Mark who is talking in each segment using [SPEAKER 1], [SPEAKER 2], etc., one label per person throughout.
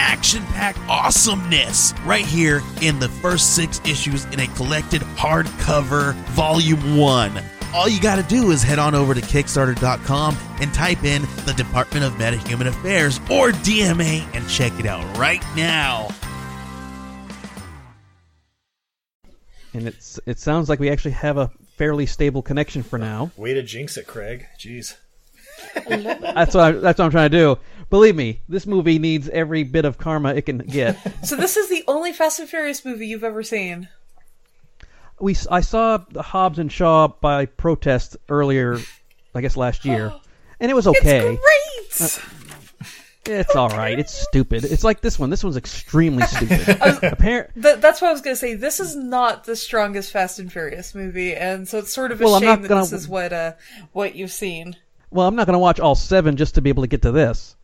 [SPEAKER 1] action packed awesomeness right here in the first six issues in a collected hardcover volume one. All you got to do is head on over to Kickstarter.com and type in the Department of Meta Human Affairs or DMA and check it out right now.
[SPEAKER 2] and it's it sounds like we actually have a fairly stable connection for now.
[SPEAKER 3] Way to jinx it, Craig. Jeez.
[SPEAKER 2] That's what I, that's what I'm trying to do. Believe me, this movie needs every bit of karma it can get.
[SPEAKER 4] So this is the only Fast and Furious movie you've ever seen.
[SPEAKER 2] we s- I saw the Hobbs and Shaw by protest earlier, I guess last year, and it was okay. Uh,
[SPEAKER 4] It's great.
[SPEAKER 2] It's, all right. It's stupid. It's like this one. This one's extremely stupid. Appar-
[SPEAKER 4] Th- that's what I was gonna say. This is not the strongest Fast and Furious movie, and so it's sort of a
[SPEAKER 2] Well, I'm
[SPEAKER 4] shame
[SPEAKER 2] not
[SPEAKER 4] that
[SPEAKER 2] gonna-
[SPEAKER 4] this is what uh what you've seen.
[SPEAKER 2] well, I'm not going to watch all seven just to be able to get to this.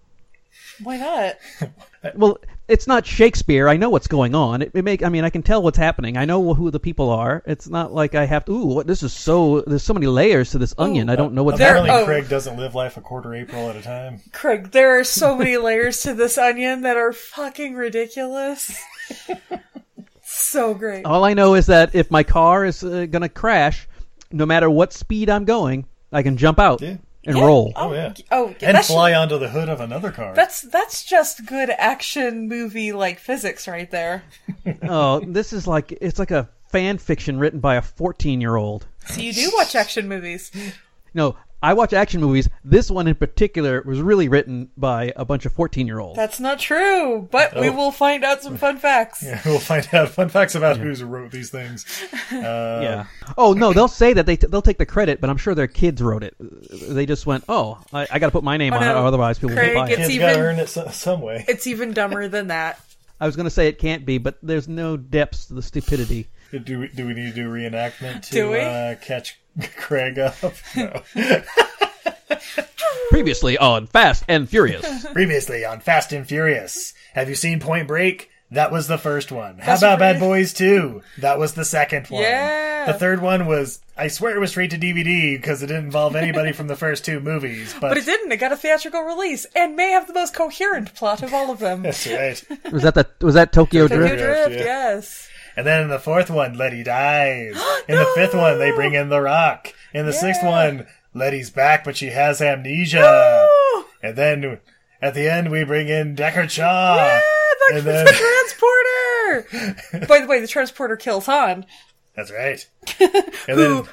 [SPEAKER 4] Why not?
[SPEAKER 2] Well, it's not Shakespeare. I know what's going on. It, it make I mean I can tell what's happening. I know who the people are. It's not like I have to. Ooh, what, this is so. There's so many layers to this onion. I don't know what's
[SPEAKER 4] There-
[SPEAKER 3] Apparently,
[SPEAKER 4] oh.
[SPEAKER 3] Craig doesn't live life a quarter April at a time.
[SPEAKER 4] Craig, there are so many layers to this onion that are fucking ridiculous. so great.
[SPEAKER 2] All I know is that if my car is uh, gonna crash, no matter what speed I'm going, I can jump out
[SPEAKER 3] Yeah.
[SPEAKER 2] and roll.
[SPEAKER 3] Oh, yeah.
[SPEAKER 4] Oh, yeah,
[SPEAKER 3] and
[SPEAKER 4] that's-
[SPEAKER 3] fly onto the hood of another car.
[SPEAKER 4] That's that's just good action movie like physics right there.
[SPEAKER 2] Oh, this is like it's like a fan fiction written by a 14 year old.
[SPEAKER 4] So you do watch action movies.
[SPEAKER 2] No, I watch action movies. This one in particular was really written by a bunch of 14 year olds.
[SPEAKER 4] That's not true, but
[SPEAKER 2] Oh.
[SPEAKER 4] we will find out some fun facts.
[SPEAKER 3] we'll find out fun facts about who's wrote these things.
[SPEAKER 2] Yeah. Oh no, they'll say that they t- they'll take the credit, but I'm sure their kids wrote it. They just went, oh, I, I got to put my name
[SPEAKER 4] Oh,
[SPEAKER 2] on it,
[SPEAKER 4] no.
[SPEAKER 2] or otherwise people
[SPEAKER 4] Craig,
[SPEAKER 2] won't buy it.
[SPEAKER 4] It's
[SPEAKER 3] Kids gotta
[SPEAKER 4] even-
[SPEAKER 3] earn it so- some way.
[SPEAKER 4] It's even dumber than that.
[SPEAKER 2] I was gonna say it can't be, but there's no depths to the stupidity.
[SPEAKER 3] Do we, do we need to do reenactment to
[SPEAKER 4] Do we?
[SPEAKER 3] Uh, catch Craig up? No.
[SPEAKER 2] Previously on Fast and Furious.
[SPEAKER 3] Previously on Fast and Furious, have you seen Point Break? That was the first one. How
[SPEAKER 4] Fast
[SPEAKER 3] about
[SPEAKER 4] and
[SPEAKER 3] Bad
[SPEAKER 4] Furious-
[SPEAKER 3] Boys 2? That was the second one.
[SPEAKER 4] Yeah.
[SPEAKER 3] The third one was, I swear it was straight to DVD because it didn't involve anybody from the first two movies. But,
[SPEAKER 4] But it didn't. It got a theatrical release and may have the most coherent plot of all of them.
[SPEAKER 3] That's right.
[SPEAKER 2] was that the was that Tokyo
[SPEAKER 4] Tokyo
[SPEAKER 2] Drift?
[SPEAKER 4] Drift,
[SPEAKER 3] yeah.
[SPEAKER 4] yes.
[SPEAKER 3] And then in the fourth one, Letty dies. In the fifth one, they bring in The Rock. In the sixth
[SPEAKER 4] Yeah.
[SPEAKER 3] one, Letty's back, but she has amnesia.
[SPEAKER 4] Oh,
[SPEAKER 3] And then at the end, we bring in Decker Shaw.
[SPEAKER 4] yeah, the,
[SPEAKER 3] Uh, and then-
[SPEAKER 4] the transporter. By the way, the transporter kills Han.
[SPEAKER 3] That's right. And then,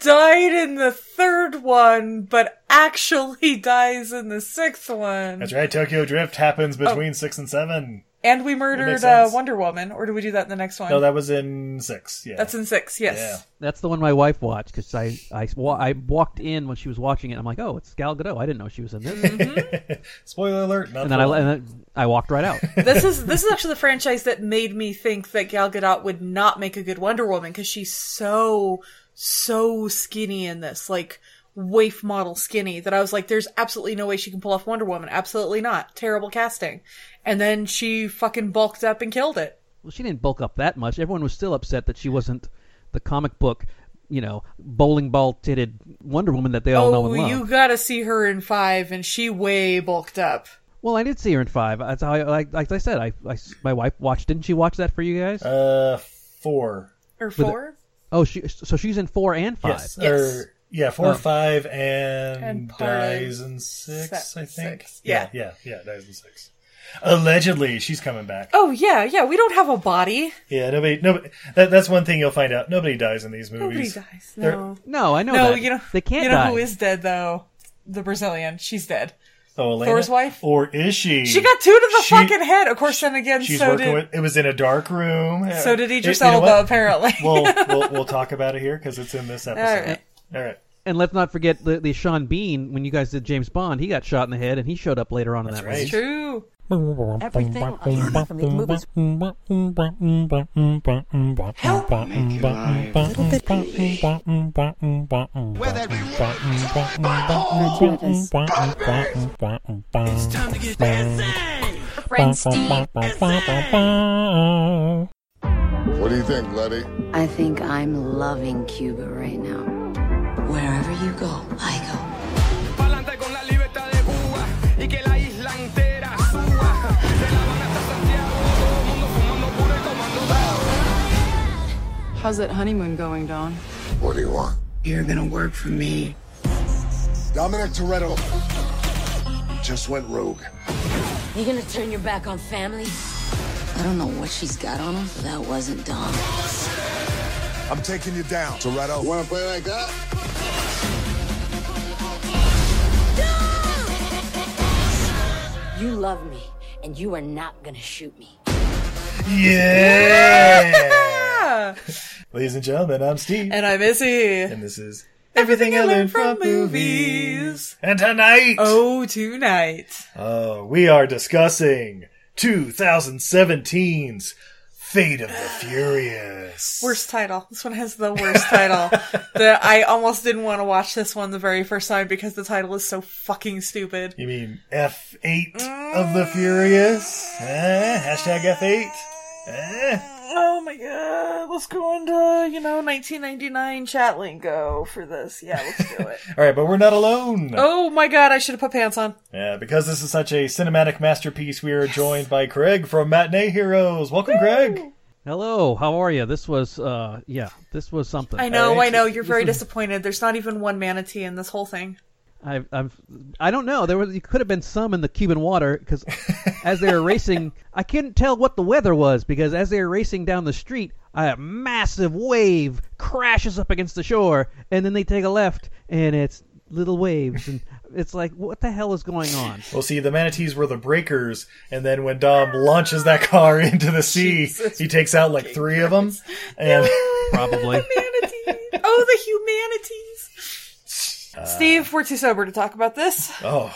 [SPEAKER 4] Died in the third one, but actually dies in the sixth one.
[SPEAKER 3] that's right, Tokyo Drift happens
[SPEAKER 4] Oh.
[SPEAKER 3] between six and seven.
[SPEAKER 4] And we murdered
[SPEAKER 3] makes
[SPEAKER 4] uh,
[SPEAKER 3] sense.
[SPEAKER 4] Wonder Woman, or do we do that in the next one?
[SPEAKER 3] No, that was in six. Yeah.
[SPEAKER 4] That's in six. Yes.
[SPEAKER 3] Yeah.
[SPEAKER 2] That's the one my wife watched because I, I wa- I walked in when she was watching it. and I'm like, oh, it's Gal Gadot. I didn't know she was in this. and
[SPEAKER 3] Spoiler alert. Not
[SPEAKER 2] then I
[SPEAKER 3] full.
[SPEAKER 2] and then I walked right out.
[SPEAKER 4] this is this is actually the franchise that made me think that Gal Gadot would not make a good Wonder Woman because she's so so skinny in this, like waif model skinny. That I was like, there's absolutely no way she can pull off Wonder Woman. Absolutely not. Terrible casting. And then she fucking bulked up and killed it.
[SPEAKER 2] well, she didn't bulk up that much. Everyone was still upset that she wasn't the comic book, you know, bowling ball titted Wonder Woman that they all know and
[SPEAKER 4] Oh,
[SPEAKER 2] love.
[SPEAKER 4] you gotta see her in five, and she way bulked up.
[SPEAKER 2] Well, I did see her in five. That's how I, like, like I said, I, I- my wife watched. Didn't she watch that for you guys?
[SPEAKER 3] Uh, four.
[SPEAKER 4] Or four.
[SPEAKER 2] oh, she so she's in four and five.
[SPEAKER 3] Yes.
[SPEAKER 4] Yes.
[SPEAKER 3] Or, yeah, four, five, and,
[SPEAKER 4] And part of
[SPEAKER 3] dies in six,
[SPEAKER 4] six-
[SPEAKER 3] I think.
[SPEAKER 4] six.
[SPEAKER 3] yeah, yeah, dies in six. Allegedly, she's coming back.
[SPEAKER 4] Oh yeah, yeah. We don't have a body.
[SPEAKER 3] Yeah, nobody. nobody that, that's one thing you'll find out. Nobody dies in these
[SPEAKER 4] Nobody
[SPEAKER 3] movies.
[SPEAKER 4] dies.
[SPEAKER 3] They're-
[SPEAKER 4] No.
[SPEAKER 2] No, I know.
[SPEAKER 4] No,
[SPEAKER 2] that.
[SPEAKER 4] you know
[SPEAKER 2] they can't
[SPEAKER 4] You know
[SPEAKER 2] die.
[SPEAKER 4] who is dead though? The Brazilian. She's dead.
[SPEAKER 3] Oh, Elena?
[SPEAKER 4] Thor's wife?
[SPEAKER 3] or is she?
[SPEAKER 4] She got two to the
[SPEAKER 3] She-
[SPEAKER 4] fucking head. Of course, then again,
[SPEAKER 3] She's
[SPEAKER 4] so
[SPEAKER 3] working
[SPEAKER 4] did
[SPEAKER 3] with. It was in a dark room.
[SPEAKER 4] so did Idris
[SPEAKER 3] You know
[SPEAKER 4] Elba.
[SPEAKER 3] what?
[SPEAKER 4] apparently,
[SPEAKER 3] we'll, we'll we'll talk about it here because it's in this
[SPEAKER 4] all
[SPEAKER 3] episode.
[SPEAKER 4] right.
[SPEAKER 3] All right.
[SPEAKER 2] And let's not forget the, the Sean Bean when you guys did James Bond. He got shot in the head, and he showed up later on in that
[SPEAKER 3] right.
[SPEAKER 2] movie.
[SPEAKER 4] True.
[SPEAKER 5] Everything I learned from these movies.
[SPEAKER 6] Help make your life a
[SPEAKER 5] little bit easy.
[SPEAKER 6] It's time to get dancing!
[SPEAKER 7] Friend Steve
[SPEAKER 5] dancing.
[SPEAKER 8] What do you think, Letty?
[SPEAKER 9] I think I'm loving Cuba right now. Wherever you go, I go.
[SPEAKER 10] Pa'lante con la libertad de Cuba y que la isla entera suba. De La Habana hasta Santiago, todo el mundo fumando puro y tomando trago.
[SPEAKER 11] How's that honeymoon going, Don?
[SPEAKER 8] What do you want?
[SPEAKER 6] You're gonna work for me.
[SPEAKER 8] Dominic Toretto just went rogue.
[SPEAKER 9] You gonna turn your back on family? I don't know what she's got on him. That wasn't Dom.
[SPEAKER 8] I'm taking you down, Toretto. You wanna play like that?
[SPEAKER 9] You love me, and you are not gonna shoot me.
[SPEAKER 3] Yeah!
[SPEAKER 4] Ah,
[SPEAKER 3] Ladies and gentlemen, I'm Steve.
[SPEAKER 4] and I'm Izzy.
[SPEAKER 3] And this is
[SPEAKER 4] Everything I learned from movies.
[SPEAKER 3] And tonight,
[SPEAKER 4] Oh, tonight.
[SPEAKER 3] oh, we are discussing 2017's Fate of the Furious.
[SPEAKER 4] Worst title. This one has the worst title. That I almost didn't want to watch this one the very first time because the title is so fucking stupid.
[SPEAKER 3] You mean F8 of the Furious? Eh? Hashtag F8? Eh?
[SPEAKER 4] Oh my god. Let's go into, you know, 1999 chat lingo for this. Yeah, let's do it.
[SPEAKER 3] Alright, but we're not alone.
[SPEAKER 4] oh my god, I should have put pants on.
[SPEAKER 3] Yeah, because this is such a cinematic masterpiece, we are joined by Craig from Matinee Heroes. Welcome, Craig.
[SPEAKER 2] Hello, how are you? This was, uh, yeah, this was something.
[SPEAKER 4] I know, I know. You're very disappointed. There's not even one manatee in this whole thing.
[SPEAKER 2] I've, I've, I don't know. There was, you could have been some in the Cuban water because as they were racing, I couldn't tell what the weather was because as they were racing down the street, a massive wave crashes up against the shore, and then they take a left, and it's little waves, and it's like, what the hell is going on?
[SPEAKER 3] Well, see, the manatees were the breakers, and then when Dom launches that car into the sea, he takes out like three of them. And
[SPEAKER 2] Probably.
[SPEAKER 4] Manatee. oh, the humanities.
[SPEAKER 3] Uh.
[SPEAKER 4] Steve, we're too sober to talk about this.
[SPEAKER 3] oh,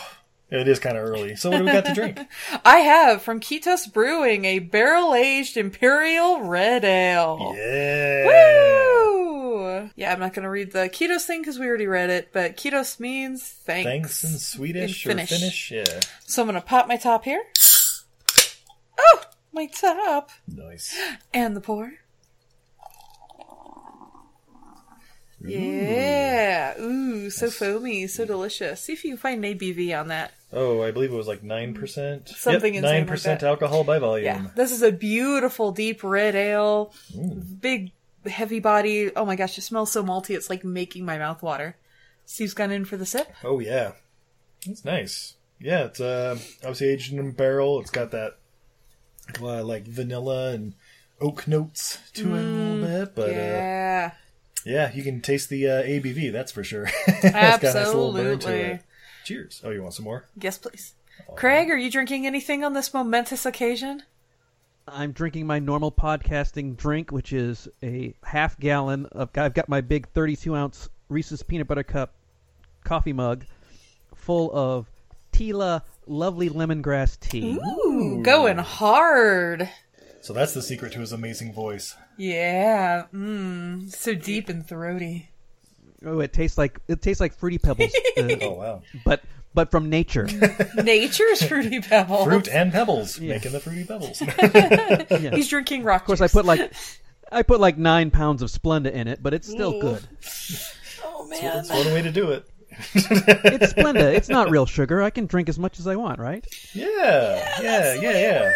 [SPEAKER 3] it is kind of early. So, what do we got to drink?
[SPEAKER 4] I have from Kitos Brewing a barrel aged imperial red ale.
[SPEAKER 3] Yeah.
[SPEAKER 4] Woo! Yeah, I'm not going to read the Kitos thing because we already read it, but Kitos means thanks.
[SPEAKER 3] Thanks in Swedish
[SPEAKER 4] In
[SPEAKER 3] or
[SPEAKER 4] Finnish.
[SPEAKER 3] Finnish? Yeah.
[SPEAKER 4] So I'm going to pop my top here. Oh, my top.
[SPEAKER 3] Nice.
[SPEAKER 4] And the pour. Yeah. Ooh, so foamy, so delicious. See if you can find an ABV on that.
[SPEAKER 3] Oh, I believe it was like 9%.
[SPEAKER 4] Something
[SPEAKER 3] yep,
[SPEAKER 4] insane like
[SPEAKER 3] 9%
[SPEAKER 4] that.
[SPEAKER 3] alcohol by volume.
[SPEAKER 4] Yeah. This is a beautiful deep red ale. Big heavy body. Oh my gosh, it smells so malty. It's like making my mouth water. Steve's gone in for the sip.
[SPEAKER 3] Oh yeah, that's nice. Yeah, it's uh, obviously aged in a barrel. It's got that uh, like vanilla and oak notes to it a
[SPEAKER 4] Mm,
[SPEAKER 3] little bit, but uh,
[SPEAKER 4] Yeah.
[SPEAKER 3] yeah, you can taste the uh, ABV. That's for sure. It's got a nice little burn to
[SPEAKER 4] Absolutely.
[SPEAKER 3] it. Cheers. Oh, you want some more?
[SPEAKER 4] yes, please. Craig, are you drinking anything on this momentous occasion?
[SPEAKER 2] I'm drinking my normal podcasting drink, which is a half gallon of. I've got my big 32 ounce Reese's peanut butter cup coffee mug full of Tila lovely lemongrass tea.
[SPEAKER 4] Ooh, going hard.
[SPEAKER 3] So that's the secret to his amazing voice.
[SPEAKER 4] Yeah. Mmm. So deep and throaty.
[SPEAKER 2] Oh, it tastes like it tastes like fruity pebbles, uh,
[SPEAKER 3] Oh wow,
[SPEAKER 2] but but from nature.
[SPEAKER 4] Nature's fruity pebble.
[SPEAKER 3] fruit and pebbles, making the fruity pebbles.
[SPEAKER 4] He's drinking rock.
[SPEAKER 2] Of course, I put like I put like nine pounds of Splenda in it, but it's still good.
[SPEAKER 4] Oh man.
[SPEAKER 3] That's one way to do it.
[SPEAKER 2] It's Splenda. It's not real sugar. I can drink as much as I want, right?
[SPEAKER 3] Yeah, yeah, yeah, yeah.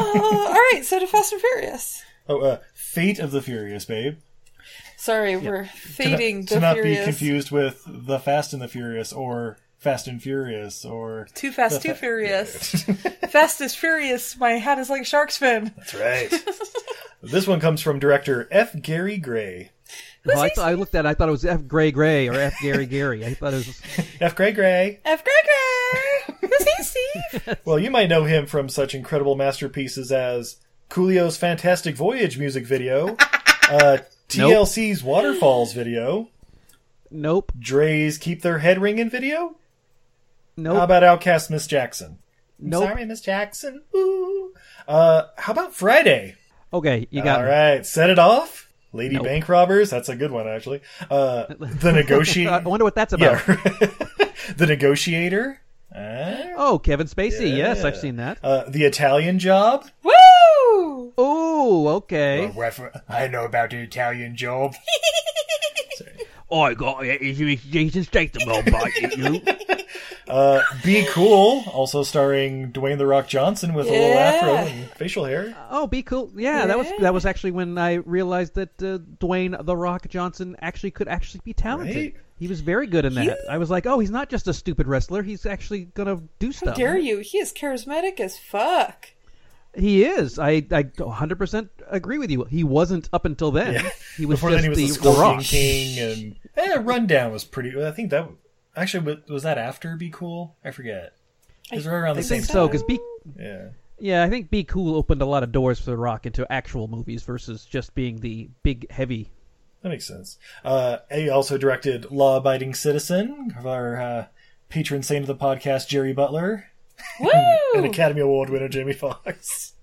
[SPEAKER 4] Oh, all right. So to Fast and Furious.
[SPEAKER 3] Oh, uh, Fate of the Furious, babe.
[SPEAKER 4] Sorry, we're fading
[SPEAKER 3] to
[SPEAKER 4] the
[SPEAKER 3] not
[SPEAKER 4] Furious.
[SPEAKER 3] be confused with the Fast and the Furious or Fast and Furious or
[SPEAKER 4] Too fast, too furious. fast is furious. My hat is like a shark's fin.
[SPEAKER 3] that's right. this one comes from director F. Gary Gray.
[SPEAKER 2] Well, Oh, I, thought I looked at. it, I thought it was F. Gray Gray or F. Gary Gary. I thought it was
[SPEAKER 3] F. Gray Gray.
[SPEAKER 4] F. Gregor! Who's he, Steve?
[SPEAKER 3] Well, you might know him from such incredible masterpieces as Coolio's Fantastic Voyage music video, uh, TLC's Waterfalls video,
[SPEAKER 2] nope,
[SPEAKER 3] Dre's Keep Their Head Ringing video.
[SPEAKER 2] nope.
[SPEAKER 3] How about Outcast Miss Jackson?
[SPEAKER 2] Nope.
[SPEAKER 3] Sorry, Miss Jackson. Ooh. Uh, how about Friday?
[SPEAKER 2] Okay, you got
[SPEAKER 3] All
[SPEAKER 2] me.
[SPEAKER 3] right, set it off. Lady
[SPEAKER 2] Um, Nope.
[SPEAKER 3] bank robbers. That's a good one, actually. Uh, the negotiator.
[SPEAKER 2] Uh, I wonder what that's about.
[SPEAKER 3] the negotiator. Uh,
[SPEAKER 2] Oh, Kevin Spacey. Yes, I've
[SPEAKER 3] Yeah.
[SPEAKER 2] seen that.
[SPEAKER 3] uh, the Italian job.
[SPEAKER 4] Woo!
[SPEAKER 2] Oh, okay.
[SPEAKER 3] I know about the Italian job.
[SPEAKER 2] I got it. If you Jason Statham, I'll bite you.
[SPEAKER 3] Uh, Be cool, also starring Dwayne the Rock Johnson with a little
[SPEAKER 4] Yeah.
[SPEAKER 3] afro and facial hair.
[SPEAKER 2] Oh, be cool. Yeah, that was that was actually when I realized that uh, Dwayne the Rock Johnson actually could actually be talented.
[SPEAKER 3] Right?
[SPEAKER 2] He was very good in that. I was like, oh, he's not just a stupid wrestler. He's actually gonna do
[SPEAKER 4] How
[SPEAKER 2] stuff.
[SPEAKER 4] dare you? He is charismatic as fuck.
[SPEAKER 2] He is. I I 100% agree with you. He wasn't up until then. He was
[SPEAKER 3] Before
[SPEAKER 2] just
[SPEAKER 3] then, he was the,
[SPEAKER 2] the
[SPEAKER 3] Scorpion
[SPEAKER 2] Rock.
[SPEAKER 3] King, and eh, Rundown was pretty. I think that actually wa- was that after Be Cool. I forget. It was right around the
[SPEAKER 2] I
[SPEAKER 3] same
[SPEAKER 2] think
[SPEAKER 3] time.
[SPEAKER 2] so because be
[SPEAKER 3] Yeah.
[SPEAKER 2] yeah, I think Be Cool opened a lot of doors for The Rock into actual movies versus just being the big heavy.
[SPEAKER 3] That makes sense. Uh, he also directed Law Abiding Citizen, of our uh, patron saint of the podcast, Jerry Butler, and
[SPEAKER 4] Woo!
[SPEAKER 3] Academy Award winner Jamie Foxx.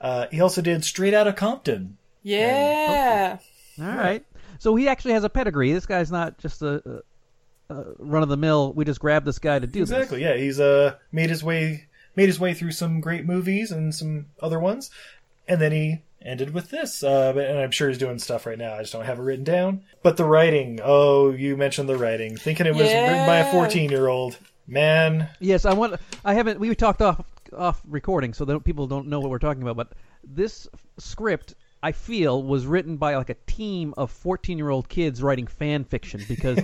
[SPEAKER 3] Uh, he also did Straight Outta Compton.
[SPEAKER 4] Yeah.
[SPEAKER 2] All right, so he actually has a pedigree. This guy's not just a, a, a run of the mill. We just grabbed this guy to do
[SPEAKER 3] Exactly. Yeah, he's uh, made his way made his way through some great movies and some other ones, and then he ended with this. Uh, but- and I'm sure he's doing stuff right now. I just don't have it written down. But the writing. Oh, you mentioned the writing. Thinking it was written by a
[SPEAKER 4] Yeah.
[SPEAKER 3] 14 year old man.
[SPEAKER 2] this. Yes, I want. I haven't. We talked off off recording, so that people don't know what we're talking about. But this script. I feel was written by like a team of 14-year-old kids writing fan fiction because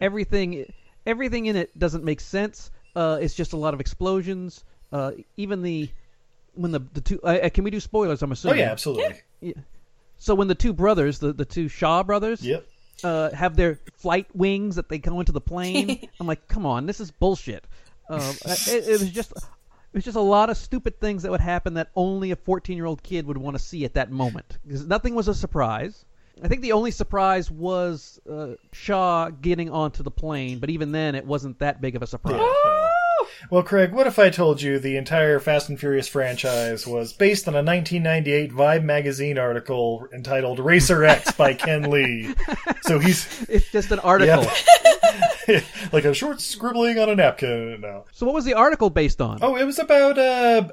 [SPEAKER 2] everything everything in it doesn't make sense. Uh, it's just a lot of explosions. Uh, even the when the the two uh, can we do spoilers? I'm
[SPEAKER 3] Oh
[SPEAKER 2] assuming.
[SPEAKER 3] yeah, absolutely.
[SPEAKER 2] So when the two brothers, the, the two Shaw brothers,
[SPEAKER 3] Yep.
[SPEAKER 2] uh, have their flight wings that they go into the plane, I'm like, come on, this is bullshit. Um, I- it, it was just it was just a lot of stupid things that would happen that only a 14 year old kid would want to see at that moment because nothing was a surprise. I think the only surprise was uh, Shaw getting onto the plane, but even then, it wasn't that big of a surprise.
[SPEAKER 3] Well, Craig, what if I told you the entire Fast and Furious franchise was based on a 1998 Vibe magazine article entitled Racer X by Ken Lee? So he's
[SPEAKER 2] It's just an article.
[SPEAKER 3] like a short scribbling on a napkin now.
[SPEAKER 2] So what was the article based on?
[SPEAKER 3] Oh, it was about uh,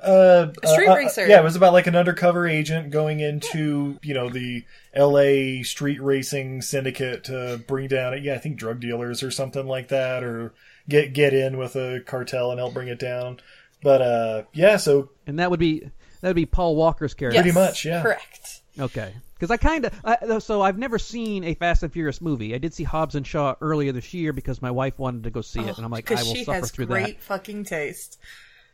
[SPEAKER 3] uh,
[SPEAKER 4] A street
[SPEAKER 3] uh, uh,
[SPEAKER 4] racer.
[SPEAKER 3] Yeah, it was about like an undercover agent going into you know the L.A. street racing syndicate to bring down yeah I think drug dealers or something like that or get get in with a cartel and help bring it down. But uh, yeah, so
[SPEAKER 2] And that would be that would be Paul Walker's character.
[SPEAKER 3] Pretty much, yeah.
[SPEAKER 4] Correct.
[SPEAKER 2] Okay. Because I kind of so I've never seen a Fast and Furious movie. I did see Hobbs and Shaw earlier this year because my wife wanted to go see it, and I'm like, I
[SPEAKER 4] Because
[SPEAKER 2] will
[SPEAKER 4] Oh, she
[SPEAKER 2] suffer
[SPEAKER 4] has
[SPEAKER 2] through
[SPEAKER 4] great fucking taste.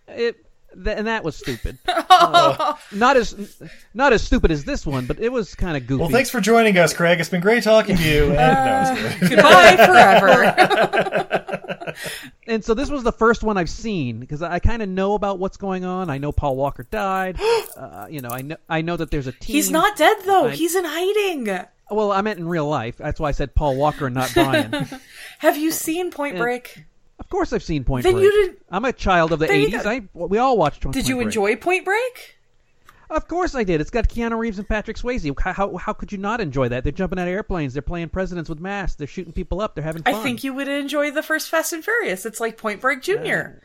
[SPEAKER 2] that. It th- and that was stupid. Uh, not as not as stupid as this one, but it was kind of goofy.
[SPEAKER 3] well, thanks for joining us, Craig. It's been great talking to you. And, no, it's good.
[SPEAKER 4] Goodbye forever.
[SPEAKER 2] And so this was the first one I've seen because I kind of know about what's going on. I know Paul Walker died. uh, you know, I know I know that there's a team.
[SPEAKER 4] He's not dead though.
[SPEAKER 2] I-
[SPEAKER 4] He's in hiding.
[SPEAKER 2] Well, I meant in real life. That's why I said Paul Walker, and not Brian. of
[SPEAKER 4] Have you seen Point Break?
[SPEAKER 2] course, I've seen Point
[SPEAKER 4] Then
[SPEAKER 2] Break.
[SPEAKER 4] you didn't-
[SPEAKER 2] I'm a child of the
[SPEAKER 4] There you
[SPEAKER 2] 80s.
[SPEAKER 4] go.
[SPEAKER 2] I we all watched.
[SPEAKER 4] Did you
[SPEAKER 2] Break.
[SPEAKER 4] enjoy Point Break?
[SPEAKER 2] Of course I did. It's got Keanu Reeves and Patrick Swayze. How, how, how could you not enjoy that? They're jumping out of airplanes. They're playing presidents with masks. They're shooting people up. They're having fun.
[SPEAKER 4] I think you would enjoy the first Fast and Furious. It's like Point Break Junior.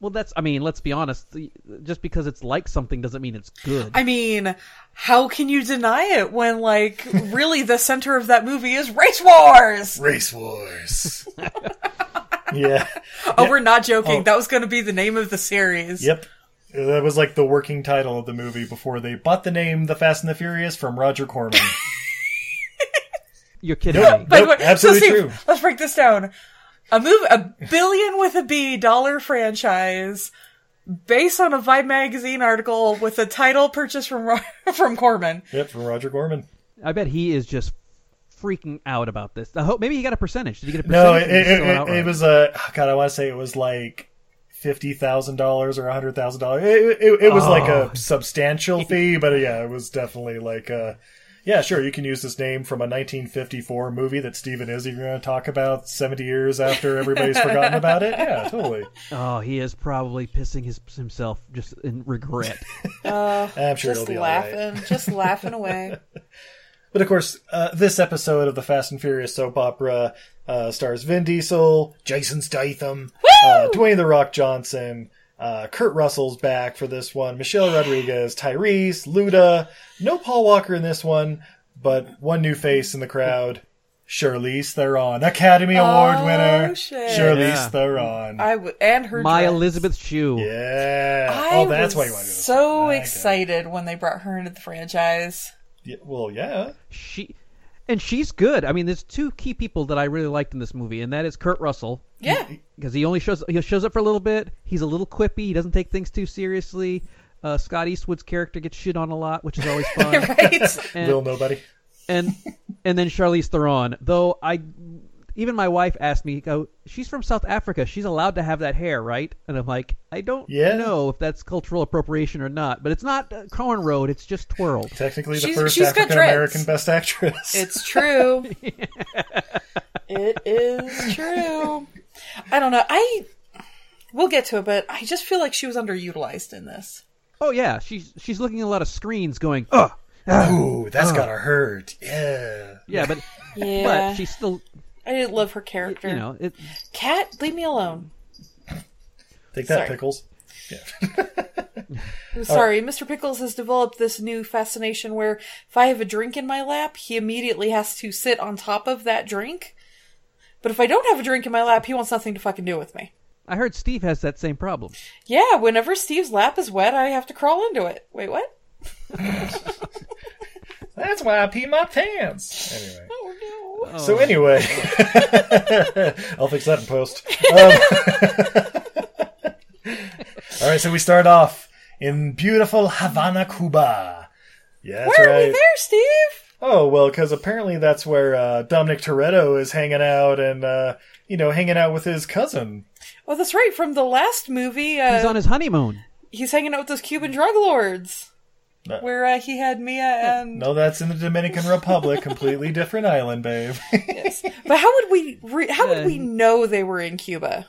[SPEAKER 2] Well, that's. I mean, let's be honest. The- Just because it's like something doesn't mean it's good.
[SPEAKER 4] I mean, how can you deny it when like really the center of that movie is race wars?
[SPEAKER 3] Race Wars. yeah.
[SPEAKER 4] Oh, we're not joking. That was going to be the name of the series.
[SPEAKER 3] Yep. That was like the working title of the movie before they bought the name The Fast and the Furious from Roger Corman.
[SPEAKER 2] You're kidding me.
[SPEAKER 4] By the
[SPEAKER 3] Nope,
[SPEAKER 4] way-
[SPEAKER 3] absolutely
[SPEAKER 4] so Steve,
[SPEAKER 3] true.
[SPEAKER 4] Let's break this down. A move, a billion with a B dollar franchise based on a Vibe magazine article with a title purchased from Ro- from Corman.
[SPEAKER 3] yep, from Roger Corman.
[SPEAKER 2] I bet he is just freaking out about this. I hope maybe he got a percentage. Did he get a
[SPEAKER 3] No,
[SPEAKER 2] percentage?
[SPEAKER 3] it,
[SPEAKER 2] or did he
[SPEAKER 3] it,
[SPEAKER 2] sell
[SPEAKER 3] it-
[SPEAKER 2] outright?
[SPEAKER 3] it was a oh, God. I want to say it was like fifty thousand dollars or hundred thousand dollars. It, it, it was like a substantial fee, but yeah, it was definitely like a yeah, sure, you can use this name from a 1954 movie that Steve and Izzy are going to talk about 70 years after everybody's forgotten about it. Yeah, totally.
[SPEAKER 2] Oh, he is probably pissing his, himself just in regret.
[SPEAKER 4] Uh,
[SPEAKER 3] I'm sure
[SPEAKER 4] just
[SPEAKER 3] it'll be all right.
[SPEAKER 4] laughing, just laughing away.
[SPEAKER 3] But of course, uh, this episode of the Fast and Furious soap opera uh, stars Vin Diesel, Jason Statham, uh, Dwayne the Rock Johnson, uh, Kurt Russell's back for this one, Michelle Rodriguez, Tyrese, Luda. No Paul Walker in this one, but one new face in the crowd. Charlize Theron, Academy Award
[SPEAKER 4] Oh,
[SPEAKER 3] winner.
[SPEAKER 4] shit.
[SPEAKER 3] Charlize
[SPEAKER 2] Yeah.
[SPEAKER 3] Theron.
[SPEAKER 4] I would, and her
[SPEAKER 2] My
[SPEAKER 4] dress.
[SPEAKER 2] Elizabeth Shue.
[SPEAKER 3] yeah.
[SPEAKER 4] I
[SPEAKER 3] oh, that's
[SPEAKER 4] was
[SPEAKER 3] why you want to do this.
[SPEAKER 4] so
[SPEAKER 3] I get it.
[SPEAKER 4] excited when they brought her into the franchise.
[SPEAKER 3] Yeah, well, yeah.
[SPEAKER 2] She and she's good. I mean, there's two key people that I really liked in this movie, and that is Kurt Russell
[SPEAKER 4] Yeah,
[SPEAKER 2] because he only shows he shows up for a little bit. He's a little quippy. He doesn't take things too seriously. Uh, Scott Eastwood's character gets shit on a lot, which is always fun.
[SPEAKER 4] right.
[SPEAKER 3] Little nobody.
[SPEAKER 2] and and then Charlize Theron. Though I, even my wife asked me, "Go, she's from South Africa. She's allowed to have that hair, right?" And I'm like, I don't
[SPEAKER 3] Yeah.
[SPEAKER 2] know if that's cultural appropriation or not, but it's not uh, cornroad. It's just twirled.
[SPEAKER 3] Technically, the
[SPEAKER 4] She's-
[SPEAKER 3] first
[SPEAKER 4] she's got
[SPEAKER 3] African American
[SPEAKER 4] dreads.
[SPEAKER 3] Best Actress.
[SPEAKER 4] It's true. it is true. I don't know. I we'll get to it, but I just feel like she was underutilized in this.
[SPEAKER 2] Oh yeah, she's she's looking at a lot of screens, going, "Ugh."
[SPEAKER 3] Ooh, that's gotta hurt. Yeah.
[SPEAKER 2] Yeah, but
[SPEAKER 4] Yeah,
[SPEAKER 2] but she's still,
[SPEAKER 4] I didn't love her character.
[SPEAKER 2] you know, it,
[SPEAKER 4] Cat, leave me alone.
[SPEAKER 3] Take that,
[SPEAKER 4] Sorry.
[SPEAKER 3] Pickles.
[SPEAKER 4] I'm sorry, Mr. Pickles has developed this new fascination where if I have a drink in my lap, he immediately has to sit on top of that drink. But if I don't have a drink in my lap, he wants nothing to fucking do with me.
[SPEAKER 2] I heard Steve has that same problem.
[SPEAKER 4] Yeah, whenever Steve's lap is wet, I have to crawl into it. Wait, what?
[SPEAKER 3] That's why I pee my pants. Anyway.
[SPEAKER 4] Oh no.
[SPEAKER 3] So anyway, I'll fix that in post. Um, all right, so we start off in beautiful Havana, Cuba. Yeah, that's
[SPEAKER 4] Why are
[SPEAKER 3] right.
[SPEAKER 4] we there, Steve?
[SPEAKER 3] Oh well, because apparently that's where uh, Dominic Toretto is hanging out, and uh, you know, hanging out with his cousin.
[SPEAKER 4] Oh, that's right. From the last movie, uh,
[SPEAKER 2] He's
[SPEAKER 4] he's,
[SPEAKER 2] on his honeymoon.
[SPEAKER 4] hanging out with those Cuban drug lords,
[SPEAKER 3] No.
[SPEAKER 4] where uh, he had Mia and.
[SPEAKER 3] No, that's in the Dominican Republic, completely different island, babe.
[SPEAKER 4] But how would we? Re- how
[SPEAKER 2] Yeah.
[SPEAKER 4] would we know they were in Cuba?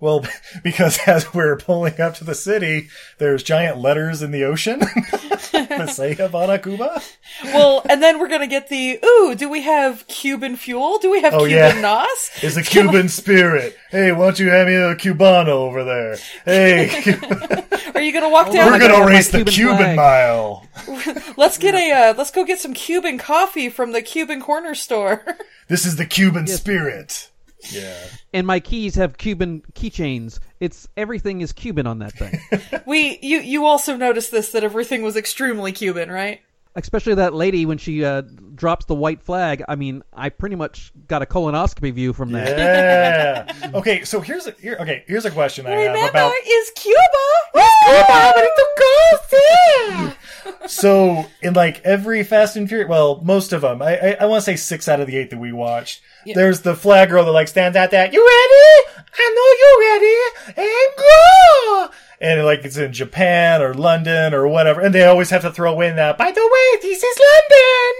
[SPEAKER 3] Well, because as we're pulling up to the city, there's giant letters in the ocean that say Havana, Cuba.
[SPEAKER 4] Well, and then we're gonna get the ooh. Do we have Cuban fuel? Do we have
[SPEAKER 3] Oh,
[SPEAKER 4] Cuban
[SPEAKER 3] yeah.
[SPEAKER 4] nos?
[SPEAKER 3] It's a Cuban spirit. Hey, why don't you have me a Cubano over there? Hey,
[SPEAKER 4] Are you gonna walk down?
[SPEAKER 3] we're
[SPEAKER 2] God,
[SPEAKER 3] gonna
[SPEAKER 2] Oh my
[SPEAKER 3] race the
[SPEAKER 2] Cuban
[SPEAKER 3] Cuban
[SPEAKER 2] flag.
[SPEAKER 3] mile.
[SPEAKER 4] Let's get a. Uh, let's go get some Cuban coffee from the Cuban corner store.
[SPEAKER 3] This is the Cuban spirit. Yeah.
[SPEAKER 2] And my keys have Cuban keychains. It's everything is Cuban on that thing,
[SPEAKER 4] we you you also noticed this that everything was extremely Cuban, right?
[SPEAKER 2] especially that lady when she uh, drops the white flag. I mean, I pretty much got a colonoscopy view from that.
[SPEAKER 3] Yeah. Okay, so here's a here, okay, here's a question I have
[SPEAKER 4] Remember,
[SPEAKER 3] about
[SPEAKER 4] is Cuba? It's Cuba,
[SPEAKER 3] so in like every Fast and Furious, well, most of them, I I, I want to say six out of the eight that we watched. There's the flag girl that like stands out there. You ready? I know you ready. And go. And like it's in Japan or London or whatever, and they always have to throw in that. By the way, this is London.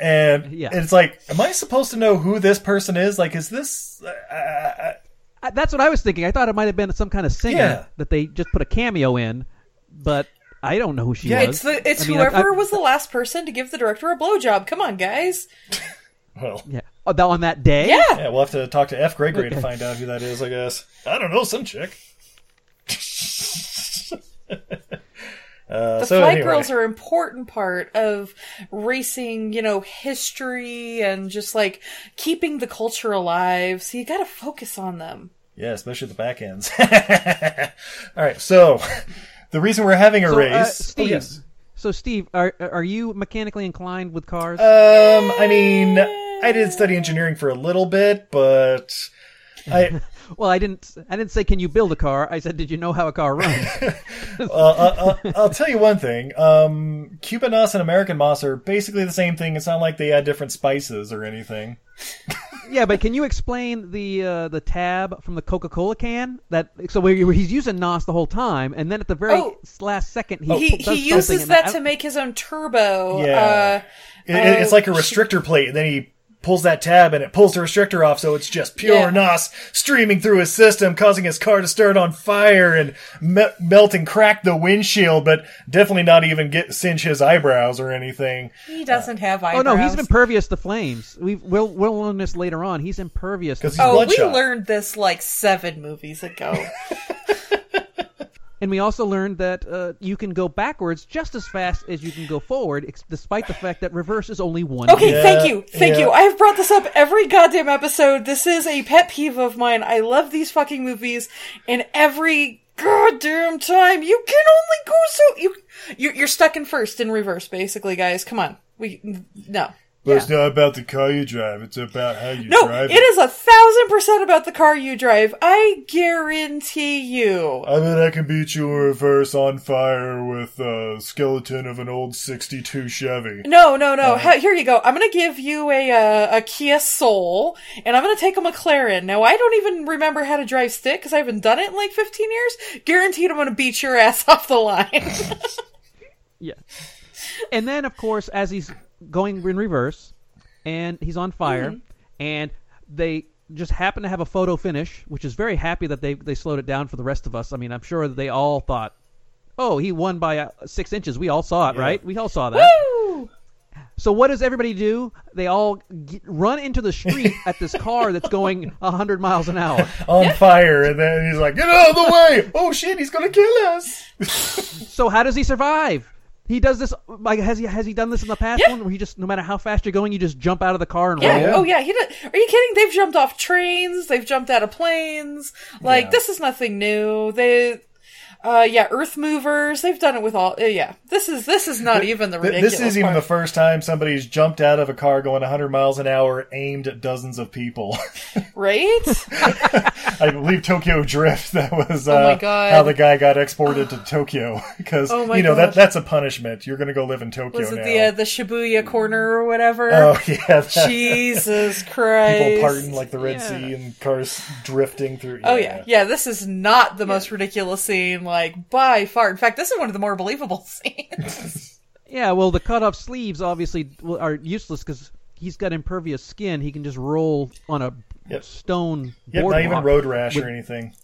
[SPEAKER 3] And
[SPEAKER 2] Yeah.
[SPEAKER 3] it's like, am I supposed to know who this person is? Like, is this? uh,
[SPEAKER 2] I- That's what I was thinking. I thought it might have been some kind of singer
[SPEAKER 3] Yeah.
[SPEAKER 2] that they just put a cameo in, but I don't know who she
[SPEAKER 3] Yeah,
[SPEAKER 2] was.
[SPEAKER 4] It's the it's
[SPEAKER 2] I mean, I-
[SPEAKER 4] whoever
[SPEAKER 2] I-
[SPEAKER 4] was the last person to give the director a blowjob. Come on, guys.
[SPEAKER 3] Well,
[SPEAKER 2] Yeah. Oh, that on that day.
[SPEAKER 4] Yeah.
[SPEAKER 3] yeah, we'll have to talk to F. Gregory to find out who that is. I guess. I don't know, some chick.
[SPEAKER 4] The
[SPEAKER 3] Uh, so
[SPEAKER 4] flag
[SPEAKER 3] anyway.
[SPEAKER 4] girls are an important part of racing, you know, history and just like keeping the culture alive. So you got to focus on them.
[SPEAKER 3] Yeah, especially the back ends. All right, so the reason we're having a
[SPEAKER 2] So, uh,
[SPEAKER 3] race.
[SPEAKER 2] Steve.
[SPEAKER 3] Oh, yes.
[SPEAKER 2] So Steve, are are you mechanically inclined with cars?
[SPEAKER 4] Uh,
[SPEAKER 3] Um, I mean, I did study engineering for a little bit, but I
[SPEAKER 2] well, I didn't. I didn't say can you build a car. I said did you know how a car runs?
[SPEAKER 3] I'll, uh, I'll, I'll tell you one thing. Um, Cuban moss and American moss are basically the same thing. It's not like they add different spices or anything.
[SPEAKER 2] yeah, but can you explain the uh, the tab from the Coca Cola can that so where you- he's using Nos the whole time, and then at the very
[SPEAKER 4] Oh.
[SPEAKER 2] last second he
[SPEAKER 4] he,
[SPEAKER 2] does something
[SPEAKER 4] he uses
[SPEAKER 2] and
[SPEAKER 4] that
[SPEAKER 2] I-
[SPEAKER 4] to make his own turbo.
[SPEAKER 3] Yeah.
[SPEAKER 4] Uh,
[SPEAKER 3] It, it- it's
[SPEAKER 4] uh,
[SPEAKER 3] like a restrictor plate, and then he pulls that tab and it pulls the restrictor off, so it's just pure
[SPEAKER 4] Yeah.
[SPEAKER 3] NOS streaming through his system, causing his car to start on fire and me- melt and crack the windshield, but definitely not even get singe his eyebrows or anything.
[SPEAKER 4] He doesn't have
[SPEAKER 2] Oh
[SPEAKER 4] eyebrows.
[SPEAKER 2] no, he's impervious to flames. We will we'll learn this later on. He's impervious. To
[SPEAKER 3] 'Cause he's
[SPEAKER 2] flames.
[SPEAKER 4] Oh, we
[SPEAKER 3] bloodshot.
[SPEAKER 4] learned this like seven movies ago.
[SPEAKER 2] And we also learned that uh, you can go backwards just as fast as you can go forward, ex- despite the fact that reverse is only one.
[SPEAKER 4] Okay,
[SPEAKER 3] Yeah,
[SPEAKER 4] thank you. Thank
[SPEAKER 3] yeah.
[SPEAKER 4] you. I have brought this up every goddamn episode. This is a pet peeve of mine. I love these fucking movies and every goddamn time you can only go so you you're, you're stuck in first in reverse basically, guys. Come on. We no.
[SPEAKER 3] But it's not about the car you drive, it's about how you
[SPEAKER 4] No, it is a thousand percent about the car you drive. I guarantee you.
[SPEAKER 3] I bet I can beat you in reverse on fire with a skeleton of an old 62 Chevy.
[SPEAKER 4] No, no, no.
[SPEAKER 3] Uh-huh.
[SPEAKER 4] He- Here you go. I'm gonna give you a uh, a Kia Soul, and I'm gonna take a McLaren. Now I don't even remember how to drive stick because I haven't done it in like 15 years. Guaranteed, I'm gonna beat your ass off the line.
[SPEAKER 3] Oh,
[SPEAKER 2] Yeah. And then, of course, as he's going in reverse, and he's on fire,
[SPEAKER 4] Mm-hmm.
[SPEAKER 2] and they just happen to have a photo finish, which is very happy that they they slowed it down for the rest of us. I mean, I'm sure that they all thought, "Oh, he won by uh, six inches." We all saw it, right? We all saw that.
[SPEAKER 4] Woo!
[SPEAKER 2] So what does everybody do? They all get, run into the street at this car that's going 100 miles an hour.
[SPEAKER 3] On fire, and then he's like, Get out of the way! Oh shit, he's gonna kill us!
[SPEAKER 2] So how does he survive? He does this. Like, has he has he done this in the past
[SPEAKER 4] Yeah.
[SPEAKER 2] one where he just no matter how fast you're going, you just jump out of the car and
[SPEAKER 4] Yeah.
[SPEAKER 2] roll?
[SPEAKER 4] Oh yeah. He did. Are you kidding? They've jumped off trains. They've jumped out of planes. Like this is nothing new. They. Uh yeah, Earth Movers. They've done it with all. Uh, yeah, this is this is not even the
[SPEAKER 3] Th-
[SPEAKER 4] ridiculous.
[SPEAKER 3] This isn't even the
[SPEAKER 4] part.
[SPEAKER 3] first time somebody's jumped out of a car going 100 miles an hour aimed at dozens of people.
[SPEAKER 4] right.
[SPEAKER 3] I believe Tokyo Drift, that was uh,
[SPEAKER 4] Oh my God.
[SPEAKER 3] how the guy got exported to Tokyo. Because,
[SPEAKER 4] Oh my
[SPEAKER 3] you know, that
[SPEAKER 4] gosh.
[SPEAKER 3] that's a punishment. You're going to go live in Tokyo
[SPEAKER 4] Was it
[SPEAKER 3] now.
[SPEAKER 4] the uh, the Shibuya corner or whatever?
[SPEAKER 3] oh, yeah. that-
[SPEAKER 4] Jesus Christ.
[SPEAKER 3] people parting like the Red Sea and cars drifting through.
[SPEAKER 4] Oh yeah. Yeah, this is not the most ridiculous scene like by far. In fact, this is one of the more believable scenes.
[SPEAKER 2] Yeah, well, the cut off sleeves obviously will- are useless because he's got impervious skin. He can just roll on a
[SPEAKER 3] Yep.
[SPEAKER 2] stone
[SPEAKER 3] Yep, not
[SPEAKER 2] boardwalk.
[SPEAKER 3] even road rash
[SPEAKER 2] with-
[SPEAKER 3] or anything.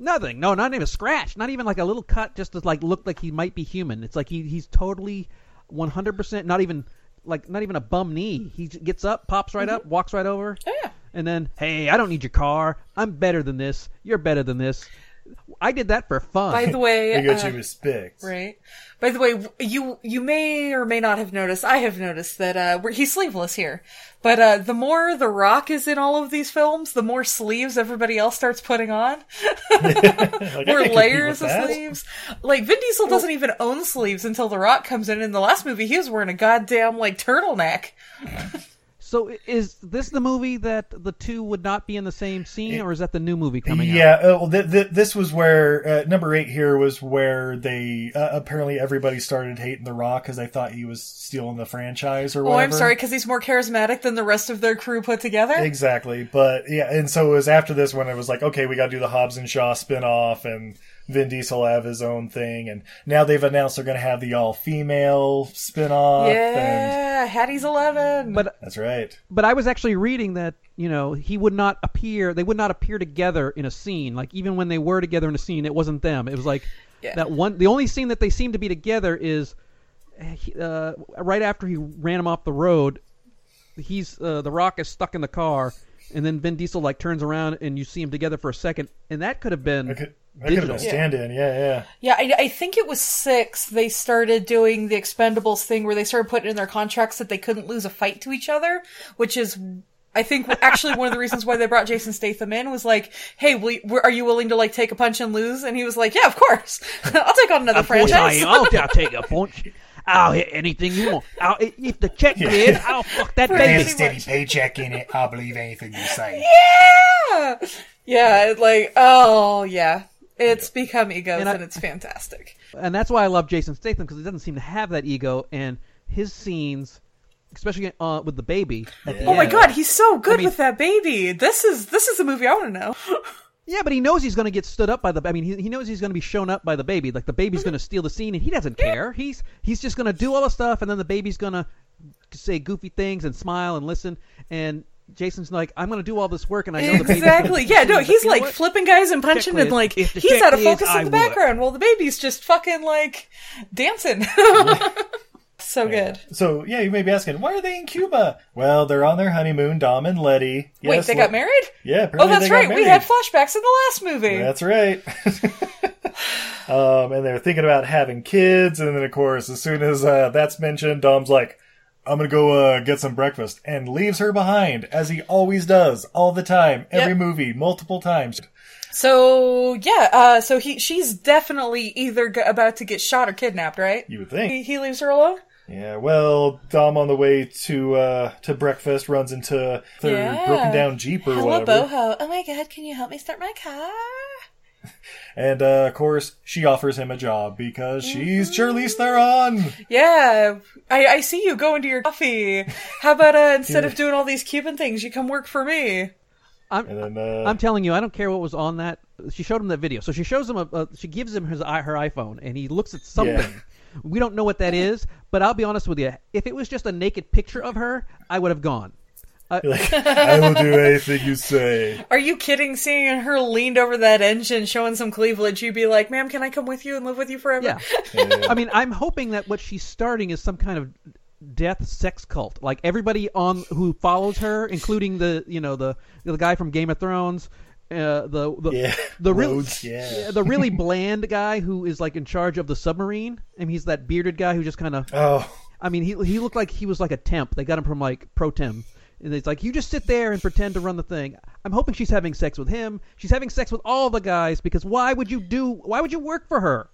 [SPEAKER 2] Nothing. No, not even a scratch. Not even like a little cut just to like look like he might be human. It's like he he's totally 100% not even like not even a bum knee. He j- gets up, pops
[SPEAKER 3] Mm-hmm.
[SPEAKER 2] right up, walks right over.
[SPEAKER 3] Oh,
[SPEAKER 4] yeah.
[SPEAKER 2] And then, "Hey, I don't need your car. I'm better than this. You're better than this." I did that for fun.
[SPEAKER 4] By the way,
[SPEAKER 3] They got
[SPEAKER 4] uh,
[SPEAKER 3] you respect.
[SPEAKER 4] right. By the way, w- you you may or may not have noticed. I have noticed that uh, we're, he's sleeveless here. But uh, the more The Rock is in all of these films, the more sleeves everybody else starts putting on.
[SPEAKER 3] Like, I
[SPEAKER 4] more
[SPEAKER 3] can't compete
[SPEAKER 4] layers
[SPEAKER 3] with
[SPEAKER 4] of
[SPEAKER 3] that.
[SPEAKER 4] sleeves. Like Vin Diesel doesn't even own sleeves until The Rock comes in. In the last movie, he was wearing a goddamn like turtleneck.
[SPEAKER 2] so i- is this the movie that the two would not be in the same scene or is that the new movie coming out?
[SPEAKER 3] Yeah, uh, well, th- th- this was where uh, number eight here was where they uh, apparently everybody started hating The Rock because they thought he was stealing the franchise or
[SPEAKER 4] Oh,
[SPEAKER 3] whatever.
[SPEAKER 4] I'm sorry, because he's more charismatic than the rest of their crew put together.
[SPEAKER 3] Exactly, but yeah, and so it was after this when it was like, okay, we got to do the Hobbs and Shaw spinoff, and Vin Diesel have his own thing, and now they've announced they're going to have the all female spinoff. and
[SPEAKER 4] yeah, Hattie's eleven.
[SPEAKER 2] But
[SPEAKER 3] that's right.
[SPEAKER 2] but I was actually reading that you know he would not appear. They would not appear together in a scene. Like even when they were together in a scene, it wasn't them. It was like
[SPEAKER 4] Yeah.
[SPEAKER 2] that one. The only scene that they seem to be together is uh, right after he ran him off the road. He's uh, the Rock is stuck in the car, and then Vin Diesel like turns around and you see him together for a second, and that could have been.
[SPEAKER 3] That could, that could have
[SPEAKER 2] Digital.
[SPEAKER 3] been a stand-in. Yeah, yeah.
[SPEAKER 4] yeah, I, I think it was six. They started doing the Expendables thing where they started putting in their contracts that they couldn't lose a fight to each other, which is. I think actually one of the reasons why they brought Jason Statham in was like, "Hey, will you, are you willing to like take a punch and lose?" And he was like, "Yeah, of course. I'll take on another
[SPEAKER 2] Of course I
[SPEAKER 4] franchise."
[SPEAKER 2] am. I'll, Oh, I'll take a punch. I'll hit anything you want. I'll, if the check clears, I'll fuck that
[SPEAKER 4] Pretty
[SPEAKER 2] baby.
[SPEAKER 4] much.
[SPEAKER 8] paycheck in it. I'll believe anything you say.
[SPEAKER 4] yeah, yeah, it, like oh yeah, it's become egos and,
[SPEAKER 2] And I-
[SPEAKER 4] it's fantastic.
[SPEAKER 2] and that's why I love Jason Statham because he doesn't seem to have that ego, and his scenes especially uh, with the baby. At the
[SPEAKER 4] Oh my
[SPEAKER 2] end.
[SPEAKER 4] god, he's so good
[SPEAKER 2] I mean-
[SPEAKER 4] with that baby. This is this is the movie I want to know.
[SPEAKER 2] Yeah, but he knows he's going to get stood up by the. I mean, he, he knows he's going to be shown up by the baby. Like the baby's going to steal the scene, and he doesn't care. He's he's just going to do all the stuff, and then the baby's going to say goofy things and smile and listen. And Jason's like, "I'm going to do all this work, and I know the baby's gonna
[SPEAKER 4] exactly. Yeah,
[SPEAKER 2] see,
[SPEAKER 4] no,
[SPEAKER 2] but
[SPEAKER 4] he's
[SPEAKER 2] you know
[SPEAKER 4] like
[SPEAKER 2] what?
[SPEAKER 4] flipping guys and punching
[SPEAKER 2] Check
[SPEAKER 4] and like
[SPEAKER 2] is- if the
[SPEAKER 4] he's
[SPEAKER 2] check
[SPEAKER 4] out of
[SPEAKER 2] is,
[SPEAKER 4] focus
[SPEAKER 2] I
[SPEAKER 4] in the
[SPEAKER 2] would.
[SPEAKER 4] background while the baby's just fucking like dancing. so good.
[SPEAKER 3] So yeah, you may be asking, why are they in Cuba? Well, they're on their honeymoon, Dom and Letty.
[SPEAKER 4] Wait, they got
[SPEAKER 3] Le-
[SPEAKER 4] married?
[SPEAKER 3] Yeah,
[SPEAKER 4] Oh,
[SPEAKER 3] apparently
[SPEAKER 4] that's
[SPEAKER 3] they got
[SPEAKER 4] right. We
[SPEAKER 3] married.
[SPEAKER 4] had flashbacks in the last movie.
[SPEAKER 3] That's right. um, and they're thinking about having kids, and then of course, as soon as uh, that's mentioned, Dom's like, "I'm gonna go uh, get some breakfast," and leaves her behind, as he always does, all the time, every
[SPEAKER 4] Yep.
[SPEAKER 3] movie, multiple times.
[SPEAKER 4] So yeah, uh, so he she's definitely either g- about to get shot or kidnapped, right?
[SPEAKER 3] You would think.
[SPEAKER 4] He, he leaves her alone.
[SPEAKER 3] Yeah, well, Dom on the way to uh, to breakfast runs into their
[SPEAKER 4] Yeah.
[SPEAKER 3] broken down jeep or
[SPEAKER 4] Hello,
[SPEAKER 3] whatever,
[SPEAKER 4] boho. Oh my god, can you help me start my car?
[SPEAKER 3] and uh, of course, she offers him a job because she's
[SPEAKER 4] Mm-hmm.
[SPEAKER 3] Charlize Theron.
[SPEAKER 4] Yeah, I, I see you going to your coffee. How about uh, instead of doing all these Cuban things, you come work for me?
[SPEAKER 2] I'm,
[SPEAKER 3] And then, uh,
[SPEAKER 2] I'm telling you, I don't care what was on that. She showed him that video, so she shows him a, a she gives him his i- her iPhone, and he looks at something. We don't know what that is, but I'll be honest with you. If it was just a naked picture of her, I would have gone.
[SPEAKER 3] I will do anything you say.
[SPEAKER 4] Are you kidding? Seeing her leaned over that engine, showing some cleavage, you'd be like, "Ma'am, can I come with you and live with you forever?"
[SPEAKER 2] Yeah. I mean, I'm hoping that what she's starting is some kind of death sex cult. Like everybody on who follows her, including the you know the the guy from Game of Thrones, uh, the the
[SPEAKER 3] Yeah.
[SPEAKER 2] the real
[SPEAKER 3] Rhodes, yeah.
[SPEAKER 2] the really bland guy who is like in charge of the submarine. I mean, he's that bearded guy who just kind of.
[SPEAKER 3] Oh,
[SPEAKER 2] I mean, he he looked like he was like a temp. They got him from like pro temp. And it's like you just sit there and pretend to run the thing. I'm hoping she's having sex with him. She's having sex with all the guys because why would you do? Why would you work for her?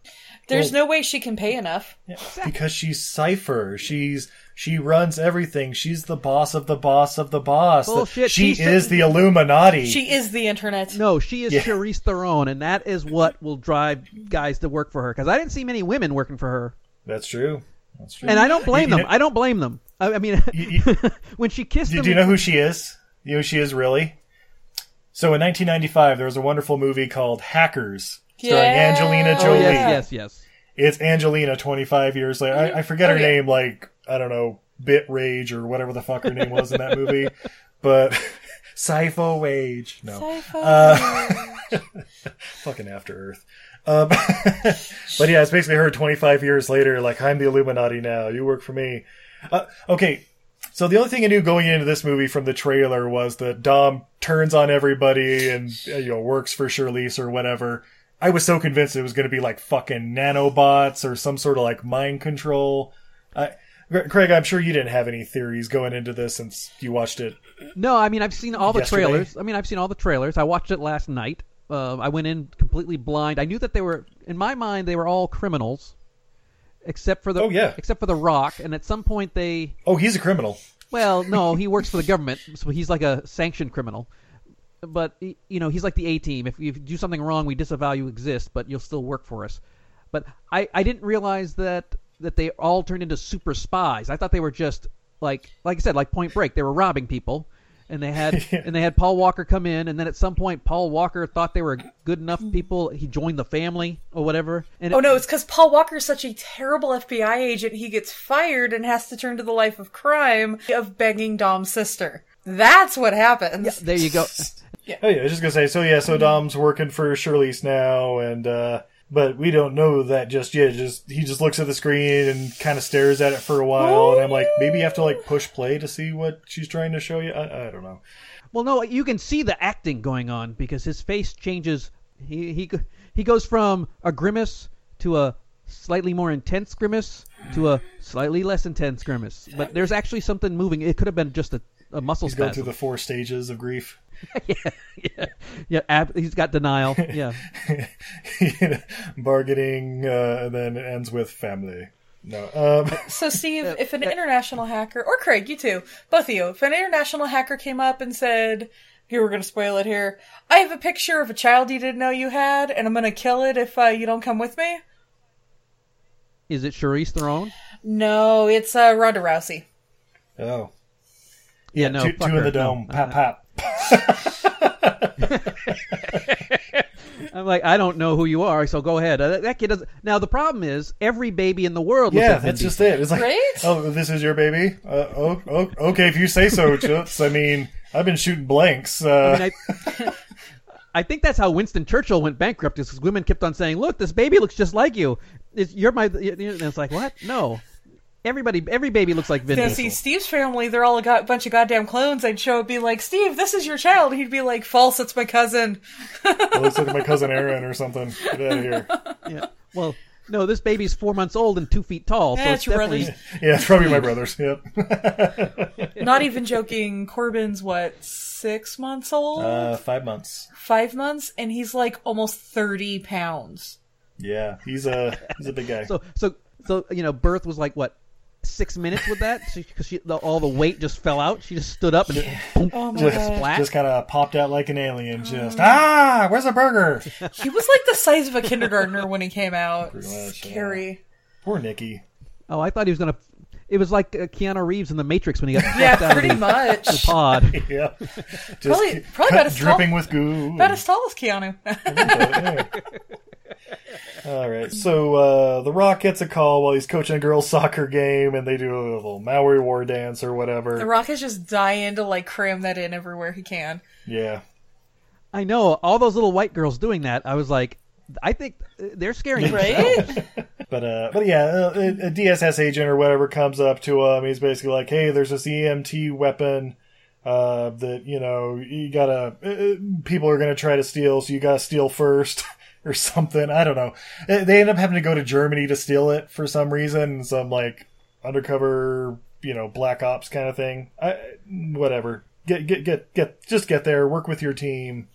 [SPEAKER 4] There's no way she can pay enough.
[SPEAKER 3] because she's Cipher. She's she runs everything. She's the boss of the boss of the boss.
[SPEAKER 2] Bullshit.
[SPEAKER 3] She
[SPEAKER 2] She's
[SPEAKER 3] is
[SPEAKER 2] the-
[SPEAKER 3] the Illuminati.
[SPEAKER 4] She is the internet.
[SPEAKER 2] No, she is
[SPEAKER 3] Yeah.
[SPEAKER 2] Charisse Theron, and that is what will drive guys to work for her. Because I didn't see many women working for her,
[SPEAKER 3] That's true. That's true.
[SPEAKER 2] and I don't blame
[SPEAKER 3] You- you
[SPEAKER 2] them.
[SPEAKER 3] know-
[SPEAKER 2] I don't blame them. I, I mean,
[SPEAKER 3] you-
[SPEAKER 2] when she kissed
[SPEAKER 3] Do,
[SPEAKER 2] him,
[SPEAKER 3] do you know who she is? You know who she is really? So in 1995, there was a wonderful movie called Hackers, starring
[SPEAKER 4] Yeah.
[SPEAKER 3] Angelina
[SPEAKER 2] oh
[SPEAKER 3] Jolie.
[SPEAKER 2] yes, yes, yes.
[SPEAKER 3] It's Angelina 25 years later. I, I forget her name, like, I don't know, Bit Rage or whatever the fuck her name was in that movie. But Sypho Wage. No. Uh, fucking After Earth. Um, but yeah, it's basically her 25 years later, like, I'm the Illuminati now. You work for me. Uh, okay. So the only thing I knew going into this movie from the trailer was that Dom turns on everybody and uh, you know works for Charlize or whatever. I was so convinced it was going to be like fucking nanobots or some sort of like mind control. I, Gre- Craig, I'm sure you didn't have any theories going into this since you watched it.
[SPEAKER 2] No, I mean I've seen all the
[SPEAKER 3] Yesterday?
[SPEAKER 2] trailers. I mean I've seen all the trailers. I watched it last night. Uh, I went in completely blind. I knew that they were, in my mind, they were all criminals, except for the
[SPEAKER 3] Oh, yeah.
[SPEAKER 2] except for the Rock. And at some point they
[SPEAKER 3] Oh, he's a criminal.
[SPEAKER 2] Well, no, he works for the government, so he's like a sanctioned criminal. But y- you know, he's like the A team. If you do something wrong, we disavow you exist, but you'll still work for us. But I, I didn't realize that that they all turned into super spies. I thought they were just like like I said, like Point Break. They were robbing people, and they had and they had Paul Walker come in, and then at some point, Paul Walker thought they were good enough people. He joined the family or whatever. And
[SPEAKER 4] Oh
[SPEAKER 2] it-
[SPEAKER 4] no, it's because Paul Walker's such a terrible FBI agent, he gets fired and has to turn to the life of crime of begging Dom's sister. That's what happens.
[SPEAKER 2] there you go.
[SPEAKER 3] Oh yeah, I was just gonna say. So yeah, so Dom's working for Shirley's now, and uh, but we don't know that just yet. Just he just looks at the screen and kind of stares at it for a while, and I'm like, maybe you have to like push play to see what she's trying to show you. I, I don't know.
[SPEAKER 2] Well, no, you can see the acting going on because his face changes. He he go- he goes from a grimace to a slightly more intense grimace to a slightly less intense grimace. But there's actually something moving. It could have been just a, a muscle
[SPEAKER 3] He's going through
[SPEAKER 2] spasm.
[SPEAKER 3] the four stages of grief.
[SPEAKER 2] yeah, yeah ab- he's got denial. Yeah,
[SPEAKER 3] bargaining, uh, and then it ends with family. No, um,
[SPEAKER 4] So, Steve, if an international hacker, or Craig, you too, both of you, if an international hacker came up and said, here, we're going to spoil it here, I have a picture of a child you didn't know you had, and I'm going to kill it if uh, you don't come with me.
[SPEAKER 2] is it Charlize Theron?
[SPEAKER 4] No, it's uh, Ronda Rousey.
[SPEAKER 3] Oh.
[SPEAKER 2] Yeah, no,
[SPEAKER 3] two,
[SPEAKER 2] fuck
[SPEAKER 3] two in
[SPEAKER 2] her,
[SPEAKER 3] the dome.
[SPEAKER 2] no.
[SPEAKER 3] Pap pap.
[SPEAKER 2] I'm like, I don't know who you are, so go ahead. Uh, that- that kid doesn't. Now the problem is, every baby in the world. looks
[SPEAKER 3] yeah,
[SPEAKER 2] like Vin
[SPEAKER 3] that's just
[SPEAKER 2] Diesel.
[SPEAKER 3] it. It's like, oh, this is your baby. Uh, oh, oh, okay, if you say so, Chips. I mean, I've been shooting blanks. Uh,
[SPEAKER 2] I, mean, I, I think that's how Winston Churchill went bankrupt, is because women kept on saying, "Look, this baby looks just like you. It's, you're my." And it's like, what? No, everybody, every baby looks like Vin
[SPEAKER 4] Yeah,
[SPEAKER 2] Diesel.
[SPEAKER 4] see, Steve's family, they're all a go- bunch of goddamn clones. I'd show up, be like, Steve, this is your child. He'd be like, false, it's my cousin.
[SPEAKER 3] it looks like my cousin Aaron or something. Get out of here.
[SPEAKER 2] Yeah. Well, no, this baby's four months old and two feet tall. so
[SPEAKER 4] Yeah,
[SPEAKER 2] it's
[SPEAKER 4] it's your
[SPEAKER 2] definitely-
[SPEAKER 3] Yeah, it's probably my brother's. Yep.
[SPEAKER 4] Not even joking, Corbin's what, six months old?
[SPEAKER 3] Uh, five months.
[SPEAKER 4] Five months? And he's like almost 30 pounds.
[SPEAKER 3] Yeah, he's a he's a big guy.
[SPEAKER 2] So, so, so you know, birth was like what six minutes with that because she, the, all the weight just fell out. She just stood up and boom,
[SPEAKER 4] Oh my
[SPEAKER 3] just
[SPEAKER 4] God.
[SPEAKER 2] splat.
[SPEAKER 3] just kind of popped out like an alien. Just
[SPEAKER 4] Oh.
[SPEAKER 3] ah, where's the burger?
[SPEAKER 4] He was like the size of a kindergartner when he came out.
[SPEAKER 3] Pretty much, yeah.
[SPEAKER 4] Scary.
[SPEAKER 3] Poor Nikki.
[SPEAKER 2] oh, I thought he was gonna. It was like uh, Keanu Reeves in The Matrix when he got
[SPEAKER 4] Yeah,
[SPEAKER 2] flushed out of
[SPEAKER 4] pretty
[SPEAKER 2] the-
[SPEAKER 4] much.
[SPEAKER 2] the pod.
[SPEAKER 3] Yeah, just
[SPEAKER 4] Probably-
[SPEAKER 3] ki-
[SPEAKER 4] probably
[SPEAKER 3] cut-
[SPEAKER 4] about as tall-
[SPEAKER 3] dripping with goo.
[SPEAKER 4] About as tall as Keanu.
[SPEAKER 3] All right, so uh, the Rock gets a call while he's coaching a girls' soccer game, and they do a little Maori war dance or whatever.
[SPEAKER 4] the Rock is just dying to like cram that in everywhere he can.
[SPEAKER 3] yeah,
[SPEAKER 2] I know all those little white girls doing that. I was like, I think uh, they're scaring themselves.
[SPEAKER 4] Right?
[SPEAKER 3] But uh, but yeah, uh, a, a DSS agent or whatever comes up to him. He's basically like, "Hey, there's this EMT weapon uh, that you know you gotta uh, uh, people are gonna try to steal, so you gotta steal first or something. I don't know. Uh, They end up having to go to Germany to steal it for some reason. Some like undercover, you know, black ops kind of thing. I, whatever. Get get get get. Just get there. Work with your team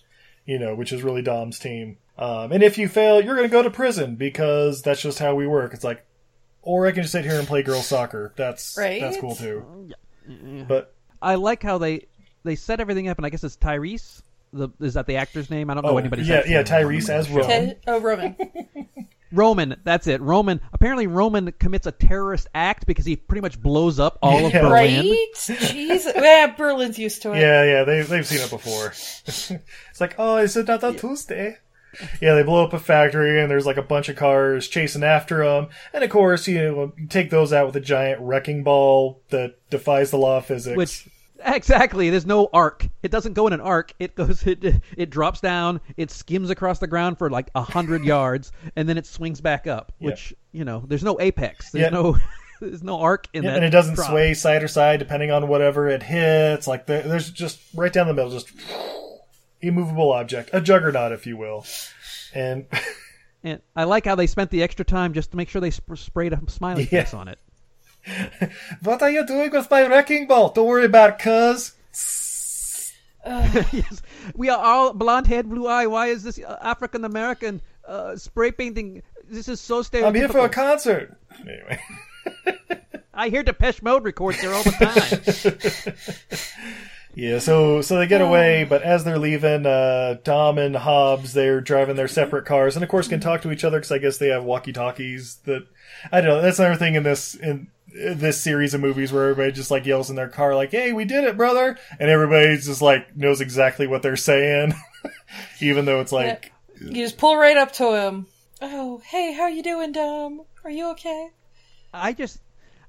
[SPEAKER 3] you know, which is really Dom's team. Um, and if you fail, you're going to go to prison because that's just how we work. It's like, or I can just sit here and play girls soccer. That's
[SPEAKER 4] Right?
[SPEAKER 3] that's cool too. But
[SPEAKER 2] I like how they they set everything up, and I guess it's Tyrese. The, is that the actor's name? I don't know
[SPEAKER 3] oh,
[SPEAKER 2] anybody's
[SPEAKER 3] yeah,
[SPEAKER 2] actual
[SPEAKER 3] yeah,
[SPEAKER 2] name.
[SPEAKER 3] Tyrese as Rome.
[SPEAKER 4] Ted- oh, Roman.
[SPEAKER 2] Roman, that's it. Roman. Apparently, Roman commits a terrorist act because he pretty much blows up all of
[SPEAKER 3] Yeah.
[SPEAKER 2] Berlin.
[SPEAKER 4] Right? Jesus. Yeah, Berlin's used to it.
[SPEAKER 3] Yeah, yeah, they they've seen it before. it's like, oh, is it not on Tuesday? Yeah, they blow up a factory, and there's like a bunch of cars chasing after them. And of course, you know, you take those out with a giant wrecking ball that defies the law of physics.
[SPEAKER 2] Which exactly, there's no arc. It doesn't go in an arc. It goes. It it drops down. It skims across the ground for like a hundred yards, and then it swings back up. Which you know, there's no apex. There's
[SPEAKER 3] Yeah.
[SPEAKER 2] no. There's no arc in
[SPEAKER 3] Yeah,
[SPEAKER 2] that.
[SPEAKER 3] and it doesn't
[SPEAKER 2] drop.
[SPEAKER 3] sway side or side depending on whatever it hits. Like there, there's just right down the middle, just immovable object, a juggernaut, if you will. And
[SPEAKER 2] And I like how they spent the extra time just to make sure they sp- sprayed a smiley
[SPEAKER 3] Yeah.
[SPEAKER 2] face on it.
[SPEAKER 3] what are you doing with my wrecking ball? Don't worry about, it, cuz
[SPEAKER 2] yes. We are all blonde head, blue eye. Why is this African American uh, spray painting? This is so stereotypical.
[SPEAKER 3] I'm here for a concert. Anyway,
[SPEAKER 2] I hear Depeche Mode records there all the time.
[SPEAKER 3] yeah. So so they get away, but as they're leaving, uh, Dom and Hobbs they're driving
[SPEAKER 2] Mm-hmm.
[SPEAKER 3] their separate cars, and of course can talk to each other because I guess they have walkie talkies. That I don't know. That's another thing in this in this series of movies where everybody just like yells in their car like hey we did it brother and everybody's just like knows exactly what they're saying even though it's like
[SPEAKER 4] You just pull right up to him. Oh, hey, how you doing, Dom? Are you okay?
[SPEAKER 2] I just,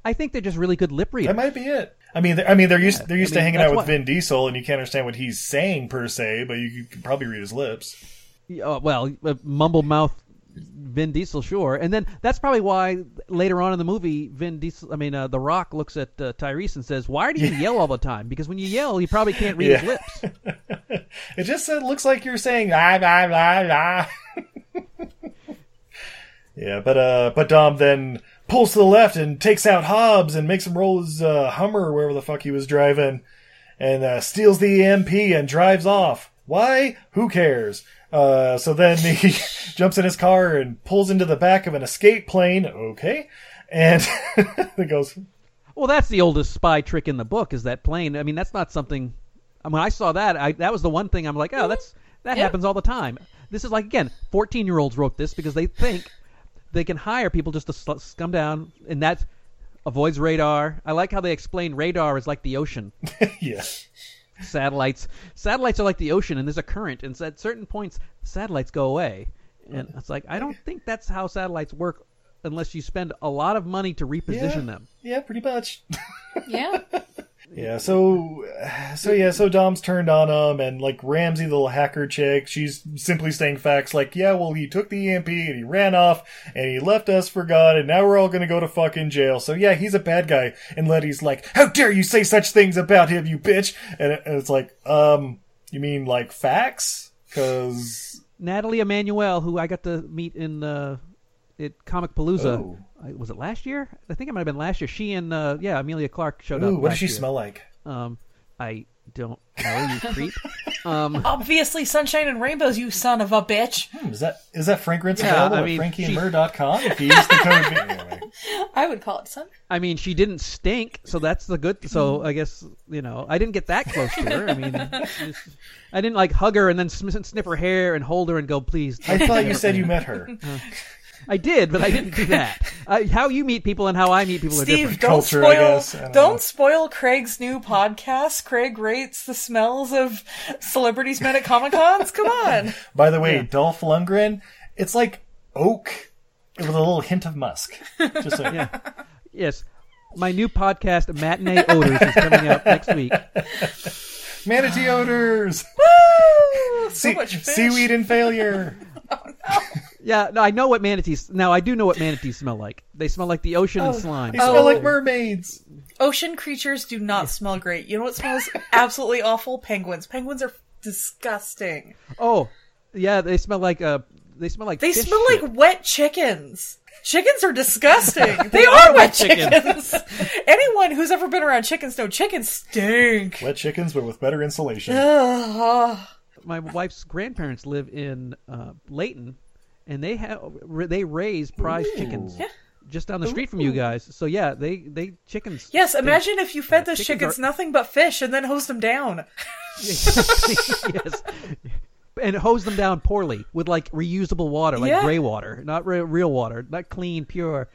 [SPEAKER 2] I think they're just really good lip
[SPEAKER 3] that
[SPEAKER 2] readers.
[SPEAKER 3] might be it i mean they're, i mean they're used they're used
[SPEAKER 2] mean,
[SPEAKER 3] to hanging
[SPEAKER 2] that's
[SPEAKER 3] out with
[SPEAKER 2] what-
[SPEAKER 3] vin diesel and you can't understand what he's saying per se but you can probably read his lips
[SPEAKER 2] Uh, well, uh, mumble mouth Vin Diesel, sure. And then that's probably why later on in the movie, Vin Diesel, I mean, uh, The Rock looks at uh, Tyrese and says, "Why do you yell all the time? Because when you yell, you probably can't read
[SPEAKER 3] Yeah.
[SPEAKER 2] his lips."
[SPEAKER 3] It just uh, looks like you're saying "Ah, la la la la. ah." yeah, but uh, but Dom then pulls to the left and takes out Hobbs and makes him roll his uh, Hummer or wherever the fuck he was driving, and uh, steals the EMP and drives off. Why? Who cares? Uh, so then he jumps in his car and pulls into the back of an escape plane. Okay, and it goes.
[SPEAKER 2] Well, that's the oldest spy trick in the book is that plane. I mean, that's not something. I mean, I saw that. I, that was the one thing I'm like, oh, that's that
[SPEAKER 4] Yeah.
[SPEAKER 2] happens all the time. This is like again, 14 year olds wrote this because they think they can hire people just to sl- scum down, and that avoids radar. I like how they explain radar is like the ocean.
[SPEAKER 3] yes.
[SPEAKER 2] Satellites, satellites are like the ocean, and there's a current, and so at certain points, satellites go away. And it's like I don't think that's how satellites work, unless you spend a lot of money to reposition them.
[SPEAKER 3] Yeah, pretty much.
[SPEAKER 4] Yeah.
[SPEAKER 3] Yeah, so so yeah, so Dom's turned on him, and like Ramsey, the little hacker chick, she's simply saying facts like, yeah, well, he took the EMP and he ran off and he left us for God, and now we're all gonna go to fucking jail. So yeah, he's a bad guy. And Letty's like, how dare you say such things about him, you bitch? And, it- and it's like, um, you mean like facts? Because
[SPEAKER 2] Natalie Emanuel, who I got to meet in uh, at Comic Palooza,
[SPEAKER 3] Oh.
[SPEAKER 2] was it last year? I think it might have been last year. She and uh, yeah, Amelia Clark showed up.
[SPEAKER 3] ooh, what
[SPEAKER 2] last
[SPEAKER 3] does she
[SPEAKER 2] year.
[SPEAKER 3] smell like?
[SPEAKER 2] Um, I don't know. You creep. Um,
[SPEAKER 4] Obviously, sunshine and rainbows, you son of a bitch.
[SPEAKER 3] Hmm, is that is that fragrance
[SPEAKER 2] Yeah,
[SPEAKER 3] available
[SPEAKER 2] I mean,
[SPEAKER 3] at
[SPEAKER 2] she-
[SPEAKER 3] frankieandmurr.com if you use the code? V- anyway.
[SPEAKER 4] I would call it sun.
[SPEAKER 2] I mean, she didn't stink, so that's the good.
[SPEAKER 4] Mm-hmm.
[SPEAKER 2] So I guess you know, I didn't get that close to her. I mean, it's- I didn't like hug her and then sm- sniff her hair and hold her and go, please.
[SPEAKER 3] I
[SPEAKER 2] don't
[SPEAKER 3] thought
[SPEAKER 2] do
[SPEAKER 3] you
[SPEAKER 2] that."
[SPEAKER 3] said you met her.
[SPEAKER 2] I did, but I didn't do that. I, how you meet people and how I meet people are
[SPEAKER 4] Steve,
[SPEAKER 2] different.
[SPEAKER 4] don't
[SPEAKER 3] culture, I guess. I
[SPEAKER 4] spoil
[SPEAKER 3] don't
[SPEAKER 4] don't
[SPEAKER 3] know.
[SPEAKER 4] spoil Craig's new podcast. Craig rates the smells of celebrities met at Comic Cons. Come on.
[SPEAKER 3] By the way, Dolph Lundgren, it's like oak with a little hint of musk. Just so,
[SPEAKER 2] Yes, my new podcast, Matinee Odors, is coming out next week.
[SPEAKER 3] Manatee odors,
[SPEAKER 4] Woo! So
[SPEAKER 3] sea-
[SPEAKER 4] much fish.
[SPEAKER 3] seaweed and failure.
[SPEAKER 2] Yeah, no, I know what manatees. Now I do know what manatees smell like. They smell like the ocean
[SPEAKER 4] Oh.
[SPEAKER 2] and slime.
[SPEAKER 3] They smell like mermaids.
[SPEAKER 4] Ocean creatures do not smell great. You know what smells absolutely awful? Penguins. Penguins are disgusting.
[SPEAKER 2] Oh, yeah, they smell like uh, they smell like
[SPEAKER 4] They
[SPEAKER 2] fish
[SPEAKER 4] smell
[SPEAKER 2] shit.
[SPEAKER 4] like wet chickens. Chickens are disgusting. They are wet chickens. Anyone who's ever been around chickens know chickens stink. Ah.
[SPEAKER 3] Wet chickens, but with better insulation.
[SPEAKER 4] Ugh.
[SPEAKER 2] my wife's grandparents live in uh, Layton, and they have they raise prize chickens just down the street from you guys. So yeah, they they chickens.
[SPEAKER 4] Yes, imagine if you fed those
[SPEAKER 2] chickens
[SPEAKER 4] chickens
[SPEAKER 2] are-
[SPEAKER 4] nothing but fish and then hosed them down.
[SPEAKER 2] yes. And hose them down poorly with like reusable water, like
[SPEAKER 4] Yeah.
[SPEAKER 2] gray water, not re- real water, not clean, pure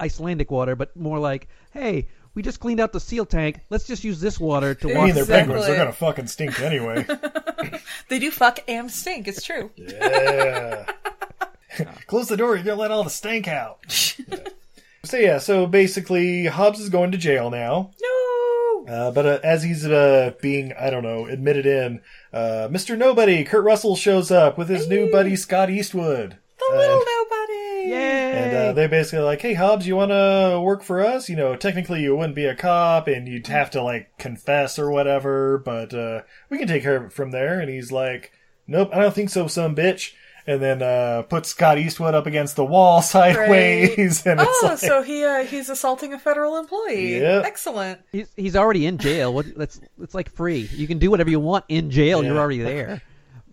[SPEAKER 2] Icelandic water, but more like, hey, we just cleaned out the seal tank. Let's just use this water to
[SPEAKER 3] I mean,
[SPEAKER 2] wash.
[SPEAKER 3] they're
[SPEAKER 4] Exactly.
[SPEAKER 3] penguins. They're gonna fucking stink anyway.
[SPEAKER 4] They do fuck and stink. It's true.
[SPEAKER 3] Yeah. Close the door. You're gonna let all the stank out. Yeah. So yeah. So basically, Hobbs is going to jail now.
[SPEAKER 4] No.
[SPEAKER 3] Uh, but uh, as he's uh, being, I don't know, admitted in, uh, Mr. Nobody, Kurt Russell shows up with his new buddy Scott Eastwood.
[SPEAKER 4] The little nobody.
[SPEAKER 2] Yay!
[SPEAKER 3] And uh, they basically like, hey Hobbs, you want to work for us? You know, technically you wouldn't be a cop, and you'd have to like confess or whatever, but uh, we can take care of it from there. And he's like, nope, I don't think so, some bitch. And then uh, puts Scott Eastwood up against the wall sideways, and it's
[SPEAKER 4] Oh,
[SPEAKER 3] like,
[SPEAKER 4] so he uh, he's assaulting a federal employee.
[SPEAKER 3] Yep.
[SPEAKER 4] Excellent.
[SPEAKER 2] he's he's already in jail. What, that's it's like free. You can do whatever you want in jail. You're
[SPEAKER 3] Yeah.
[SPEAKER 2] already there.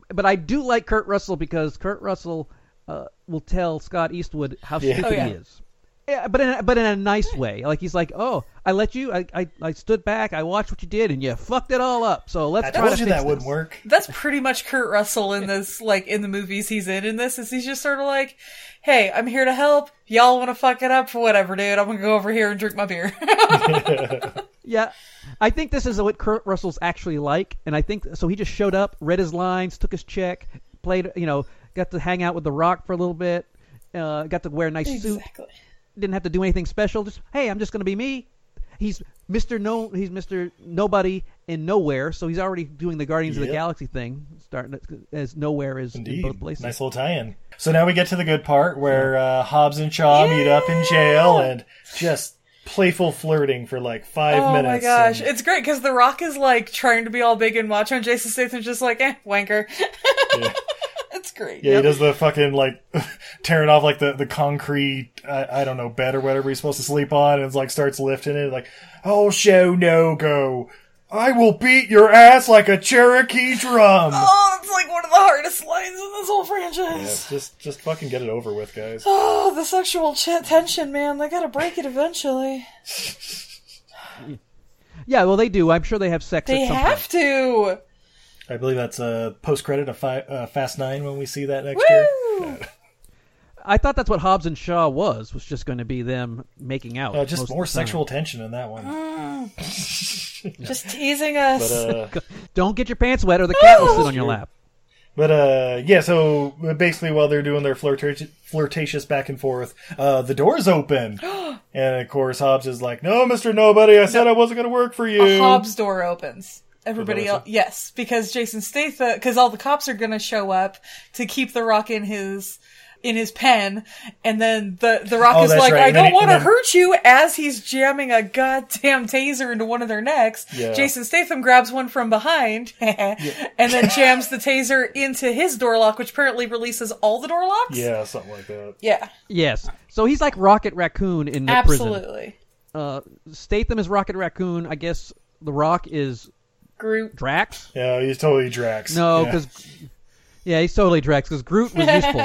[SPEAKER 2] But I do like Kurt Russell because Kurt Russell uh, will tell Scott Eastwood how stupid
[SPEAKER 4] Oh, yeah.
[SPEAKER 2] he is. Yeah, but in a, but in a nice way. Like he's like, oh, I let you. I, I, I stood back. I watched what you did, and you fucked it all up. So let's
[SPEAKER 3] I
[SPEAKER 2] try to
[SPEAKER 3] told you
[SPEAKER 2] fix
[SPEAKER 3] that
[SPEAKER 2] this."
[SPEAKER 3] wouldn't work.
[SPEAKER 4] That's pretty much Kurt Russell in this, like in the movies he's in. In this, is he's just sort of like, "Hey, I'm here to help. Y'all want to fuck it up for whatever, dude. I'm gonna go over here and drink my beer."
[SPEAKER 2] Yeah, I think this is what Kurt Russell's actually like, and I think so. He just showed up, read his lines, took his check, played. You know, got to hang out with The Rock for a little bit. Uh, got to wear a nice suit. didn't have to do anything special. Just hey, I'm just gonna be me. He's Mister No. He's Mister Nobody in nowhere. So he's already doing the Guardians of the
[SPEAKER 3] Yep.
[SPEAKER 2] Galaxy thing, starting at- as nowhere is in
[SPEAKER 3] Indeed.
[SPEAKER 2] both places.
[SPEAKER 3] Nice little tie-in. So now we get to the good part where uh, Hobbs and Shaw meet up in jail and just playful flirting for like five
[SPEAKER 4] Oh
[SPEAKER 3] minutes.
[SPEAKER 4] my gosh,
[SPEAKER 3] and-
[SPEAKER 4] it's great because The Rock is like trying to be all big and macho, and Jason Statham's just like, "Eh, wanker." it's great.
[SPEAKER 3] yeah, he does the fucking like tearing off like the the concrete I, I don't know bed or whatever he's supposed to sleep on, and like starts lifting it like, oh show no go, I will beat your ass like a Cherokee drum.
[SPEAKER 4] Oh, it's like one of the hardest lines in this whole franchise.
[SPEAKER 3] Just just fucking get it over with, guys.
[SPEAKER 4] Oh, the sexual ch- tension, man. They gotta break it eventually.
[SPEAKER 2] Yeah, well they do. I'm sure they have sex.
[SPEAKER 4] They
[SPEAKER 2] at some
[SPEAKER 4] have
[SPEAKER 2] point.
[SPEAKER 4] to.
[SPEAKER 3] I believe that's a post credit of fi- uh, Fast Nine when we see that next year.
[SPEAKER 4] Woo!
[SPEAKER 2] I thought that's what Hobbs and Shaw was was just going to be them making out.
[SPEAKER 3] Uh, just
[SPEAKER 2] most
[SPEAKER 3] more
[SPEAKER 2] of the time.
[SPEAKER 3] sexual tension in that one.
[SPEAKER 4] Just teasing us.
[SPEAKER 3] But uh,
[SPEAKER 2] Don't get your pants wet, or the cat will sit on your lap.
[SPEAKER 3] But uh, yeah. So basically, while they're doing their flirtati- flirtatious back and forth, uh, the doors open, and of course Hobbs is like, "No, Mister Nobody, I said I wasn't going to work for you."
[SPEAKER 4] a Hobbs door opens. Everybody
[SPEAKER 3] Melissa?
[SPEAKER 4] else, yes, because Jason Statham, because all the cops are gonna show up to keep the Rock in his in his pen, and then the the Rock
[SPEAKER 3] Oh,
[SPEAKER 4] is
[SPEAKER 3] that's
[SPEAKER 4] like,
[SPEAKER 3] right.
[SPEAKER 4] "I
[SPEAKER 3] And then
[SPEAKER 4] don't
[SPEAKER 3] he-
[SPEAKER 4] want to
[SPEAKER 3] and then-
[SPEAKER 4] hurt you," as he's jamming a goddamn taser into one of their necks.
[SPEAKER 3] Yeah.
[SPEAKER 4] Jason Statham grabs one from behind, and then jams the taser into his door lock, which apparently releases all the door locks.
[SPEAKER 3] Yeah, something like that.
[SPEAKER 4] yeah,
[SPEAKER 2] Yes, so he's like Rocket Raccoon in the prison.
[SPEAKER 4] absolutely.
[SPEAKER 2] Uh, Statham is Rocket Raccoon. I guess The Rock is
[SPEAKER 4] Groot.
[SPEAKER 2] Drax.
[SPEAKER 3] Yeah, he's totally Drax.
[SPEAKER 2] No,
[SPEAKER 3] Yeah.
[SPEAKER 2] because yeah. he's totally Drax because Groot was useful.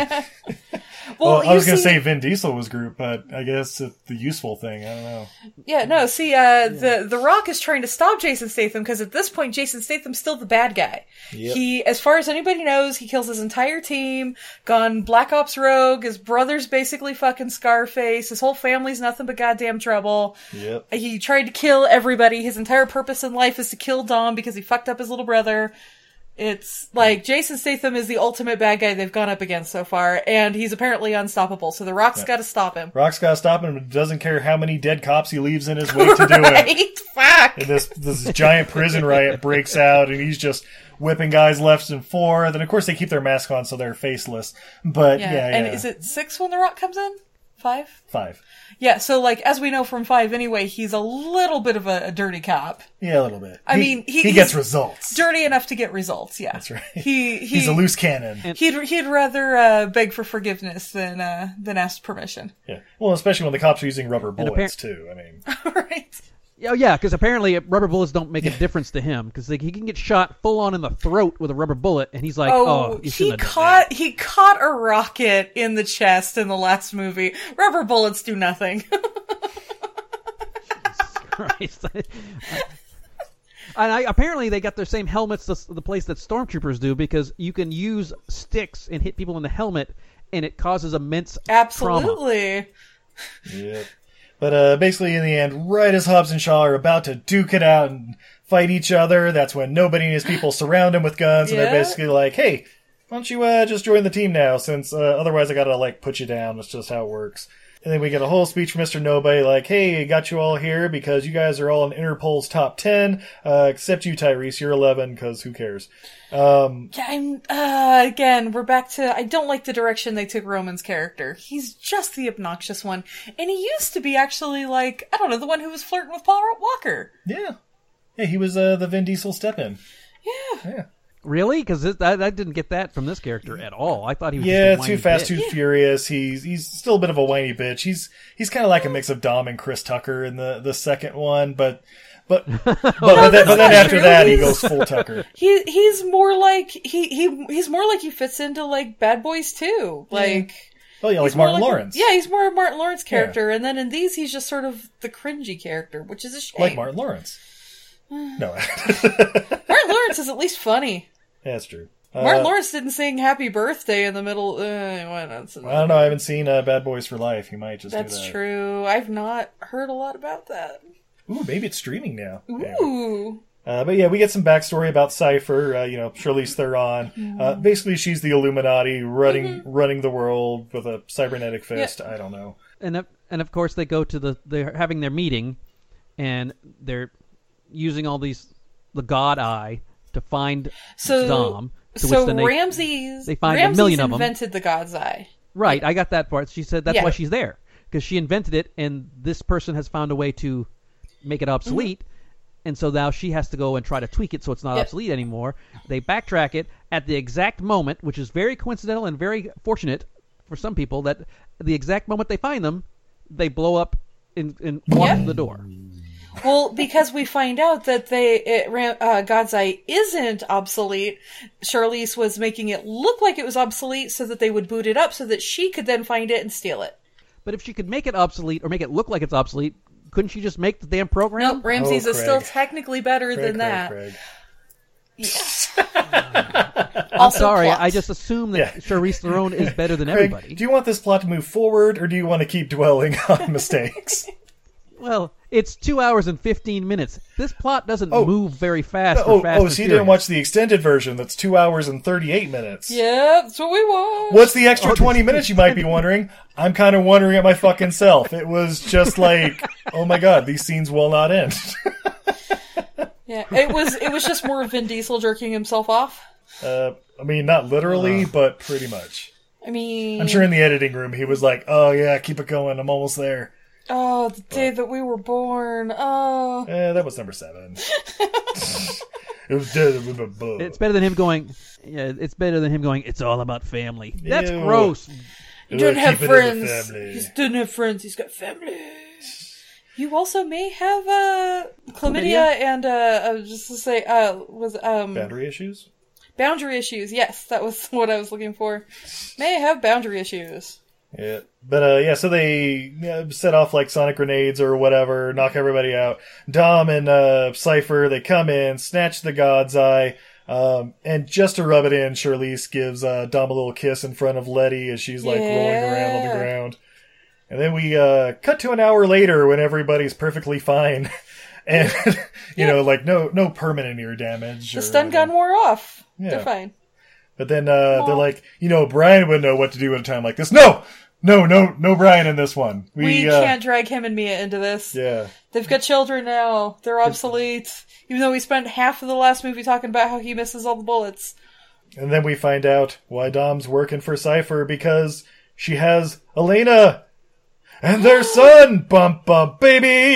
[SPEAKER 3] Well, Oh, I
[SPEAKER 4] Oh, you
[SPEAKER 3] was going to
[SPEAKER 4] see-
[SPEAKER 3] say Vin Diesel was group, but I guess it's the useful thing. I don't know.
[SPEAKER 4] Yeah, no, see, uh, the the Rock is trying to stop Jason Statham because at this point, Jason Statham's still the bad guy. He, as far as anybody knows, he kills his entire team, gone Black Ops Rogue. His brother's basically fucking Scarface. His whole family's nothing but goddamn trouble.
[SPEAKER 3] Yep.
[SPEAKER 4] He tried to kill everybody. His entire purpose in life is to kill Dom because he fucked up his little brother. It's like Jason Statham is the ultimate bad guy they've gone up against so far, and he's apparently unstoppable. So the Rock's got to stop him.
[SPEAKER 3] Rock's got to stop him. and Doesn't care how many dead cops he leaves in his way to do it.
[SPEAKER 4] Right? Fuck.
[SPEAKER 3] And this this giant prison riot breaks out, and he's just whipping guys left and forth. And of course, they keep their mask on, so they're faceless. But yeah, yeah,
[SPEAKER 4] And is it six when The Rock comes in? Five?
[SPEAKER 3] five?
[SPEAKER 4] Yeah, so like as we know from five anyway, he's a little bit of a, a dirty cop.
[SPEAKER 3] Yeah, a little bit.
[SPEAKER 4] I mean, he-
[SPEAKER 3] he
[SPEAKER 4] he's-
[SPEAKER 3] gets results.
[SPEAKER 4] Dirty enough to get results, yeah. That's
[SPEAKER 3] right.
[SPEAKER 4] He, he
[SPEAKER 3] He's a loose cannon.
[SPEAKER 4] He'd he'd rather uh, beg for forgiveness than uh, than ask permission.
[SPEAKER 3] yeah. Well, especially when the cops are using rubber
[SPEAKER 2] appar-
[SPEAKER 3] bullets too. I mean,
[SPEAKER 4] right.
[SPEAKER 2] Yeah, Oh, yeah, because apparently rubber bullets don't make a difference to him because like, he can get shot full on in the throat with a rubber bullet, and he's like, "Oh,
[SPEAKER 4] oh,
[SPEAKER 2] you
[SPEAKER 4] he
[SPEAKER 2] shouldn't have done that."
[SPEAKER 4] caught he caught a rocket in the chest in the last movie. Rubber bullets do nothing.
[SPEAKER 2] Christ. and I, apparently they got their same helmets the, the place that stormtroopers do because you can use sticks and hit people in the helmet, and it causes immense trauma.
[SPEAKER 4] Absolutely.
[SPEAKER 3] Yep. But uh, basically, in the end, right as Hobbs and Shaw are about to duke it out and fight each other, that's when nobody and his people surround him with guns, and
[SPEAKER 4] Yeah.
[SPEAKER 3] they're basically like, "Hey, why don't you uh, just join the team now? Since uh, otherwise, I gotta like put you down. That's just how it works." And then we get a whole speech from Mr. Nobody, like, "Hey, I got you all here because you guys are all in Interpol's top ten, uh, except you, Tyrese. You're eleven because who cares?"
[SPEAKER 4] Yeah, I'm uh, again. We're back to. I don't like the direction they took Roman's character. He's just the obnoxious one, and he used to be actually like I don't know the one who was flirting with Paul Walker.
[SPEAKER 3] Yeah, yeah, he was uh, the Vin Diesel step in.
[SPEAKER 2] Really? Because I, I didn't get that from this character at all. I thought he was just a
[SPEAKER 3] Yeah,
[SPEAKER 2] whiny
[SPEAKER 3] too fast,
[SPEAKER 2] bitch.
[SPEAKER 3] too furious. He's he's still a bit of a whiny bitch. He's he's kind of like a mix of Dom and Chris Tucker in the the second one, but but but, but, then, but then
[SPEAKER 4] not
[SPEAKER 3] after
[SPEAKER 4] true.
[SPEAKER 3] that he goes full Tucker.
[SPEAKER 4] He he's more like he he he's more like he fits into like Bad Boys too. Like
[SPEAKER 3] Oh yeah, like
[SPEAKER 4] he's more
[SPEAKER 3] Martin Lawrence.
[SPEAKER 4] Yeah, he's more a Martin Lawrence character, and then in these he's just sort of the cringy character, which is a shame.
[SPEAKER 3] like Martin Lawrence. No,
[SPEAKER 4] Martin Lawrence is at least funny.
[SPEAKER 3] that's true.
[SPEAKER 4] Martin
[SPEAKER 3] Uh,
[SPEAKER 4] Lawrence didn't sing Happy Birthday in the middle. Uh, why not?
[SPEAKER 3] I don't know. I haven't seen uh, Bad Boys for Life. He might just do
[SPEAKER 4] That's
[SPEAKER 3] that.
[SPEAKER 4] true. I've not heard a lot about that.
[SPEAKER 3] Ooh, maybe it's streaming now. Yeah.
[SPEAKER 4] Ooh.
[SPEAKER 3] Uh, but yeah, we get some backstory about Cipher. Uh, you know, Charlize Theron.
[SPEAKER 4] Mm-hmm.
[SPEAKER 3] Uh, basically, she's the Illuminati running running the world with a cybernetic fist. I don't know.
[SPEAKER 2] and of- and of course they go to the they're having their meeting, and they're using all these the God Eye to find
[SPEAKER 4] So
[SPEAKER 2] Dom. To
[SPEAKER 4] so
[SPEAKER 2] which then they,
[SPEAKER 4] Ramses
[SPEAKER 2] they find a
[SPEAKER 4] Ramses
[SPEAKER 2] million of 'em.
[SPEAKER 4] invented the God's Eye.
[SPEAKER 2] right, I got that part. She said that's
[SPEAKER 4] Yeah.
[SPEAKER 2] why she's there because she invented it, and this person has found a way to make
[SPEAKER 4] Mm-hmm.
[SPEAKER 2] it obsolete. And so now she has to go and try to tweak it so it's not
[SPEAKER 4] Yep.
[SPEAKER 2] obsolete anymore. They backtrack it at the exact moment, which is very coincidental and very fortunate for some people that the exact moment they find them, they blow up and, and walk
[SPEAKER 4] Yep.
[SPEAKER 2] through the door.
[SPEAKER 4] Well, because we find out that they it, Ram- uh, God's Eye isn't obsolete. Charlize was making it look like it was obsolete so that they would boot it up so that she could then find it and steal it.
[SPEAKER 2] But if she could make it obsolete or make it look like it's obsolete, couldn't she just make the damn program?
[SPEAKER 4] No, Ramses
[SPEAKER 3] Oh,
[SPEAKER 4] is still
[SPEAKER 3] Craig.
[SPEAKER 4] technically better
[SPEAKER 3] Craig,
[SPEAKER 4] than that.
[SPEAKER 3] Craig, Craig.
[SPEAKER 4] Yes.
[SPEAKER 2] I'm sorry. I just assume that Charlize Theron is better than
[SPEAKER 3] Craig,
[SPEAKER 2] everybody.
[SPEAKER 3] do you want this plot to move forward, or do you want to keep dwelling on mistakes?
[SPEAKER 2] Well, it's two hours and fifteen minutes. This plot doesn't move very fast.
[SPEAKER 3] oh,
[SPEAKER 2] or fast
[SPEAKER 3] oh,
[SPEAKER 2] and
[SPEAKER 3] so you didn't
[SPEAKER 2] Furious.
[SPEAKER 3] watch the extended version? That's two hours and thirty-eight minutes.
[SPEAKER 4] Yeah, that's what we want.
[SPEAKER 3] What's the
[SPEAKER 2] Oh,
[SPEAKER 3] extra 20 minutes, you might be wondering? I'm kind of wondering at my fucking self. It was just like, oh my god, these scenes will not end.
[SPEAKER 4] Yeah, it was it was just more Vin Diesel jerking himself off.
[SPEAKER 3] Uh, I mean, not literally, but pretty much.
[SPEAKER 4] I mean,
[SPEAKER 3] I'm sure in the editing room he was like, oh yeah, keep it going, I'm almost there.
[SPEAKER 4] oh, the day that we were born. Oh,
[SPEAKER 3] Eh, that was number seven. it was dead. it was a bug.
[SPEAKER 2] It's better than him going. Yeah, it's better than him going. It's all about family. That's
[SPEAKER 3] Ew.
[SPEAKER 2] gross.
[SPEAKER 4] he doesn't have
[SPEAKER 3] Keep it in the
[SPEAKER 4] friends.
[SPEAKER 3] family.
[SPEAKER 4] He doesn't have friends. He's got family. You also may have uh, chlamydia, and uh, I was just to say uh, was um
[SPEAKER 3] Boundary issues?
[SPEAKER 4] boundary issues. Yes, that was what I was looking for. May have boundary issues.
[SPEAKER 3] Yeah. But uh, yeah, so they uh, set off like sonic grenades or whatever, knock everybody out. Dom and uh, Cipher they come in, snatch the God's Eye, um, and just to rub it in, Charlize gives uh, Dom a little kiss in front of Letty as she's like rolling around on
[SPEAKER 4] Yeah.
[SPEAKER 3] the ground. And then we uh, cut to an hour later when everybody's perfectly fine, and you know like no no permanent ear damage.
[SPEAKER 4] The
[SPEAKER 3] or
[SPEAKER 4] stun
[SPEAKER 3] whatever.
[SPEAKER 4] gun wore off.
[SPEAKER 3] Yeah.
[SPEAKER 4] They're fine.
[SPEAKER 3] But then uh, they're like, you know, Brian would know what to do at a time like this. No, no, no, no, Brian in this one. We,
[SPEAKER 4] We,
[SPEAKER 3] uh,
[SPEAKER 4] can't drag him and Mia into this.
[SPEAKER 3] Yeah,
[SPEAKER 4] They've got children now. They're obsolete. Even though we spent half of the last movie talking about how he misses all the bullets.
[SPEAKER 3] and then we find out why Dom's working for Cipher because she has Elena and their son, bump bump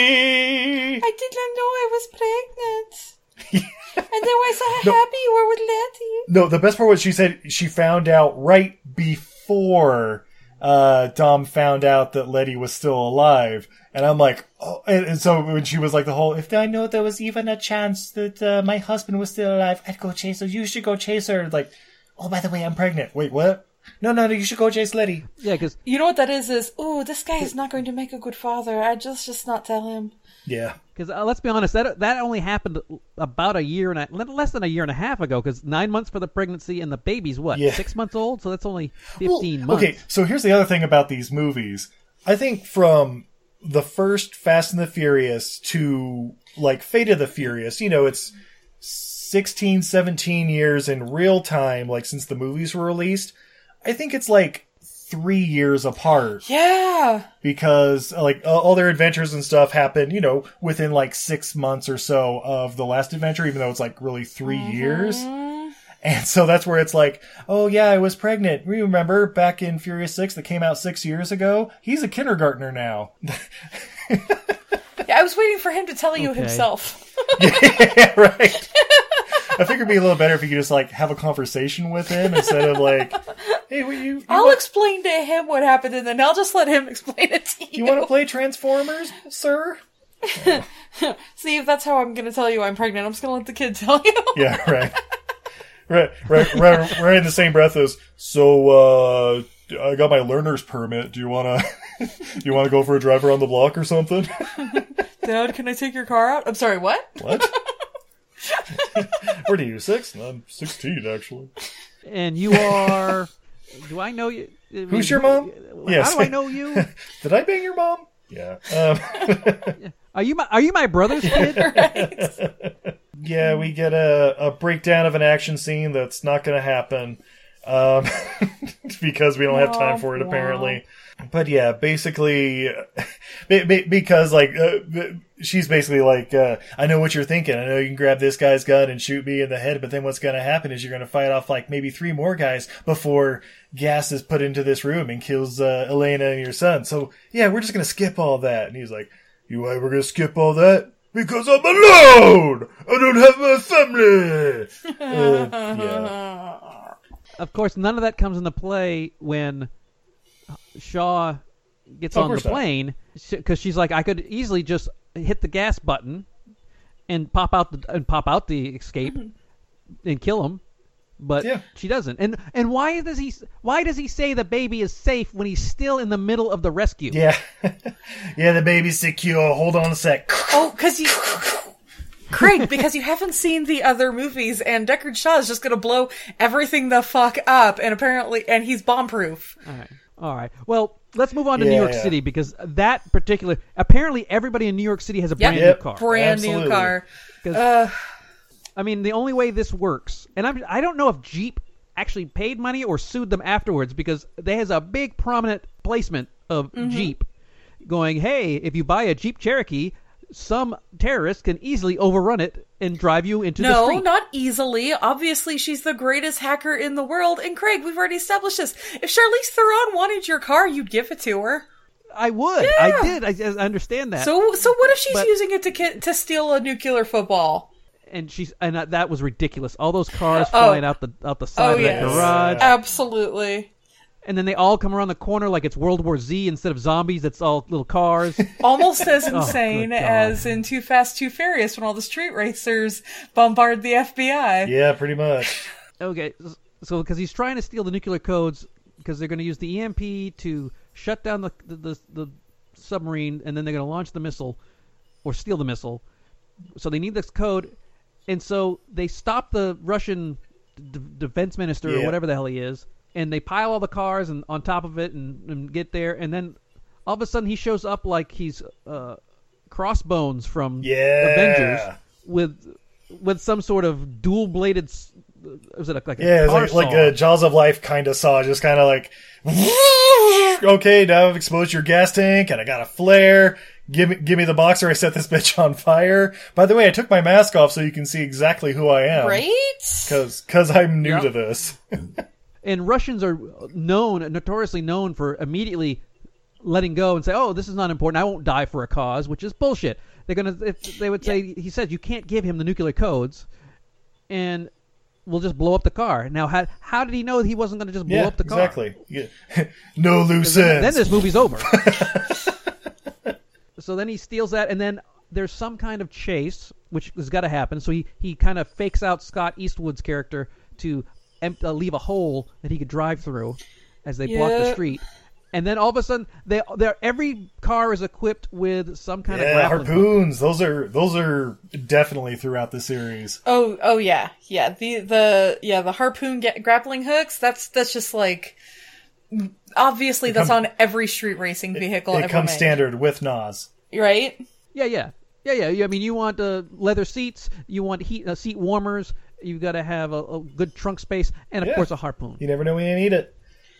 [SPEAKER 3] baby.
[SPEAKER 4] I did not know I was pregnant. and they were so happy you were with Letty.
[SPEAKER 3] No, the best part was she said she found out right before uh, Dom found out that Letty was still alive. And I'm like, oh, and, and so when she was like the whole, if I know there was even a chance that uh, my husband was still alive, I'd go chase her. You should go chase her. Like, oh, by the way, I'm pregnant. Wait, what? No, no, no, you should go chase Letty.
[SPEAKER 2] Yeah, because
[SPEAKER 4] You know what that is? Is oh, this guy is not going to make a good father. I just just not tell him.
[SPEAKER 3] Yeah.
[SPEAKER 2] Because uh, let's be honest, that that only happened about a year and a, le- less than a year and a half ago. Because nine months for the pregnancy and the baby's what
[SPEAKER 3] Yeah.
[SPEAKER 2] six months old, so that's only
[SPEAKER 3] Well,
[SPEAKER 2] fifteen months.
[SPEAKER 3] Okay, so here's the other thing about these movies. I think from the first Fast and the Furious to like Fate of the Furious, you know, it's 16, 17 years in real time, like since the movies were released. I think it's like three years apart
[SPEAKER 4] Yeah.
[SPEAKER 3] because uh, like all- all their adventures and stuff happen, you know, within like six months or so of the last adventure, even though it's like really 3 years. And so that's where it's like, oh yeah, I was pregnant. You remember back in Furious Six that came out six years ago? He's a kindergartner now.
[SPEAKER 4] Yeah, I was waiting for him to tell you
[SPEAKER 2] Okay.
[SPEAKER 4] himself.
[SPEAKER 3] right. I think it'd be a little better if you could just like have a conversation with him instead of like, hey, what you you,
[SPEAKER 4] I'll
[SPEAKER 3] want,
[SPEAKER 4] explain to him what happened, and then I'll just let him explain it to you.
[SPEAKER 3] you want to play Transformers, sir?
[SPEAKER 4] See if that's how I'm going to tell you I'm pregnant. I'm just going to let the kid tell you.
[SPEAKER 3] Yeah, right. Right, right, right, right in the same breath as so uh I got my learner's permit. Do you wanna do you wanna go for a drive around the block or something?
[SPEAKER 4] Dad, can I take your car out? I'm sorry, what?
[SPEAKER 3] What? What are you, six? I'm sixteen actually.
[SPEAKER 2] And you are? do I know you? I mean,
[SPEAKER 3] Who's your mom?
[SPEAKER 2] How
[SPEAKER 3] Yes.
[SPEAKER 2] do I know you?
[SPEAKER 3] Did I bang your mom? Yeah. Um,
[SPEAKER 2] Are you my Are you my brother's kid?
[SPEAKER 3] yeah, we get a, a breakdown of an action scene that's not going to happen um, because we don't have time for it, apparently. But yeah, basically, be- be- because like uh, b- she's basically like, uh, I know what you're thinking. I know you can grab this guy's gun and shoot me in the head, but then what's going to happen is you're going to fight off like maybe three more guys before gas is put into this room and kills uh, Elena and your son. So yeah, we're just going to skip all that. And he's like, you why we're gonna skip all that? Because I'm alone! I don't have my family! Uh, yeah.
[SPEAKER 2] of course, none of that comes into play when Shaw gets
[SPEAKER 3] Oh, Of
[SPEAKER 2] on the
[SPEAKER 3] course not.
[SPEAKER 2] plane because she's like, I could easily just hit the gas button and pop out the and pop out the escape and kill him, but
[SPEAKER 3] Mm-hmm. Yeah.
[SPEAKER 2] she doesn't. And and why does he why does he say the baby is safe when he's still in the middle of the rescue?
[SPEAKER 3] Yeah. yeah, the baby's secure. Hold on a sec.
[SPEAKER 4] Oh, because he. Craig, because you haven't seen the other movies, and Deckard Shaw is just going to blow everything the fuck up, and apparently, and he's bomb proof.
[SPEAKER 2] All right. All right. Well, let's move on to New
[SPEAKER 4] Yeah,
[SPEAKER 2] York
[SPEAKER 4] yeah.
[SPEAKER 2] City because that particular apparently everybody in New York City has a
[SPEAKER 4] Yep.
[SPEAKER 2] brand
[SPEAKER 4] Yep.
[SPEAKER 2] new car.
[SPEAKER 4] Brand new Absolutely. car.
[SPEAKER 2] 'Cause,
[SPEAKER 4] Uh,
[SPEAKER 2] I mean, the only way this works, and I'm, I don't know if Jeep actually paid money or sued them afterwards because there has a big prominent placement of
[SPEAKER 4] Mm-hmm.
[SPEAKER 7] Mhm.
[SPEAKER 2] Jeep going, "Hey, if you buy a Jeep Cherokee, some terrorist can easily overrun it and drive you into the
[SPEAKER 4] No,
[SPEAKER 2] street."
[SPEAKER 4] not easily. Obviously, she's the greatest hacker in the world. And Craig, we've already established this. If Charlize Theron wanted your car, you'd give it to her.
[SPEAKER 2] I would. I did. I, I understand that.
[SPEAKER 4] So, so what if she's
[SPEAKER 2] But-
[SPEAKER 4] using it to ki- to steal a nuclear football?
[SPEAKER 2] and she's and uh, that was ridiculous. All those cars
[SPEAKER 4] Oh.
[SPEAKER 2] flying out the out the side
[SPEAKER 4] oh
[SPEAKER 2] of that
[SPEAKER 4] yes,
[SPEAKER 2] garage.
[SPEAKER 4] absolutely.
[SPEAKER 2] and then they all come around the corner like it's World War Z instead of zombies. It's all little cars.
[SPEAKER 4] Almost as
[SPEAKER 2] Oh, good
[SPEAKER 4] insane
[SPEAKER 2] God.
[SPEAKER 4] as in Too Fast, Too Furious when all the street racers bombard the FBI.
[SPEAKER 3] Yeah, pretty much.
[SPEAKER 2] Okay, s- so because he's trying to steal the nuclear codes, because they're going to use the EMP to shut down the the, the, the submarine, and then they're going to launch the missile or steal the missile. So they need this code, and so they stop the Russian d- defense minister or
[SPEAKER 7] Yeah.
[SPEAKER 2] whatever the hell he is, and they pile all the cars and on top of it and, and get there, and then all of a sudden he shows up like he's uh, Crossbones from Avengers with with some sort of dual bladed. s- Was it like, like
[SPEAKER 3] Yeah,
[SPEAKER 2] a
[SPEAKER 3] it's
[SPEAKER 2] car
[SPEAKER 3] like, like
[SPEAKER 2] saw?
[SPEAKER 3] a Jaws of Life kind of saw, just kind of like, okay, now I've exposed your gas tank and I got a flare. Give me, give me the boxer. I set this bitch on fire. By the way, I took my mask off so you can see exactly who I am.
[SPEAKER 4] Right?
[SPEAKER 3] Because cause I'm new
[SPEAKER 2] Yep.
[SPEAKER 3] to this.
[SPEAKER 2] and Russians are known, notoriously known for immediately letting go and say, "Oh, this is not important. I won't die for a cause," which is bullshit. They're gonna, if they would say, he says, "You can't give him the nuclear codes," and we'll just blow up the car. Now, how how did he know he wasn't gonna just blow
[SPEAKER 3] Yeah,
[SPEAKER 2] up the car?
[SPEAKER 3] exactly. Yeah. no loose
[SPEAKER 2] Then,
[SPEAKER 3] ends.
[SPEAKER 2] then this movie's over. so then he steals that, and then there's some kind of chase, which has got to happen. So he, he kind of fakes out Scott Eastwood's character to em- uh, leave a hole that he could drive through as they block the
[SPEAKER 7] Yeah.
[SPEAKER 2] street. And then all of a sudden, they they every car is equipped with some kind of
[SPEAKER 3] yeah,
[SPEAKER 2] grappling hook.
[SPEAKER 3] harpoons. Those are those are definitely throughout the series.
[SPEAKER 4] Oh, oh yeah, yeah. The the yeah the harpoon ga- grappling hooks. That's that's just like obviously
[SPEAKER 3] It
[SPEAKER 4] that's
[SPEAKER 3] come-
[SPEAKER 4] on every street racing vehicle.
[SPEAKER 3] It
[SPEAKER 4] ever
[SPEAKER 3] comes
[SPEAKER 4] made.
[SPEAKER 3] standard with Nas.
[SPEAKER 4] right?
[SPEAKER 2] Yeah, yeah, yeah, yeah, yeah. I mean, you want uh, leather seats, you want heat uh, seat warmers, you've got to have a, a good trunk space, and of
[SPEAKER 3] Yeah.
[SPEAKER 2] course a harpoon.
[SPEAKER 3] You never know when you need it.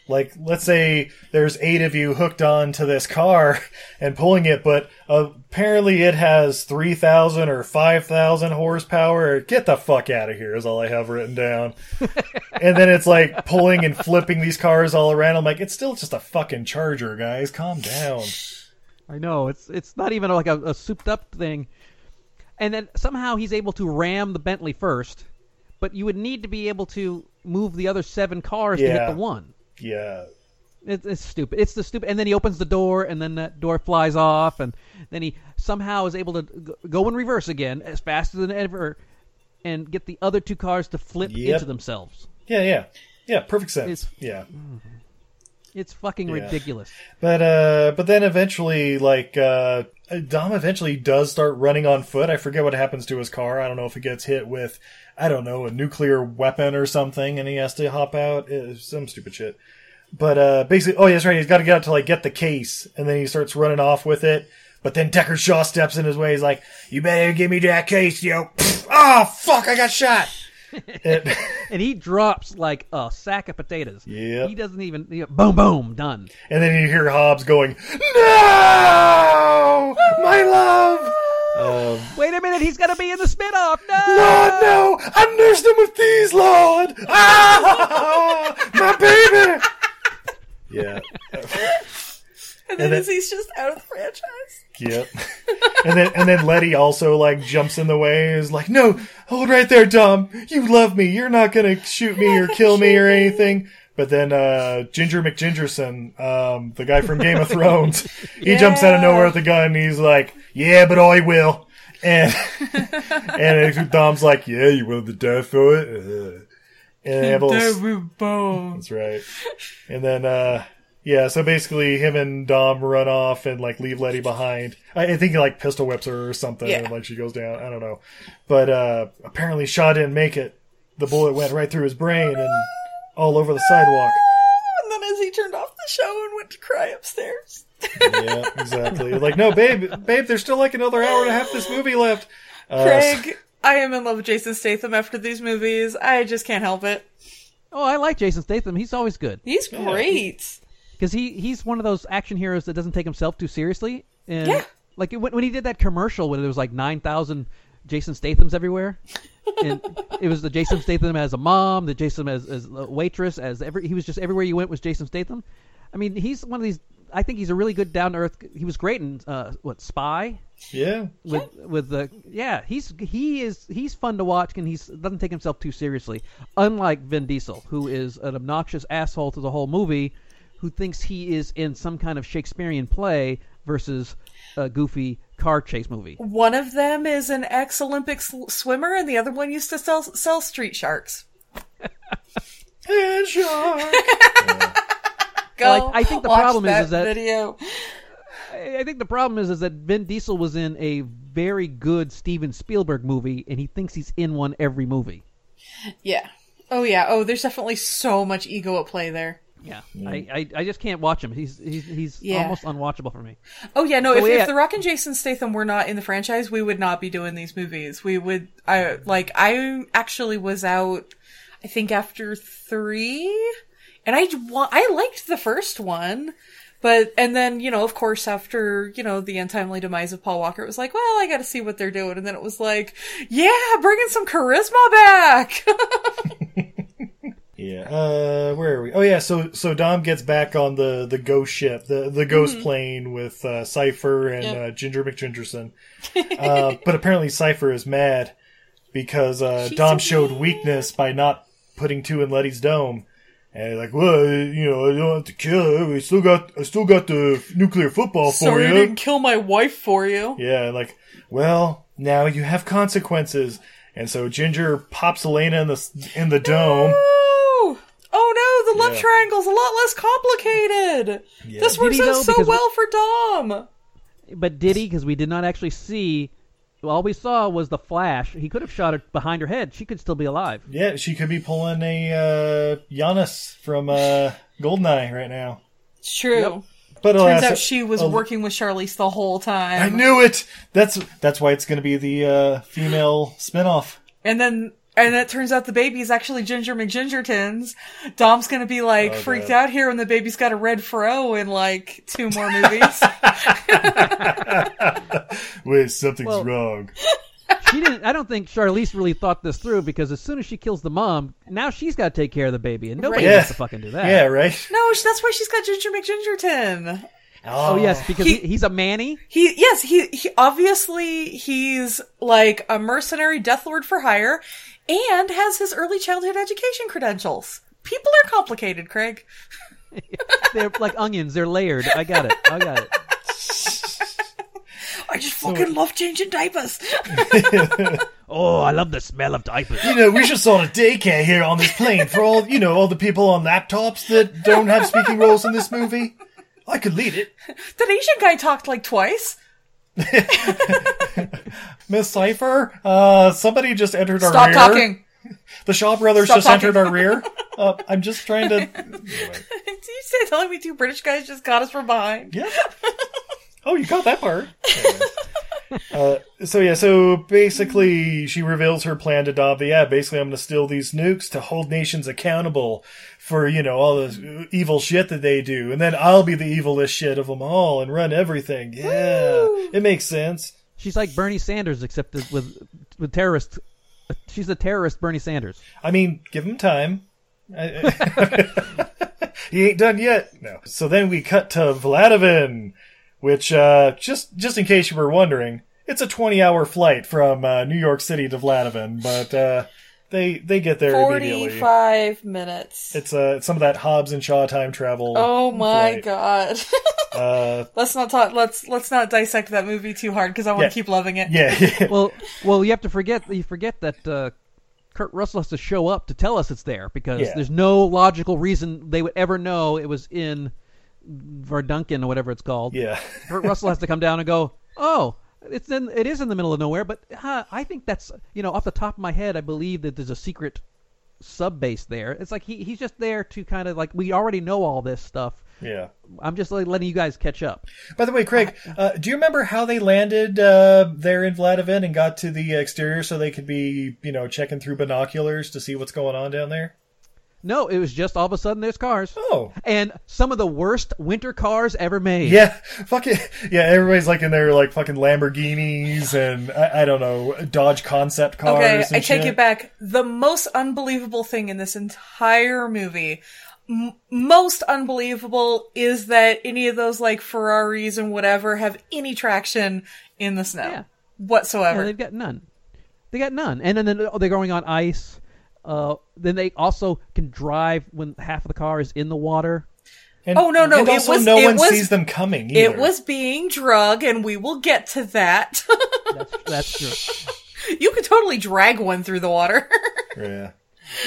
[SPEAKER 3] Like, let's say there's eight of you hooked on to this car and pulling it, but apparently it has 3,000 or 5,000 horsepower. Get the fuck out of here is all I have written down. and then it's like pulling and flipping these cars all around. I'm like, it's still just a fucking charger, guys. Calm down.
[SPEAKER 2] I know it's it's not even like a, a souped up thing, and then somehow he's able to ram the Bentley first, but you would need to be able to move the other seven cars to hit
[SPEAKER 3] Yeah.
[SPEAKER 2] the one.
[SPEAKER 3] Yeah.
[SPEAKER 2] It's, it's stupid. It's the stupid. And then he opens the door, and then that door flies off, and then he somehow is able to g- go in reverse again as faster than ever, and get the other two cars to flip
[SPEAKER 3] Yep.
[SPEAKER 2] into themselves.
[SPEAKER 3] Yeah, yeah. Yeah, perfect sense. yeah.
[SPEAKER 2] It's fucking
[SPEAKER 3] Yeah.
[SPEAKER 2] ridiculous.
[SPEAKER 3] But uh, but then eventually, like uh, Dom eventually does start running on foot. I forget what happens to his car. I don't know if it gets hit with, I don't know, a nuclear weapon or something, and he has to hop out. Uh, some stupid shit. But uh, basically, oh yeah, that's right. He's got to get out to like get the case, and then he starts running off with it. But then Decker Shaw steps in his way. He's like, "You better give me that case, yo!" oh fuck, I got shot.
[SPEAKER 2] and he drops like a sack of potatoes. Yeah. He doesn't even you know, boom boom done.
[SPEAKER 3] And then you hear Hobbs going, "No, my love." Um,
[SPEAKER 2] Wait a minute, he's gonna be in the spinoff. No,
[SPEAKER 3] Lord, Ah, no! I nursed him with these, Lord! Ah, my baby! Yeah. And
[SPEAKER 4] And then
[SPEAKER 3] then-
[SPEAKER 4] as he's just out of the franchise.
[SPEAKER 3] Yep. and then and then Letty also like jumps in the way and is like, No, hold right there, Dom. You love me. You're not gonna shoot me or kill me or anything. But then uh Ginger McGingerson, um, the guy from Game of Thrones, he jumps out of nowhere with a gun and he's like, Yeah, but I will. And and Dom's like, Yeah, you willing to die for it? Uh, And they have a little
[SPEAKER 4] There we go.
[SPEAKER 3] That's right. And then uh Yeah, so basically, him and Dom run off and like leave Letty behind. I, I think he like pistol whips her or something,
[SPEAKER 4] Yeah.
[SPEAKER 3] and like she goes down. I don't know, but uh, apparently Shaw didn't make it. The bullet went right through his brain and all over the sidewalk.
[SPEAKER 4] And then as he turned off the show and went to cry upstairs.
[SPEAKER 3] yeah, exactly. Like, no, babe, babe, there's still like another hour and a half of this movie left. Uh,
[SPEAKER 4] Craig, I am in love with Jason Statham after these movies. I just can't help it.
[SPEAKER 2] Oh, I like Jason Statham. He's always good
[SPEAKER 4] He's great.
[SPEAKER 2] because he he's one of those action heroes that doesn't take himself too seriously. And
[SPEAKER 4] Yeah.
[SPEAKER 2] Like when, when he did that commercial when there was like nine thousand Jason Statham's everywhere, and it was the Jason Statham as a mom, the Jason as as a waitress, as every he was just everywhere you went was Jason Statham. I mean, he's one of these. I think he's a really good down to earth. He was great in uh, what Spy
[SPEAKER 3] yeah,
[SPEAKER 2] with with the yeah he's he is he's fun to watch and he's doesn't take himself too seriously unlike Vin Diesel who is an obnoxious asshole to the whole movie who thinks he is in some kind of Shakespearean play versus a goofy car chase movie
[SPEAKER 4] One of them is an ex Olympic s- swimmer, and the other one used to sell sell street sharks.
[SPEAKER 3] And Shaw.
[SPEAKER 4] Go.
[SPEAKER 2] Well, I- I think the
[SPEAKER 4] watch
[SPEAKER 2] problem is-
[SPEAKER 4] that
[SPEAKER 2] is that-
[SPEAKER 4] video.
[SPEAKER 2] I I think the problem is is that Vin Diesel was in a very good Steven Spielberg movie and he thinks he's in one every movie
[SPEAKER 4] Yeah. Oh yeah. Oh, there's definitely so much ego at play there.
[SPEAKER 2] yeah, I, I I just can't watch him he's he's, he's
[SPEAKER 4] Yeah.
[SPEAKER 2] almost unwatchable for me
[SPEAKER 4] Oh yeah. No. If,
[SPEAKER 2] yeah.
[SPEAKER 4] if The Rock and Jason Statham were not in the franchise, we would not be doing these movies. We would. I like. I actually was out. I think after three, and I wa- I liked the first one. But and then you know, of course, after you know the untimely demise of Paul Walker, it was like, well, I got to see what they're doing, and then it was like, yeah, bringing some charisma back.
[SPEAKER 3] Yeah. Uh, where are we? Oh yeah. So so Dom gets back on the the ghost ship, the the ghost plane with uh, Cipher and uh, Ginger McGingerson. Uh, but apparently Cipher is mad because uh, Dom showed weakness by not putting two in Letty's dome. And he's like, well, you know, I don't have to kill her. We still got, I still got the nuclear football for
[SPEAKER 4] Sorry, I
[SPEAKER 3] you.
[SPEAKER 4] didn't kill my wife for you.
[SPEAKER 3] Yeah, and like, well, now you have consequences. And so Ginger pops Elena in the in the dome.
[SPEAKER 4] Oh, oh no, the love
[SPEAKER 3] Yeah.
[SPEAKER 4] triangle's a lot less complicated. This works
[SPEAKER 2] Did he
[SPEAKER 4] out
[SPEAKER 2] though?
[SPEAKER 4] so
[SPEAKER 2] Because we-
[SPEAKER 4] well for Dom.
[SPEAKER 2] But did he? Because we did not actually see. All we saw was the flash. He could have shot her behind her head. She could still be alive.
[SPEAKER 3] Yeah, she could be pulling a uh, Giannis from uh, Goldeneye right now.
[SPEAKER 4] It's true.
[SPEAKER 3] But
[SPEAKER 4] Turns
[SPEAKER 3] alas,
[SPEAKER 4] out she was
[SPEAKER 3] al-
[SPEAKER 4] working with Charlize the whole time.
[SPEAKER 3] Oh. I knew it. That's that's why it's going to be the uh, female spinoff.
[SPEAKER 4] And then. And it turns out the baby is actually Ginger McGingertons. Dom's gonna be like
[SPEAKER 3] Oh,
[SPEAKER 4] freaked out here when the baby's got a red fro in like two more movies.
[SPEAKER 3] Wait, something's wrong.
[SPEAKER 2] She didn't. I don't think Charlize really thought this through because as soon as she kills the mom, now she's got to take care of the baby, and nobody
[SPEAKER 4] Right.
[SPEAKER 2] wants to fucking do that.
[SPEAKER 3] Yeah, right.
[SPEAKER 4] no, sh- that's why she's got Ginger McGingerton.
[SPEAKER 2] Oh yes, because
[SPEAKER 4] He-
[SPEAKER 2] he, he's a manny.
[SPEAKER 4] He yes, he, he obviously he's like a mercenary death lord for hire and has his early childhood education credentials. People are complicated, Craig.
[SPEAKER 2] They're like onions. They're layered. I got it. I got it.
[SPEAKER 4] I just fucking love changing diapers.
[SPEAKER 2] Oh, I love the smell of diapers.
[SPEAKER 3] You know, we just saw a daycare here on this plane for all you know, all the people on laptops that don't have speaking roles in this movie. I could lead it.
[SPEAKER 4] that Asian guy talked like twice.
[SPEAKER 3] Miss Cipher, uh, somebody just entered our
[SPEAKER 4] Stop
[SPEAKER 3] rear.
[SPEAKER 4] talking.
[SPEAKER 3] The Shaw brothers
[SPEAKER 4] Stop
[SPEAKER 3] just
[SPEAKER 4] talking.
[SPEAKER 3] entered our rear. Uh, I'm just trying to.
[SPEAKER 4] Did you say telling me two British guys just got us from behind?
[SPEAKER 3] Yeah. Oh, you got that part. uh, so yeah, so basically, she reveals her plan to Dom. that, Yeah, basically, I'm going to steal these nukes to hold nations accountable for you know all the evil shit that they do, and then I'll be the evilest shit of them all and run everything. Yeah, it makes sense.
[SPEAKER 2] She's like Bernie Sanders, except that with with terrorists. She's the terrorist Bernie Sanders.
[SPEAKER 3] I mean, give him time. I- I- he ain't done yet. No. So then we cut to Vladivan, which uh, just just in case you were wondering, it's a twenty-hour flight from uh, New York City to Vladivan, but uh, they they get there immediately.
[SPEAKER 4] Forty-five minutes.
[SPEAKER 3] It's uh, it's some of that Hobbs and Shaw time travel.
[SPEAKER 4] oh my
[SPEAKER 3] flight.
[SPEAKER 4] god.
[SPEAKER 3] Uh,
[SPEAKER 4] let's not talk. Let's let's not dissect that movie too hard because I want to
[SPEAKER 3] Yeah.
[SPEAKER 4] keep loving it.
[SPEAKER 3] yeah,
[SPEAKER 2] Well, well, you have to forget you forget that uh, Kurt Russell has to show up to tell us it's there because
[SPEAKER 3] Yeah.
[SPEAKER 2] there's no logical reason they would ever know it was in Verduncan or whatever it's called.
[SPEAKER 3] Yeah.
[SPEAKER 2] Kurt Russell has to come down and go, oh, it's in, it is in the middle of nowhere, but huh, I think that's you know off the top of my head, I believe that there's a secret sub base there. It's like he, he's just there to kind of like we already know all this stuff.
[SPEAKER 3] Yeah.
[SPEAKER 2] I'm just like letting you guys catch up.
[SPEAKER 3] By the way, Craig, uh, do you remember how they landed uh, there in Vladivin and got to the exterior so they could be, you know, checking through binoculars to see what's going on down there?
[SPEAKER 2] No, it was just all of a sudden there's cars.
[SPEAKER 3] Oh.
[SPEAKER 2] And some of the worst winter cars ever made.
[SPEAKER 3] Yeah, fucking yeah. Everybody's like in their like fucking Lamborghinis and I, I don't know Dodge concept cars.
[SPEAKER 4] Okay,
[SPEAKER 3] and
[SPEAKER 4] I take
[SPEAKER 3] shit.
[SPEAKER 4] it back. The most unbelievable thing in this entire movie, m- most unbelievable, is that any of those like Ferraris and whatever have any traction in the snow
[SPEAKER 2] Yeah,
[SPEAKER 4] whatsoever.
[SPEAKER 2] they've got none. They got none. And then, then oh, they're going on ice. Uh, then they also can drive when half of the car is in the water.
[SPEAKER 3] And,
[SPEAKER 4] oh no, no,
[SPEAKER 3] and
[SPEAKER 4] it
[SPEAKER 3] also
[SPEAKER 4] was-
[SPEAKER 3] no
[SPEAKER 4] it
[SPEAKER 3] one
[SPEAKER 4] was-
[SPEAKER 3] sees them coming. Either.
[SPEAKER 4] it was being drug, and we will get to that.
[SPEAKER 2] That's true.
[SPEAKER 4] you could totally drag one through the water.
[SPEAKER 3] yeah.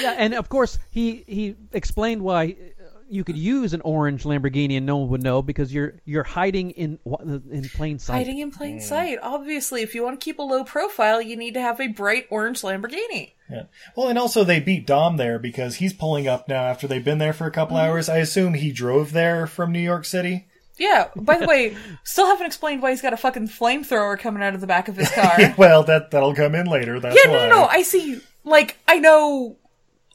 [SPEAKER 2] yeah, and of course he he explained why uh, you could use an orange Lamborghini and no one would know because you're you're hiding in wa- in plain sight.
[SPEAKER 4] Hiding in plain sight. Obviously, if you want to keep a low profile, you need to have a bright orange Lamborghini.
[SPEAKER 3] Yeah. Well, and also they beat Dom there because he's pulling up now after they've been there for a couple
[SPEAKER 4] Mm-hmm.
[SPEAKER 3] hours. I assume he drove there from New York City.
[SPEAKER 4] Yeah. By the way, still haven't explained why he's got a fucking flamethrower coming out of the back of his car. yeah,
[SPEAKER 3] Well, that that'll come in later. That's
[SPEAKER 4] no,
[SPEAKER 3] why.
[SPEAKER 4] no, no. I see. Like, I know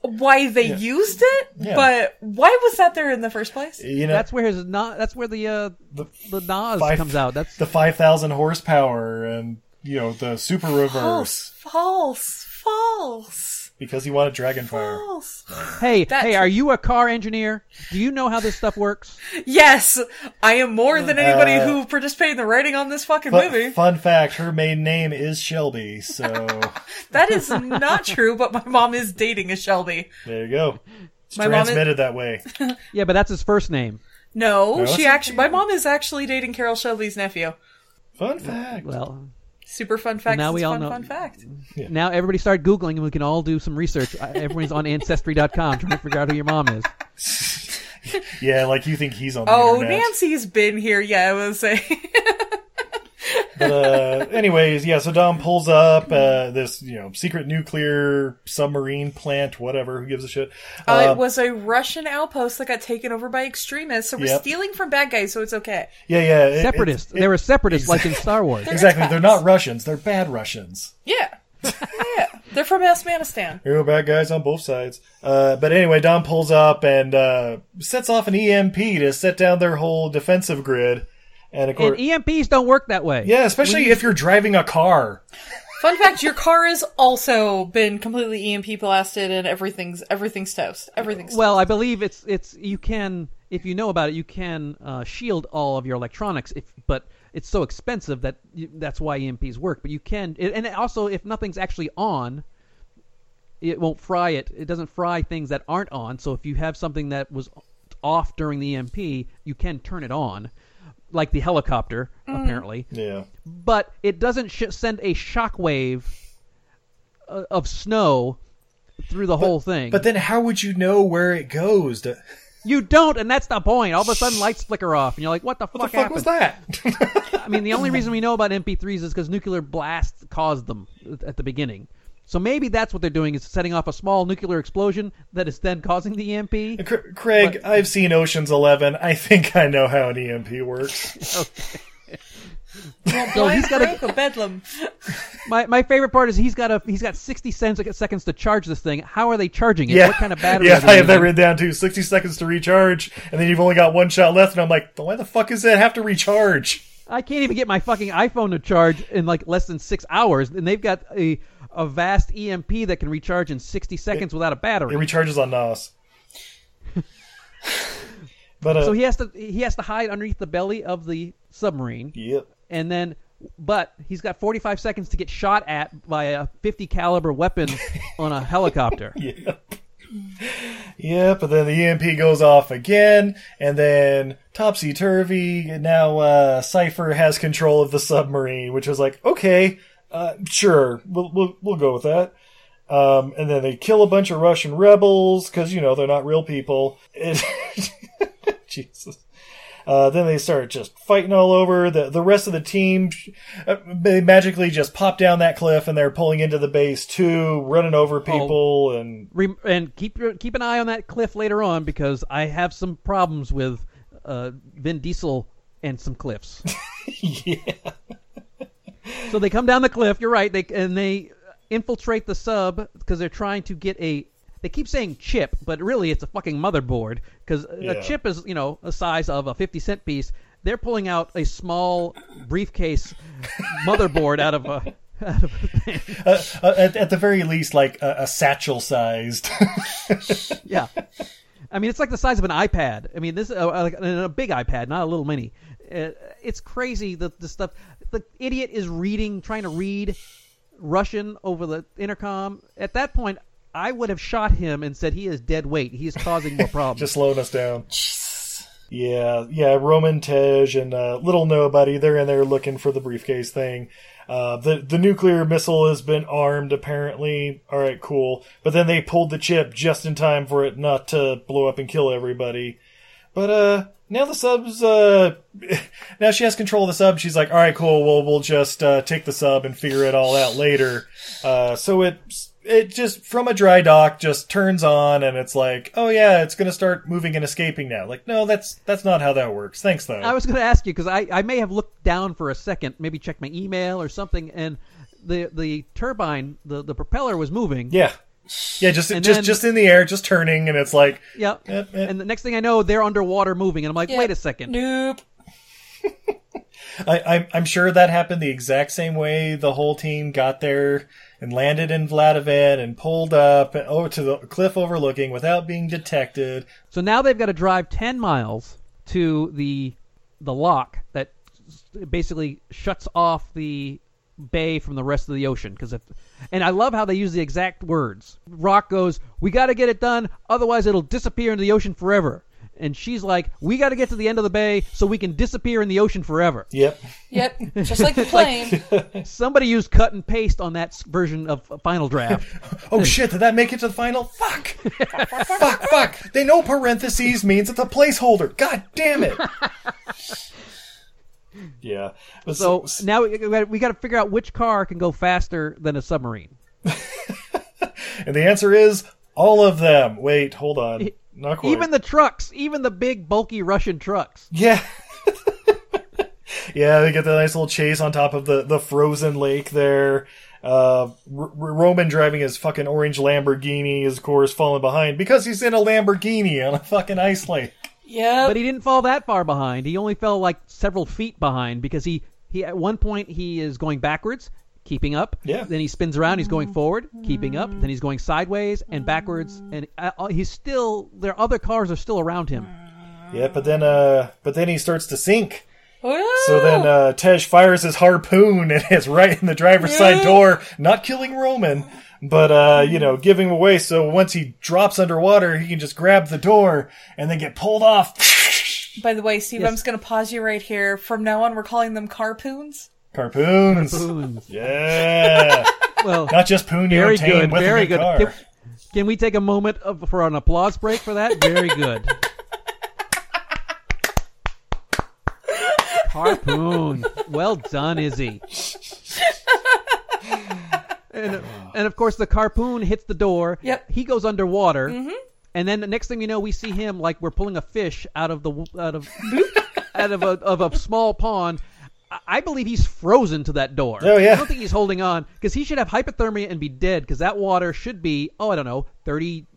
[SPEAKER 4] why they used it,
[SPEAKER 3] Yeah.
[SPEAKER 4] but why was that there in the first place?
[SPEAKER 3] You know,
[SPEAKER 2] That's where his na- That's where the uh, the, Nas
[SPEAKER 3] five-
[SPEAKER 2] comes out. That's
[SPEAKER 3] the five thousand horsepower and you know the super
[SPEAKER 4] False,
[SPEAKER 3] reverse
[SPEAKER 4] false, false,
[SPEAKER 3] because he wanted Dragonfire.
[SPEAKER 4] false.
[SPEAKER 2] hey
[SPEAKER 4] that's-
[SPEAKER 2] hey. Are you a car engineer? Do you know how this stuff works?
[SPEAKER 4] Yes, I am more than anybody
[SPEAKER 3] Uh,
[SPEAKER 4] who participated in the writing on this fucking
[SPEAKER 3] But
[SPEAKER 4] movie.
[SPEAKER 3] fun fact: her maiden name is Shelby. So
[SPEAKER 4] That is not true, but my mom is dating a Shelby.
[SPEAKER 3] there you go. It's
[SPEAKER 4] My mom is-
[SPEAKER 3] transmitted that way.
[SPEAKER 2] Yeah, but that's his first name.
[SPEAKER 4] No,
[SPEAKER 3] No,
[SPEAKER 4] she
[SPEAKER 3] it's-
[SPEAKER 4] actually. My mom is actually dating Carol Shelby's nephew.
[SPEAKER 3] Fun fact.
[SPEAKER 2] Well,
[SPEAKER 4] Super fun fact.
[SPEAKER 2] Now
[SPEAKER 4] it's
[SPEAKER 2] we all
[SPEAKER 4] fun,
[SPEAKER 2] know-
[SPEAKER 4] fun fact.
[SPEAKER 2] now everybody start googling and we can all do some research. Uh, Everyone's on ancestry.com trying to figure out who your mom is.
[SPEAKER 3] Yeah, like you think he's on the
[SPEAKER 4] Oh,
[SPEAKER 3] internet.
[SPEAKER 4] Nancy's been here. Yeah, I was saying.
[SPEAKER 3] But, uh, anyways, yeah. So Dom pulls up uh, this you know secret nuclear submarine plant, whatever. Who gives a shit?
[SPEAKER 4] Uh,
[SPEAKER 3] Uh,
[SPEAKER 4] it was a Russian outpost that got taken over by extremists, so we're
[SPEAKER 3] Yep.
[SPEAKER 4] stealing from bad guys, so it's okay.
[SPEAKER 3] yeah, yeah. it-
[SPEAKER 2] Separatists.
[SPEAKER 3] it-
[SPEAKER 2] they were separatists like in Star Wars.
[SPEAKER 3] exactly. They're not Russians. They're bad Russians.
[SPEAKER 4] Yeah. yeah. They're from Afghanistan.
[SPEAKER 3] There were bad guys on both sides. Uh, but anyway, Dom pulls up and uh, sets off an EMP to set down their whole defensive grid. And of
[SPEAKER 2] And
[SPEAKER 3] course,
[SPEAKER 2] EMPs don't work that way.
[SPEAKER 3] yeah, especially if you're driving a car.
[SPEAKER 4] Fun fact, your car has also been completely EMP blasted and everything's everything's toast. Everything's
[SPEAKER 2] Well, I believe it's it's you can if you know about it, you can uh, shield all of your electronics. If but it's so expensive that you, that's why EMPs work. But you can, it, and also if nothing's actually on, it won't fry it. It doesn't fry things that aren't on. So if you have something that was off during the EMP, you can turn it on, like the helicopter apparently.
[SPEAKER 3] Mm. Yeah.
[SPEAKER 2] But it doesn't sh- send a shockwave uh, of snow through the whole thing.
[SPEAKER 3] But then how would you know where it goes? To,
[SPEAKER 2] You don't, and that's the point. All of a sudden, lights flicker off, and you're like, "What the fuck,
[SPEAKER 3] what the fuck was
[SPEAKER 2] happened?"
[SPEAKER 3] that?
[SPEAKER 2] I mean, the only reason we know about MP3s is because nuclear blasts caused them at- at the beginning. So maybe that's what they're doing is setting off a small nuclear explosion that is then causing the E EMP.
[SPEAKER 3] Cr- Craig, I've seen Ocean's Eleven. I think I know how an EMP works.
[SPEAKER 2] So he's got a,
[SPEAKER 4] Broke a bedlam.
[SPEAKER 2] my my favorite part is he's got a he's got 60 cents seconds to charge this thing. How are they charging it?
[SPEAKER 3] Yeah.
[SPEAKER 2] What kind of battery?
[SPEAKER 3] Yeah,
[SPEAKER 2] are they
[SPEAKER 3] I have that
[SPEAKER 2] using?
[SPEAKER 3] written down too. Sixty seconds to recharge, and then you've only got one shot left. And I'm like, why the fuck is that have to recharge?
[SPEAKER 2] I can't even get my fucking iPhone to charge in like less than six hours, and they've got a a vast EMP that can recharge in 60 seconds without a battery.
[SPEAKER 3] It recharges on Nas. but uh,
[SPEAKER 2] So he has to he has to hide underneath the belly of the submarine,
[SPEAKER 3] yep.
[SPEAKER 2] and then but he's got 45 seconds to get shot at by a 50 caliber weapon on a helicopter.
[SPEAKER 3] Yep, but then the EMP goes off again, and then topsy turvy. and Now uh, Cipher has control of the submarine, which is like, okay, uh, sure, we'll, we'll we'll go with that. Um, and then they kill a bunch of Russian rebels because you know they're not real people. And- Jesus. Uh, then they start just fighting all over. The the rest of the team, uh, they magically just pop down that cliff, and they're pulling into the base too, running over people, and
[SPEAKER 2] Re- and keep your- keep an eye on that cliff later on because I have some problems with uh, Vin Diesel and some cliffs. yeah. so they come down the cliff. You're right. They and they infiltrate the sub because they're trying to get a. They keep saying chip, but really it's a fucking motherboard because
[SPEAKER 3] Yeah.
[SPEAKER 2] a chip is you know a size of a fifty cent piece. They're pulling out a small briefcase motherboard out of a out of a thing.
[SPEAKER 3] uh, uh, at, at the very least, like a, a satchel sized.
[SPEAKER 2] yeah. I mean, it's like the size of an iPad. I mean, this uh, like a, a big iPad, not a little mini. Uh, it's crazy the the stuff. The idiot is reading, trying to read Russian over the intercom. At that point, I would have shot him and said he is dead weight. He is causing more problems.
[SPEAKER 3] just slowing us down. Yeah, yeah. Roman Tej and uh, little nobody, they're in there looking for the briefcase thing. Uh, the the nuclear missile has been armed apparently. All right, cool. But then they pulled the chip just in time for it not to blow up and kill everybody. But uh, now the sub's uh, now she has control of the sub. She's like, all right, cool. Well, we'll just uh, take the sub and figure it all out later. Uh, so it it just from a dry dock just turns on, and it's like, oh yeah, it's gonna start moving and escaping now. Like, no, that's that's not how that works. Thanks though.
[SPEAKER 2] I was going to ask you because I, I may have looked down for a second, maybe checked my email or something, and the the turbine, the, the propeller was moving.
[SPEAKER 3] yeah, yeah, just
[SPEAKER 2] And
[SPEAKER 3] just
[SPEAKER 2] then-
[SPEAKER 3] just in the air, just turning, and it's like,
[SPEAKER 2] Yeah.
[SPEAKER 3] Yep, yep.
[SPEAKER 2] And the next thing I know, they're underwater moving, and I'm like,
[SPEAKER 4] Yeah.
[SPEAKER 2] wait a second.
[SPEAKER 4] Nope.
[SPEAKER 3] I, I'm I'm sure that happened the exact same way. The whole team got there and landed in Vladivad and pulled up over to the cliff overlooking without being detected.
[SPEAKER 2] So now they've got to drive 10 miles to the the lock that s- basically shuts off the bay from the rest of the ocean because and I love how they use the exact words. Rock goes, "We got to get it done, otherwise it'll disappear into the ocean forever." And she's like, "We got to get to the end of the bay so we can disappear in the ocean forever."
[SPEAKER 3] Yep.
[SPEAKER 4] Yep. Just like the plane.
[SPEAKER 2] Somebody used cut and paste on that s- version of Final Draft.
[SPEAKER 3] Oh shit! Did that make it to the final? Fuck! fuck! Fuck! They know parentheses means it's a placeholder. God damn it! yeah. But
[SPEAKER 2] so now we got we got to figure out which car can go faster than a submarine.
[SPEAKER 3] and the answer is all of them. Wait, hold on. Not quite.
[SPEAKER 2] Even the trucks, even the big bulky Russian trucks.
[SPEAKER 3] Yeah. yeah, they get the nice little chase on top of the, the frozen lake there. Uh, R- R- Roman driving his fucking orange Lamborghini is, of course, falling behind because he's in a Lamborghini on a fucking ice lake.
[SPEAKER 4] Yep.
[SPEAKER 2] But he didn't fall that far behind. He only fell like several feet behind because he, he at one point he is going backwards, keeping up.
[SPEAKER 3] Yeah.
[SPEAKER 2] Then he spins around. He's going forward, keeping up. Then he's going sideways and backwards, and uh, uh, he's still. Their other cars are still around him.
[SPEAKER 3] Yeah, but then, uh, but then he starts to sink.
[SPEAKER 4] Oh,
[SPEAKER 3] So then, uh, Tej fires his harpoon and it's right in the driver's side door, not killing Roman, but, uh, you know, giving him away. So once he drops underwater, he can just grab the door and then get pulled off.
[SPEAKER 4] By the way, Steve, I'm just going to pause you right here. From now on, we're calling them carpoons.
[SPEAKER 3] Harpoons.
[SPEAKER 2] Boons.
[SPEAKER 3] Yeah.
[SPEAKER 2] Well,
[SPEAKER 3] Not just Poon you
[SPEAKER 2] very
[SPEAKER 3] obtain
[SPEAKER 2] good,
[SPEAKER 3] with a
[SPEAKER 2] very good.
[SPEAKER 3] car.
[SPEAKER 2] Can, can we take a moment of, for an applause break for that? Very good. Harpoon. Well done, Izzy. And, and of course, the harpoon hits the door.
[SPEAKER 4] Yep.
[SPEAKER 2] He goes underwater. And then the next thing we know, we see him like we're pulling a fish out of the w- out of out of a of a small pond. I- I believe he's frozen to that door.
[SPEAKER 3] Oh, yeah.
[SPEAKER 2] I don't think he's holding on because he should have hypothermia and be dead because that water should be oh I don't know thirty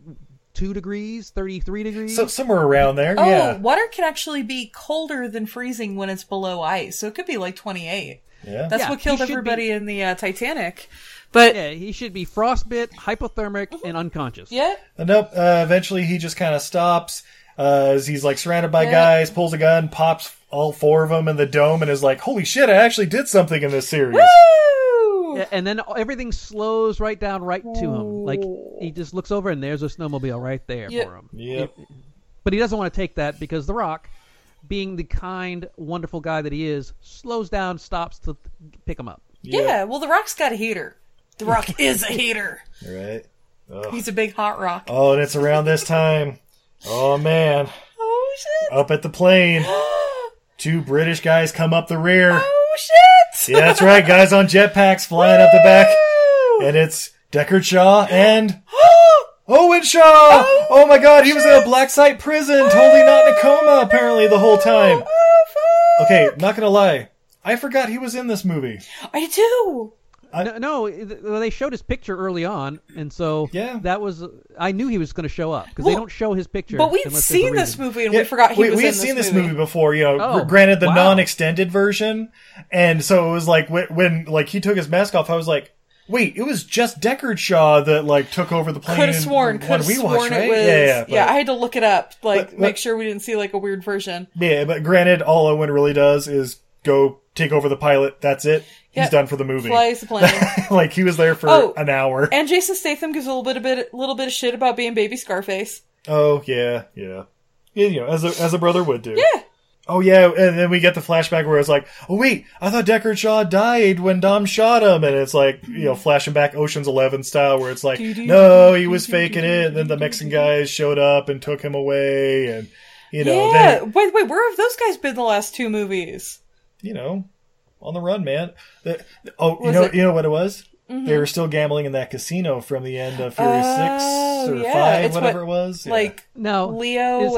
[SPEAKER 2] two degrees, thirty three degrees.
[SPEAKER 3] So somewhere around there,
[SPEAKER 4] Oh,
[SPEAKER 3] yeah,
[SPEAKER 4] water can actually be colder than freezing when it's below ice. So it could be like 28.
[SPEAKER 3] yeah.
[SPEAKER 4] That's
[SPEAKER 2] Yeah,
[SPEAKER 4] what killed
[SPEAKER 2] he should be-
[SPEAKER 4] everybody in the uh, Titanic. But yeah.
[SPEAKER 2] yeah, he should be frostbit, hypothermic, and unconscious.
[SPEAKER 3] Uh, nope. Uh, eventually, he just kind of stops uh, as he's like surrounded by guys, pulls a gun, pops all four of them in the dome, and is like, "Holy shit! I actually did something in this series."
[SPEAKER 4] Woo!
[SPEAKER 2] Yeah, and then everything slows right down right to him. Like he just looks over and there's a snowmobile right there
[SPEAKER 4] Yeah.
[SPEAKER 2] for him.
[SPEAKER 3] Yep.
[SPEAKER 2] But he doesn't want to take that because The Rock, being the kind, wonderful guy that he is, slows down, stops to pick him up.
[SPEAKER 4] Yeah. well, The Rock's got a heater. The Rock is a heater.
[SPEAKER 3] Right.
[SPEAKER 4] He's a big hot rock.
[SPEAKER 3] Oh, and it's around this time. Oh man,
[SPEAKER 4] Oh, shit.
[SPEAKER 3] up at the plane. Two British guys come up the rear.
[SPEAKER 4] Oh shit!
[SPEAKER 3] Yeah, that's right. Guys on jetpacks flying up the back. And it's Deckard Shaw and Owen Shaw. Oh, my god, he was in a black site prison, totally not in a coma apparently the whole time. Okay, not gonna lie. I forgot he was in this movie.
[SPEAKER 4] I do.
[SPEAKER 2] No, no, th- well, they showed his picture early on, and so
[SPEAKER 3] Yeah.
[SPEAKER 2] that was. I knew he was going to show up because they
[SPEAKER 4] Well,
[SPEAKER 2] don't show his picture.
[SPEAKER 4] But we've
[SPEAKER 2] unless there's a
[SPEAKER 4] seen this
[SPEAKER 2] reason.
[SPEAKER 4] movie and
[SPEAKER 3] Yeah,
[SPEAKER 4] we forgot he
[SPEAKER 3] we,
[SPEAKER 4] was
[SPEAKER 3] we had
[SPEAKER 4] in
[SPEAKER 3] seen
[SPEAKER 4] this
[SPEAKER 3] this movie, before, you know,
[SPEAKER 2] Oh,
[SPEAKER 3] gr- granted the
[SPEAKER 2] wow.
[SPEAKER 3] non-extended version. And so it was like when, when like he took his mask off, I was like, wait, it was just Deckard Shaw that like took over the plane.
[SPEAKER 4] Could have sworn.
[SPEAKER 3] when
[SPEAKER 4] Could have
[SPEAKER 3] we
[SPEAKER 4] sworn
[SPEAKER 3] watched, right?
[SPEAKER 4] it was.
[SPEAKER 3] Yeah,
[SPEAKER 4] Yeah,
[SPEAKER 3] yeah, but-
[SPEAKER 4] I had to look it up, like
[SPEAKER 3] But- but-
[SPEAKER 4] make sure we didn't see like a weird version.
[SPEAKER 3] Yeah, but granted, all Owen really does is go take over the pilot. That's it. He's
[SPEAKER 4] Yeah.
[SPEAKER 3] done for the movie.
[SPEAKER 4] Flies the plane.
[SPEAKER 3] like he was there for
[SPEAKER 4] Oh.
[SPEAKER 3] an hour.
[SPEAKER 4] And Jason Statham gives a little bit of bit, little bit of shit about being baby Scarface.
[SPEAKER 3] oh yeah, yeah. Yeah, you know, as a as a brother would do.
[SPEAKER 4] Yeah.
[SPEAKER 3] Oh yeah, and then we get the flashback where it's like, oh wait, I thought Deckard Shaw died when Dom shot him, and it's like you know flashing back Ocean's Eleven style where it's like, no, he was faking it, and then the Mexican guys showed up and took him away, and you know,
[SPEAKER 4] yeah.
[SPEAKER 3] then
[SPEAKER 4] By the way, where have those guys been the last two movies?
[SPEAKER 3] you know, on the run, man. The- oh, you
[SPEAKER 4] Was
[SPEAKER 3] know,
[SPEAKER 4] it- Mm-hmm.
[SPEAKER 3] you know what it was? They were still gambling in that casino from the end of Fury
[SPEAKER 4] Oh,
[SPEAKER 3] Six or
[SPEAKER 4] yeah,
[SPEAKER 3] Five,
[SPEAKER 4] it's
[SPEAKER 3] whatever
[SPEAKER 4] what-
[SPEAKER 3] it was. Yeah,
[SPEAKER 4] Like
[SPEAKER 2] Now,
[SPEAKER 4] Leo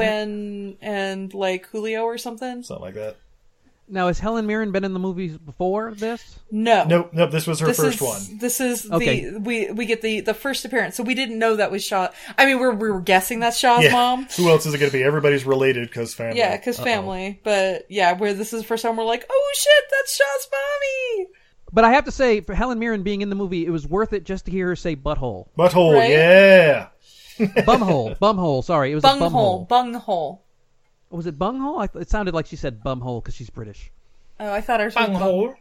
[SPEAKER 2] is-
[SPEAKER 4] and and like Julio or something.
[SPEAKER 3] something like that.
[SPEAKER 2] Now, has Helen Mirren been in the movies before this?
[SPEAKER 4] No.
[SPEAKER 3] Nope, nope. This was her
[SPEAKER 4] This
[SPEAKER 3] first
[SPEAKER 4] is
[SPEAKER 3] one.
[SPEAKER 4] this is
[SPEAKER 2] Okay.
[SPEAKER 4] the we we get the the first appearance. So we didn't know that was Shaw. I mean, we we were guessing that's Shaw's
[SPEAKER 3] Yeah.
[SPEAKER 4] mom.
[SPEAKER 3] Who else is it going to be? Everybody's related because family.
[SPEAKER 4] Yeah, because family. But yeah, where this is the first time we're like, oh shit, that's Shaw's mommy.
[SPEAKER 2] But I have to say, for Helen Mirren being in the movie, it was worth it just to hear her say butthole,
[SPEAKER 3] Butthole,
[SPEAKER 4] Right?
[SPEAKER 3] yeah.
[SPEAKER 2] bumhole, bumhole. Sorry, it was a
[SPEAKER 4] Bunghole,
[SPEAKER 2] bumhole.
[SPEAKER 4] bunghole.
[SPEAKER 2] was it bunghole? I th- it sounded like she said bumhole because she's British.
[SPEAKER 4] Oh, I thought ours was bung-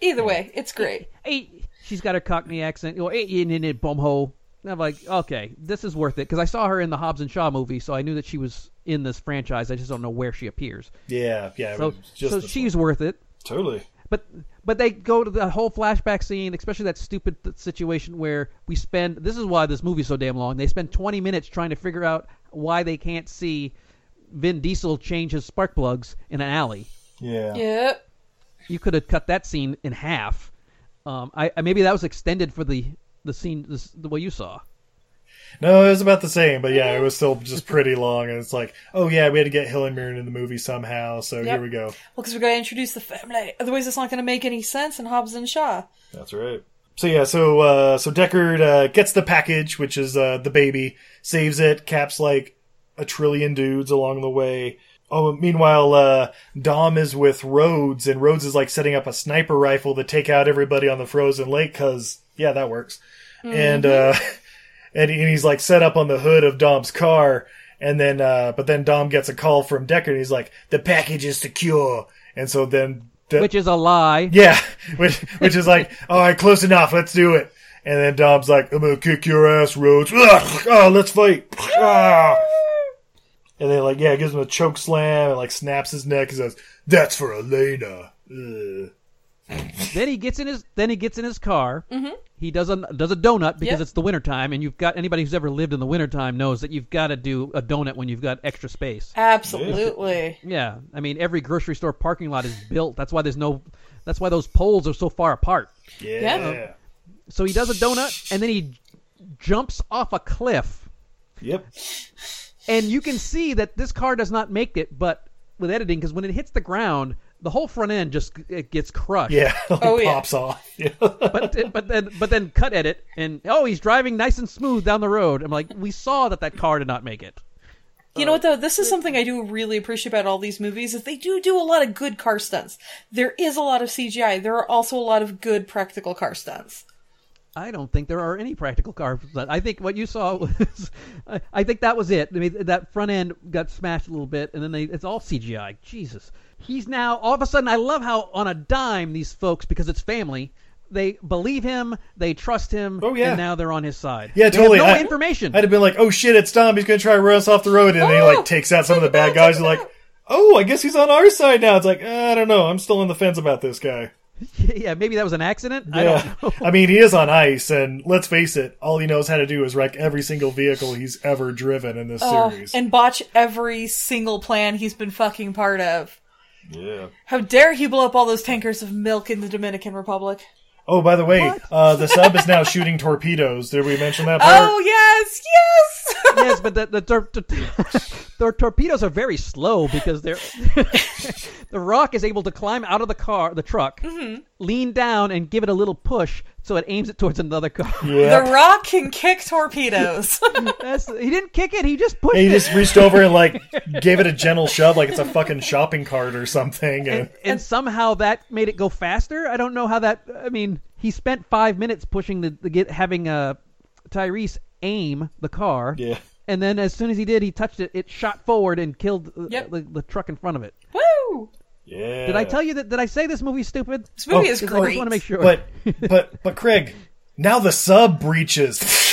[SPEAKER 4] Either way, it's great.
[SPEAKER 2] Hey, she's got her Cockney accent. Or hey, in in it, bumhole. And I'm like, okay, this is worth it because I saw her in the Hobbs and Shaw movie, so I knew that she was in this franchise. I just don't know where she appears.
[SPEAKER 3] Yeah, yeah. it
[SPEAKER 2] So,
[SPEAKER 3] was just
[SPEAKER 2] so
[SPEAKER 3] this
[SPEAKER 2] she's worth it.
[SPEAKER 3] one. totally.
[SPEAKER 2] But but they go to the whole flashback scene, especially that stupid th- situation where we spend. This is why this movie's so damn long. They spend 20 minutes trying to figure out why they can't see Vin Diesel change his spark plugs in an alley.
[SPEAKER 3] Yeah.
[SPEAKER 4] Yep.
[SPEAKER 2] You could have cut that scene in half. Um, I, I maybe that was extended for the the scene this, the way you saw.
[SPEAKER 3] No, it was about the same, but yeah, it was still just pretty long. And it's like, oh yeah, we had to get Helen Mirren in the movie somehow, so here we go.
[SPEAKER 4] Well, because we're going to introduce the family. Otherwise, it's not going to make any sense in Hobbs and Shaw.
[SPEAKER 3] That's right. So yeah, so uh, so Deckard uh, gets the package, which is uh, the baby, saves it, caps like a trillion dudes along the way. Oh, meanwhile, uh, Dom is with Rhodes, and Rhodes is like setting up a sniper rifle to take out everybody on the frozen lake. Cause yeah, that works. And uh, and, he- and he's like set up on the hood of Dom's car, and then uh, but then Dom gets a call from Deckard, and he's like, "The package is secure." And so then, the,
[SPEAKER 2] Which is a lie.
[SPEAKER 3] yeah, which which is like, all right, close enough. Let's do it. And then Dom's like, I'm gonna kick your ass, Rhodes. Ugh, ah, let's fight. Ah. And then like, yeah, gives him a choke slam and like snaps his neck and says, "That's for Elena." Ugh.
[SPEAKER 2] Then he gets in his then he gets in his car. Mm-hmm. He does a does a donut because
[SPEAKER 4] Yep.
[SPEAKER 2] it's the wintertime, and you've got anybody who's ever lived in the wintertime knows that you've got to do a donut when you've got extra space.
[SPEAKER 4] Absolutely.
[SPEAKER 2] Yeah, I mean every grocery store parking lot is built. That's why there's no. That's why those poles are so far apart.
[SPEAKER 3] Yeah.
[SPEAKER 4] Yeah.
[SPEAKER 2] So he does a donut and then he jumps off a cliff,
[SPEAKER 3] Yep.
[SPEAKER 2] and you can see that this car does not make it. But with editing, because when it hits the ground, the whole front end just it gets crushed.
[SPEAKER 3] Yeah. Like,
[SPEAKER 4] Oh, yeah.
[SPEAKER 3] Pops off. Yeah.
[SPEAKER 2] But but then but then cut edit and oh he's driving nice and smooth down the road. I'm like we saw that that car did not make it.
[SPEAKER 4] You know what though? This is something I do really appreciate about all these movies is they do do a lot of good car stunts. There is a lot of CGI. There are also a lot of good practical car stunts.
[SPEAKER 2] I don't think there are any practical cars. I think what you saw was, I, I think that was it. I mean, that front end got smashed a little bit, and then they, it's all CGI. Jesus, he's now all of a sudden. I love how on a dime these folks, because it's family, they believe him, they trust him,
[SPEAKER 3] Oh, yeah.
[SPEAKER 2] and now they're on his side.
[SPEAKER 3] Yeah,
[SPEAKER 2] They have
[SPEAKER 3] totally.
[SPEAKER 2] no
[SPEAKER 3] I-
[SPEAKER 2] information.
[SPEAKER 3] I'd have been like, "Oh shit, it's Dom. He's gonna try to run us off the road," and then he
[SPEAKER 4] Oh,
[SPEAKER 3] like takes out some of the
[SPEAKER 4] take it
[SPEAKER 3] bad
[SPEAKER 4] out,
[SPEAKER 3] guys.
[SPEAKER 4] take
[SPEAKER 3] You're
[SPEAKER 4] it
[SPEAKER 3] like,
[SPEAKER 4] out.
[SPEAKER 3] "Oh, I guess he's on our side now." It's like, I don't know. I'm still on the fence about this guy.
[SPEAKER 2] yeah, maybe that was an accident. I
[SPEAKER 3] Yeah.
[SPEAKER 2] don't know.
[SPEAKER 3] I mean, he is on ice, and let's face it, all he knows how to do is wreck every single vehicle he's ever driven in this
[SPEAKER 4] Oh,
[SPEAKER 3] series.
[SPEAKER 4] and botch every single plan he's been fucking part of.
[SPEAKER 3] Yeah.
[SPEAKER 4] How dare he blow up all those tankers of milk in the Dominican Republic?
[SPEAKER 3] Oh, by the way, uh, the sub is now shooting torpedoes. Did we mention that part?
[SPEAKER 4] Oh yes, yes.
[SPEAKER 2] yes, but the the, tor- tor- the torpedoes are very slow because they're the rock is able to climb out of the car, the truck,
[SPEAKER 4] Mm-hmm.
[SPEAKER 2] lean down, and give it a little push so it aims it towards another car.
[SPEAKER 4] The Rock can kick torpedoes.
[SPEAKER 2] That's, he didn't kick it; he just pushed
[SPEAKER 3] He
[SPEAKER 2] it.
[SPEAKER 3] just reached over and like gave it a gentle shove, like it's a fucking shopping cart or something. And,
[SPEAKER 2] and somehow that made it go faster. I don't know how that. I mean, he spent five minutes pushing the, the get having uh, Tyrese aim the car.
[SPEAKER 3] Yeah.
[SPEAKER 2] And then as soon as he did, he touched it. It shot forward and killed uh,
[SPEAKER 4] Yep.
[SPEAKER 2] the, the truck in front of it.
[SPEAKER 4] Woo!
[SPEAKER 3] yeah.
[SPEAKER 2] Did I tell you that? Did I say this movie's stupid?
[SPEAKER 4] This movie is
[SPEAKER 2] Oh, I just
[SPEAKER 4] great.
[SPEAKER 2] want to make sure.
[SPEAKER 3] But but but Craig, now the sub breaches.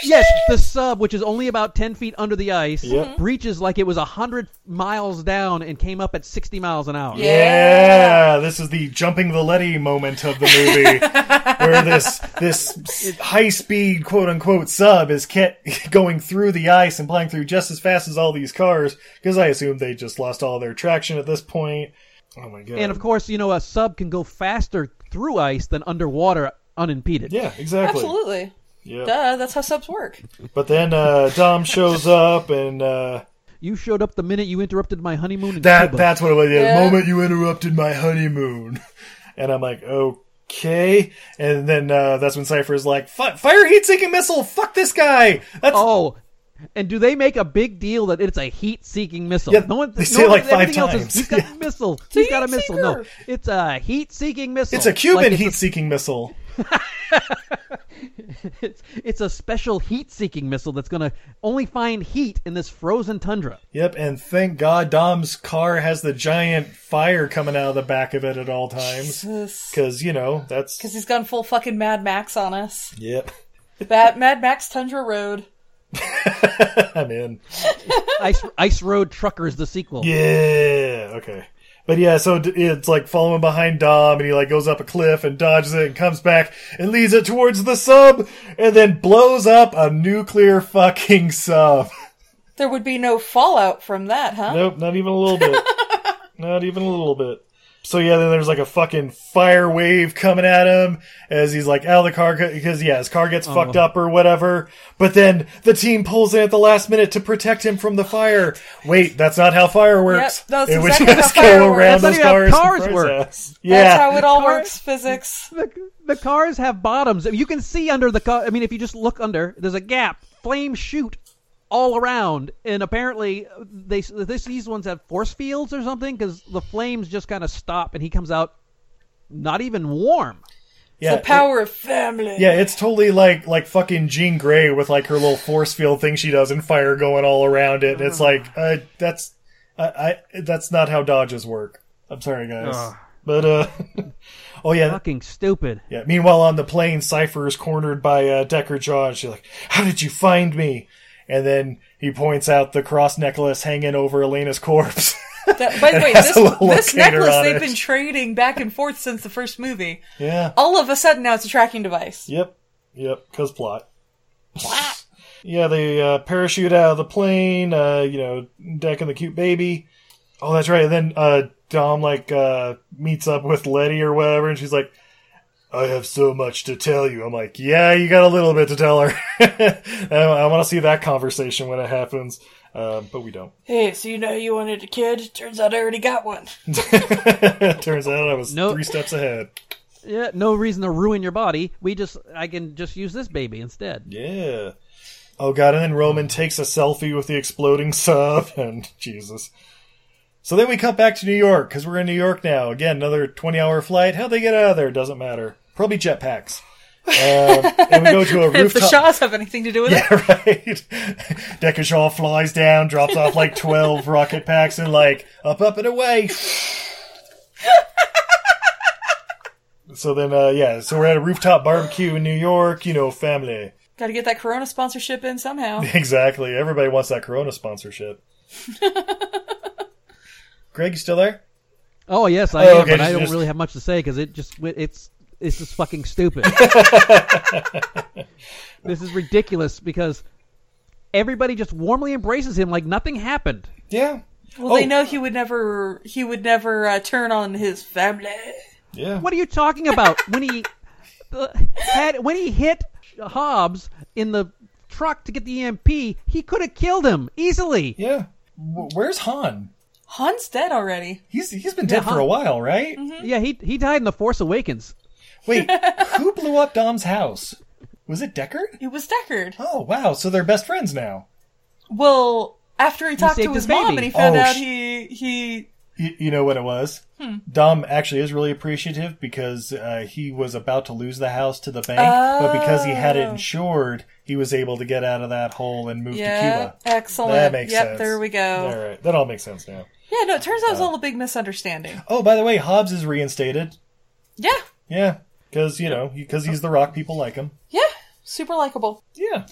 [SPEAKER 2] yes, the sub, which is only about ten feet under the ice,
[SPEAKER 3] Yep.
[SPEAKER 2] breaches like it was hundred miles down and came up at sixty miles an hour.
[SPEAKER 3] Yeah, this is the jumping the Letty moment of the movie, where this this high speed quote unquote sub is kept going through the ice and flying through just as fast as all these cars. Because I assume they just lost all their traction at this point. Oh my god!
[SPEAKER 2] And of course, you know a sub can go faster through ice than underwater unimpeded.
[SPEAKER 3] yeah, exactly.
[SPEAKER 4] Absolutely.
[SPEAKER 3] Yeah.
[SPEAKER 4] Duh, that's how subs work.
[SPEAKER 3] But then uh, Dom shows up, and uh,
[SPEAKER 2] You showed up the minute you interrupted my honeymoon in
[SPEAKER 3] that
[SPEAKER 2] Cuba.
[SPEAKER 3] that's what it was. The
[SPEAKER 4] Yeah.
[SPEAKER 3] moment you interrupted my honeymoon, and I'm like, okay. And then uh, that's when Cypher's like, "Fi- fire heat seeking missile. Fuck this guy. That's
[SPEAKER 2] oh, and do they make a big deal that it's a heat-seeking missile?
[SPEAKER 3] Yeah, they say it like five
[SPEAKER 2] everything else is,
[SPEAKER 3] times.
[SPEAKER 2] He's got
[SPEAKER 3] Yeah.
[SPEAKER 2] a missile. He's got a missile. No,
[SPEAKER 4] heat-seeker.
[SPEAKER 2] it's a heat-seeking missile.
[SPEAKER 3] It's a Cuban
[SPEAKER 2] Like, it's a-
[SPEAKER 3] heat-seeking missile.
[SPEAKER 2] It's, it's a special heat-seeking missile that's going to only find heat in this frozen tundra.
[SPEAKER 3] Yep, and thank God Dom's car has the giant fire coming out of the back of it at all times,
[SPEAKER 4] Because
[SPEAKER 3] because you know that's
[SPEAKER 4] he's gone full fucking Mad Max on us.
[SPEAKER 3] yep.
[SPEAKER 4] That Mad Max Tundra Road.
[SPEAKER 3] I'm in.
[SPEAKER 2] Ice, Ice Road Truckers, the sequel.
[SPEAKER 3] Yeah, okay. But yeah, so d- it's like following behind Dom, and he like goes up a cliff and dodges it, and comes back and leads it towards the sub, and then blows up a nuclear fucking sub.
[SPEAKER 4] There would be no fallout from that, huh?
[SPEAKER 3] Nope, not even a little bit. not even a little bit. So yeah, then there's like a fucking fire wave coming at him as he's like out of the car because yeah, his car gets fucked
[SPEAKER 4] Oh.
[SPEAKER 3] up or whatever. But then the team pulls in at the last minute to protect him from the fire. Wait, that's not how fire works.
[SPEAKER 4] Yep, that's
[SPEAKER 3] it would
[SPEAKER 4] exactly how
[SPEAKER 3] just
[SPEAKER 4] fire
[SPEAKER 3] go
[SPEAKER 4] works.
[SPEAKER 3] around
[SPEAKER 2] That's not
[SPEAKER 3] those
[SPEAKER 2] even how
[SPEAKER 3] cars. and
[SPEAKER 2] cars
[SPEAKER 3] cars
[SPEAKER 2] work.
[SPEAKER 3] ass.
[SPEAKER 4] That's
[SPEAKER 3] Yeah,
[SPEAKER 4] how it all
[SPEAKER 2] Car-
[SPEAKER 4] works, physics.
[SPEAKER 2] The, the cars have bottoms. You can see under the car. I mean, if you just look under, there's a gap. Flames shoot all around, and apparently uh, they this, these ones have force fields or something because the flames just kind of stop, and he comes out not even warm.
[SPEAKER 3] yeah.
[SPEAKER 4] the power of family.
[SPEAKER 3] yeah, it's totally like like fucking Jean Grey with like her little force field thing she does and fire going all around it. It's like uh, that's I, I that's not how dodges work. I'm sorry guys, but uh oh yeah,
[SPEAKER 2] Fucking stupid.
[SPEAKER 3] yeah. Meanwhile, on the plane, Cipher is cornered by uh, Decker Jaw, and she's like, "How did you find me?" And then he points out the cross necklace hanging over Elena's corpse.
[SPEAKER 4] That- by the way,
[SPEAKER 3] has
[SPEAKER 4] this,
[SPEAKER 3] a little
[SPEAKER 4] this
[SPEAKER 3] locator
[SPEAKER 4] necklace
[SPEAKER 3] on
[SPEAKER 4] they've
[SPEAKER 3] it.
[SPEAKER 4] been trading back and forth since the first movie.
[SPEAKER 3] yeah.
[SPEAKER 4] All of a sudden now it's a tracking device.
[SPEAKER 3] Yep. Yep. Cause plot. yeah, they uh, parachute out of the plane. Uh, you know, Deck and the cute baby. Oh, that's right. And then uh, Dom like uh, meets up with Letty or whatever, and she's like, "I have so much to tell you." I'm like, "Yeah, you got a little bit to tell her." I, want to see that conversation when it happens, uh, but we don't.
[SPEAKER 4] Hey, so you know you wanted a kid? Turns out I already got one.
[SPEAKER 3] Turns out I was
[SPEAKER 2] Nope.
[SPEAKER 3] three steps ahead.
[SPEAKER 2] Yeah, no reason to ruin your body. We just I can just use this baby instead.
[SPEAKER 3] Yeah. Oh god, and then Roman takes a selfie with the exploding sub, and Jesus. So then we come back to New York because we're in New York now. Again, another twenty-hour flight. How they get out of there doesn't matter. Probably jetpacks. Um, and we go to a
[SPEAKER 4] If the
[SPEAKER 3] rooftop.
[SPEAKER 4] Shaws have anything to do with it.
[SPEAKER 3] right. Dekashaw flies down, drops off like twelve rocket packs, and like up, up and away. so then, uh, yeah. So we're at a rooftop barbecue in New York. You know, family.
[SPEAKER 4] Gotta get that Corona sponsorship in somehow.
[SPEAKER 3] Exactly. Everybody wants that Corona sponsorship. Greg, you still there?
[SPEAKER 2] Oh yes, I
[SPEAKER 3] Oh,
[SPEAKER 2] am,
[SPEAKER 3] okay,
[SPEAKER 2] but
[SPEAKER 3] just-
[SPEAKER 2] I don't
[SPEAKER 3] just-
[SPEAKER 2] really have much to say because it just went- it's it's just fucking stupid. this is ridiculous because everybody just warmly embraces him like nothing happened.
[SPEAKER 3] Yeah.
[SPEAKER 4] Well, they know he would never. He would never uh, turn on his family.
[SPEAKER 3] Yeah.
[SPEAKER 2] What are you talking about? when he uh, had when he hit Hobbs in the truck to get the EMP, he could have killed him easily.
[SPEAKER 3] Yeah. Wh- Where's Han?
[SPEAKER 4] Han's dead already.
[SPEAKER 3] He's he's been dead for a while, right?
[SPEAKER 2] Yeah, he he died in the Force Awakens.
[SPEAKER 3] Wait, who blew up Dom's house? Was it Deckard?
[SPEAKER 4] It was Deckard.
[SPEAKER 3] Oh wow, so they're best friends now.
[SPEAKER 4] Well, after he talked to
[SPEAKER 2] saved
[SPEAKER 4] his,
[SPEAKER 2] his
[SPEAKER 4] mom
[SPEAKER 2] baby.
[SPEAKER 4] and he found
[SPEAKER 3] Oh,
[SPEAKER 4] out
[SPEAKER 3] sh-
[SPEAKER 4] he he
[SPEAKER 3] You, you know what it was? Dom actually is really appreciative because uh, he was about to lose the house to the bank, but because he had it insured, he was able to get out of that hole and move
[SPEAKER 4] yeah
[SPEAKER 3] to Cuba.
[SPEAKER 4] excellent.
[SPEAKER 3] That makes
[SPEAKER 4] yep,
[SPEAKER 3] sense. Uh,
[SPEAKER 4] there we go.
[SPEAKER 3] All right, that all makes sense now.
[SPEAKER 4] Yeah, no, it turns out it was all a big misunderstanding.
[SPEAKER 3] Oh, by the way, Hobbs is reinstated.
[SPEAKER 4] Yeah,
[SPEAKER 3] Yeah, because you know, because he's the Rock, people like him.
[SPEAKER 4] yeah, super likable.
[SPEAKER 3] Yeah.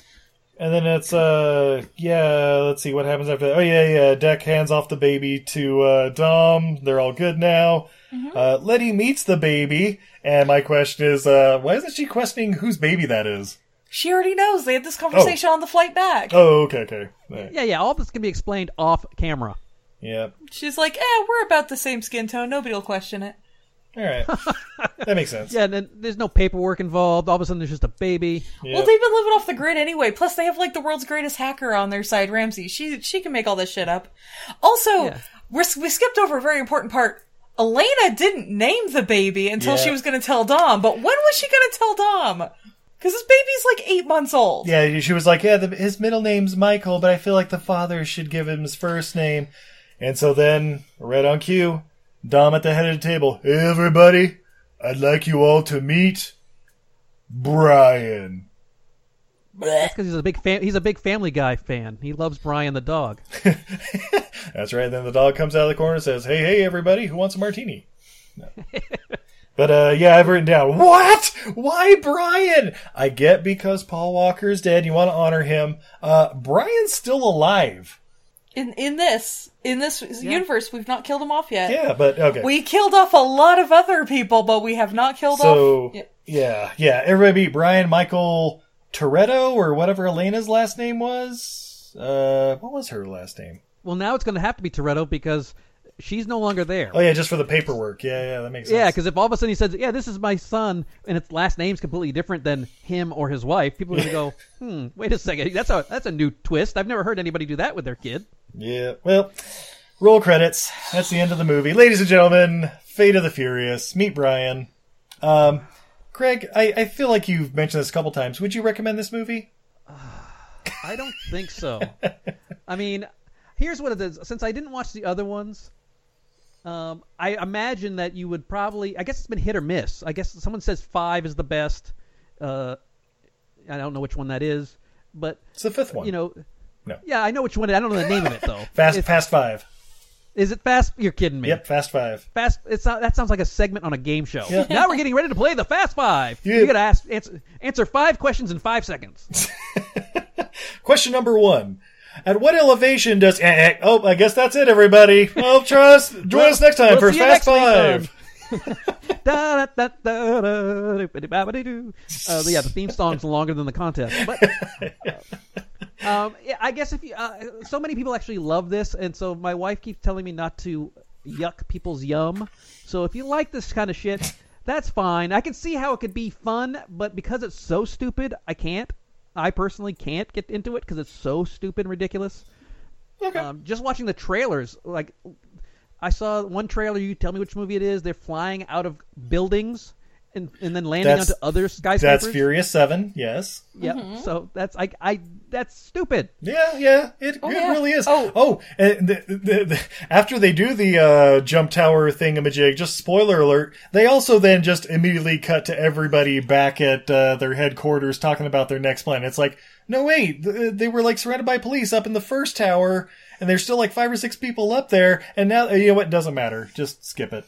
[SPEAKER 3] And then it's uh yeah, let's see what happens after that. Oh yeah, yeah, Deck hands off the baby to uh Dom. They're all good now.
[SPEAKER 4] Mm-hmm.
[SPEAKER 3] Uh Letty meets the baby, and my question is uh why isn't she questioning whose baby that is?
[SPEAKER 4] She already knows. They had this conversation on the flight back.
[SPEAKER 3] Oh, okay, okay. Right.
[SPEAKER 2] Yeah, yeah. All this can be explained off camera.
[SPEAKER 3] Yeah.
[SPEAKER 4] She's like, eh, we're about the same skin tone. Nobody will question it.
[SPEAKER 3] All right. that makes sense.
[SPEAKER 2] Yeah, and then there's no paperwork involved. All of a sudden, there's just a baby.
[SPEAKER 4] Well, they've been living off the grid anyway. Plus, they have like the world's greatest hacker on their side, Ramsey. She she can make all this shit up. Also, we're, we skipped over a very important part. Elena didn't name the baby until
[SPEAKER 3] Yeah.
[SPEAKER 4] she was going to tell Dom. But when was she going to tell Dom? Because this baby's like eight months old.
[SPEAKER 3] Yeah, she was like, yeah, the, his middle name's Michael, but I feel like the father should give him his first name. And so then, right on cue, Dom at the head of the table. Hey, everybody, I'd like you all to meet Brian.
[SPEAKER 2] Because he's a big fan. He's a big Family Guy fan. He loves Brian the dog.
[SPEAKER 3] That's right. Then the dog comes out of the corner and says, hey, hey, everybody, who wants a martini? No. But uh, yeah, I've written down what? Why Brian? I get because Paul Walker is dead. You want to honor him. Uh, Brian's still alive.
[SPEAKER 4] In in this in this universe, we've not killed him off yet.
[SPEAKER 3] Yeah, but okay.
[SPEAKER 4] We killed off a lot of other people, but we have not killed
[SPEAKER 3] So
[SPEAKER 4] off. Yeah.
[SPEAKER 3] yeah, yeah. Everybody beat Brian Michael Toretto or whatever Elena's last name was. Uh, what was her last name?
[SPEAKER 2] Well, now it's going to have to be Toretto because she's no longer there.
[SPEAKER 3] Oh yeah, just for the paperwork. Yeah, yeah, that makes sense.
[SPEAKER 2] Yeah, because if all of a sudden he says, "Yeah, this is my son," and its last name's completely different than him or his wife, people are going to go, "Hmm, wait a second. That's a that's a new twist. I've never heard anybody do that with their kid."
[SPEAKER 3] yeah. Well, roll credits. That's the end of the movie, ladies and gentlemen. Fate of the Furious. Meet Brian. Um, Craig, I, I feel like you've mentioned this a couple times. Would you recommend this movie?
[SPEAKER 2] I don't think so. I mean, here's what it is. Since I didn't watch the other ones, um, I imagine that you would probably. I guess it's been hit or miss. I guess someone says five is the best. Uh, I don't know which one that is, but
[SPEAKER 3] It's the fifth one.
[SPEAKER 2] you know,
[SPEAKER 3] No.
[SPEAKER 2] yeah, I know which one. it- I don't know the name of it though.
[SPEAKER 3] Fast,
[SPEAKER 2] It's-
[SPEAKER 3] Fast Five.
[SPEAKER 2] Is it fast? You're kidding me.
[SPEAKER 3] Yep, Fast Five.
[SPEAKER 2] Fast. It's not, that sounds like a segment on a game show. Now we're getting ready to play the Fast Five.
[SPEAKER 3] Yeah.
[SPEAKER 2] You gotta ask answer, answer five questions in five seconds.
[SPEAKER 3] Question number one. At what elevation does? eh, eh, oh, I guess that's it, everybody. Well, trust. Join us next time
[SPEAKER 2] we'll
[SPEAKER 3] for
[SPEAKER 2] see you
[SPEAKER 3] Fast
[SPEAKER 2] next week
[SPEAKER 3] Five.
[SPEAKER 2] on- da, da, da, da, da, da, da, da, da. Uh, yeah, the theme song's longer than the contest. But uh, um, yeah, I guess if you, uh, so many people actually love this, and so my wife keeps telling me not to yuck people's yum. So if you like this kind of shit, that's fine. I can see how it could be fun, but because it's so stupid, I can't. I personally can't get into it because it's so stupid and ridiculous. Um, just watching the trailers, like I saw one trailer. You tell me which movie it is. They're flying out of buildings and, and then landing
[SPEAKER 3] That's- Mm-hmm.
[SPEAKER 2] onto other skyscrapers.
[SPEAKER 3] That's Furious Seven. Yes.
[SPEAKER 2] Yeah. So that's I I that's stupid.
[SPEAKER 3] Yeah, yeah. It, it
[SPEAKER 4] yeah.
[SPEAKER 3] really is.
[SPEAKER 4] Oh.
[SPEAKER 3] and the, the, the, after they do the uh, jump tower thingamajig, just spoiler alert. They also then just immediately cut to everybody back at uh, their headquarters talking about their next plan. It's like, no, wait, th- uh, they were like surrounded by police up in the first tower, and there's still like five or six people up there. And now, you know what? Doesn't matter. Just skip it.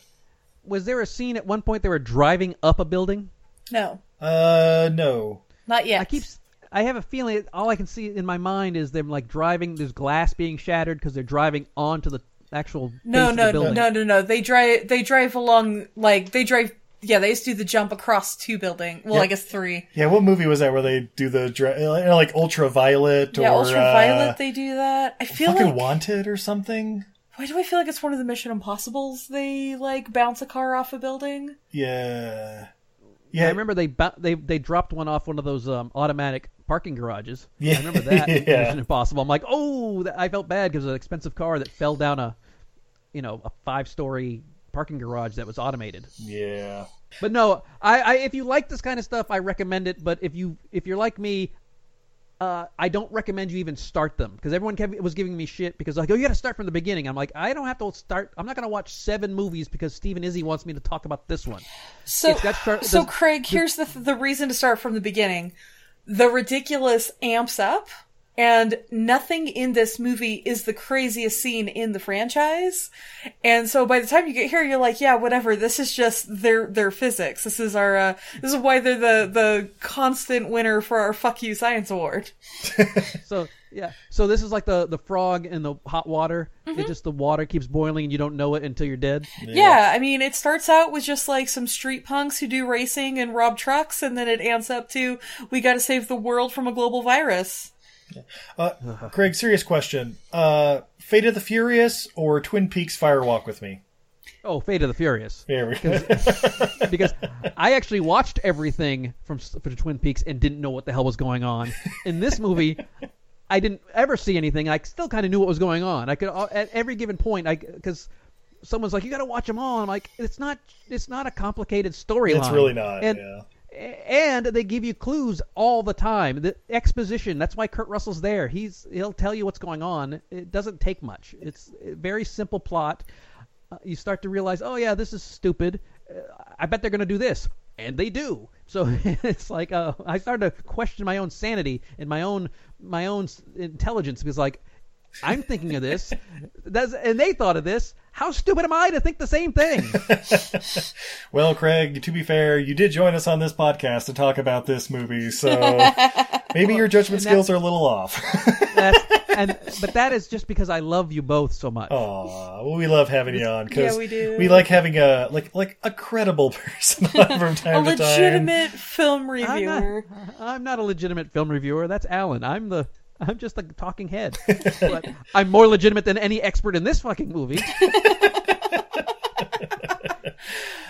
[SPEAKER 2] Was there a scene at one point they were driving up a building?
[SPEAKER 4] No,
[SPEAKER 3] Uh, no.
[SPEAKER 4] not yet.
[SPEAKER 2] I keep I have a feeling all I can see in my mind is them like driving. There's glass being shattered because they're driving onto the actual base
[SPEAKER 4] no
[SPEAKER 2] of
[SPEAKER 4] no
[SPEAKER 2] the building.
[SPEAKER 4] no no no they drive they drive along like they drive yeah they just do the jump across two building well i guess three
[SPEAKER 3] Yeah, what movie was that where they do the dra- uh, like ultraviolet
[SPEAKER 4] yeah
[SPEAKER 3] or
[SPEAKER 4] ultraviolet
[SPEAKER 3] uh,
[SPEAKER 4] they do that i feel
[SPEAKER 3] fucking
[SPEAKER 4] like
[SPEAKER 3] wanted or something?
[SPEAKER 4] Why do I feel like it's one of the Mission Impossibles? They like bounce a car off a building.
[SPEAKER 3] Yeah.
[SPEAKER 2] Yeah, I remember they bou- they they dropped one off one of those um, automatic parking garages.
[SPEAKER 3] Yeah.
[SPEAKER 2] I remember that. in
[SPEAKER 3] Yeah.
[SPEAKER 2] Mission Impossible. I'm like, oh, that, I felt bad because an expensive car that fell down a, you know, a five story parking garage that was automated.
[SPEAKER 3] Yeah.
[SPEAKER 2] But no, I, I if you like this kind of stuff, I recommend it. But if you if you're like me, uh, I don't recommend you even start them because everyone kept, was giving me shit because like, oh, you got to start from the beginning. I'm like, I don't have to start. I'm not gonna watch seven movies because Steven Izzy wants me to talk about this one.
[SPEAKER 4] So,
[SPEAKER 2] It's got to start-
[SPEAKER 4] so
[SPEAKER 2] the-
[SPEAKER 4] Craig, here's the the reason to start from the beginning. The ridiculous amps up, and nothing in this movie is the craziest scene in the franchise. And so, by the time you get here, you're like, yeah, whatever. This is just their their physics. This is our uh, this is why they're the the constant winner for our fuck you science award.
[SPEAKER 2] So yeah, so this is like the the frog in the hot water. It just the water keeps boiling and you don't know it until you're dead.
[SPEAKER 4] Yeah, I mean, it starts out with just like some street punks who do racing and rob trucks, and then it amps up to we got to save the world from a global virus.
[SPEAKER 3] Uh, Craig, serious question. Uh, Fate of the Furious or Twin Peaks Firewalk with Me?
[SPEAKER 2] Oh, Fate of the Furious.
[SPEAKER 3] There we go.
[SPEAKER 2] because I actually watched everything from from Twin Peaks and didn't know what the hell was going on. In this movie, I didn't ever see anything. I still kind of knew what was going on. I could uh, at every given point, I because someone's like, "You got to watch them all." I'm like, "It's not it's not a complicated storyline.
[SPEAKER 3] It's really not.
[SPEAKER 2] And,
[SPEAKER 3] yeah.
[SPEAKER 2] and they give you clues all the time. The exposition. That's why Kurt Russell's there. He's he'll tell you what's going on. It doesn't take much. It's a very simple plot. Uh, you start to realize, oh yeah, this is stupid. Uh, I bet they're going to do this, and they do. So it's like uh, I started to question my own sanity and my own my own s- intelligence because like I'm thinking of this, that's, and they thought of this. How stupid am I to think the same thing?
[SPEAKER 3] Well, Craig, to be fair, you did join us on this podcast to talk about this movie, so maybe your judgment skills are a little off.
[SPEAKER 2] That's, and but that is just because I love you both so much.
[SPEAKER 3] Aw, well, we love having you on because
[SPEAKER 4] Yeah, we do.
[SPEAKER 3] like having a like like a credible person on from time
[SPEAKER 4] a
[SPEAKER 3] to time.
[SPEAKER 4] legitimate film
[SPEAKER 2] I'm not,
[SPEAKER 4] reviewer.
[SPEAKER 2] I'm not a legitimate film reviewer. That's Alan. I'm the I'm just a talking head. but I'm more legitimate than any expert in this fucking movie.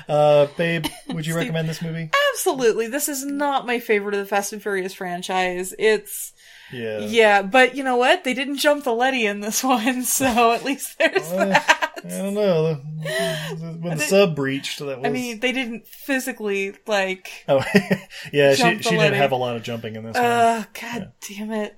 [SPEAKER 3] Uh, babe, would you recommend this movie?
[SPEAKER 4] Ah! Absolutely. This is not my favorite of the Fast and Furious franchise. It's
[SPEAKER 3] Yeah.
[SPEAKER 4] yeah, but you know what? They didn't jump the Letty in this one, so at least there's that.
[SPEAKER 3] I don't know. When the sub breached, that was.
[SPEAKER 4] I mean, they didn't physically like
[SPEAKER 3] oh, yeah, she,
[SPEAKER 4] Jump the
[SPEAKER 3] she didn't
[SPEAKER 4] lady.
[SPEAKER 3] have a lot of jumping in this one.
[SPEAKER 4] uh god damn it.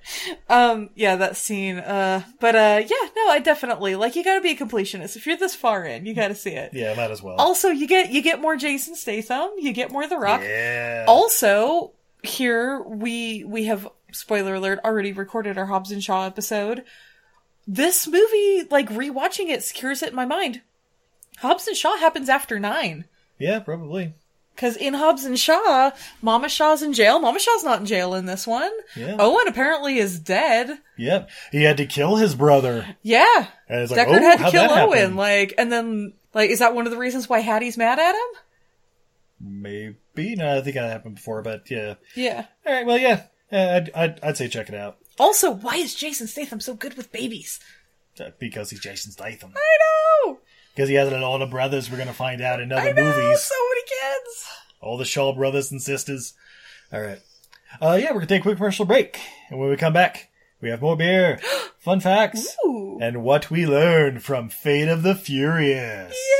[SPEAKER 4] Um yeah, that scene. Uh but uh yeah, no, I definitely like you got to be a completionist. If you're this far in, you got to see it.
[SPEAKER 3] Yeah, might as well.
[SPEAKER 4] Also, you get you get more Jason Statham, you get more The Rock.
[SPEAKER 3] yeah.
[SPEAKER 4] also here we we have spoiler alert already recorded our hobbs and shaw episode this movie like rewatching it secures it in my mind hobbs and shaw happens after nine
[SPEAKER 3] yeah, probably.
[SPEAKER 4] because in hobbs and shaw mama shaw's in jail mama shaw's not in jail in this one
[SPEAKER 3] Yeah.
[SPEAKER 4] owen apparently is dead
[SPEAKER 3] Yep. He had to kill his brother.
[SPEAKER 4] yeah
[SPEAKER 3] And it's like,
[SPEAKER 4] deckard
[SPEAKER 3] oh,
[SPEAKER 4] had to
[SPEAKER 3] how'd
[SPEAKER 4] kill
[SPEAKER 3] that happen?
[SPEAKER 4] owen like and then like is that one of the reasons why hattie's mad at him
[SPEAKER 3] Maybe. No, I think that happened before, but yeah.
[SPEAKER 4] yeah
[SPEAKER 3] All right, well, yeah. Uh, I'd, I'd, I'd say check it out
[SPEAKER 4] also why is jason statham so good with babies
[SPEAKER 3] Uh, because he's Jason Statham.
[SPEAKER 4] i know
[SPEAKER 3] Because he has it in all the brothers we're going to find out in other
[SPEAKER 4] I know
[SPEAKER 3] movies.
[SPEAKER 4] so many kids.
[SPEAKER 3] All the Shaw brothers and sisters. All right. Uh, yeah, we're going to take a quick commercial break. And when we come back, we have more beer, fun facts,
[SPEAKER 4] Ooh.
[SPEAKER 3] and what we learned from Fate of the Furious.
[SPEAKER 4] Yeah.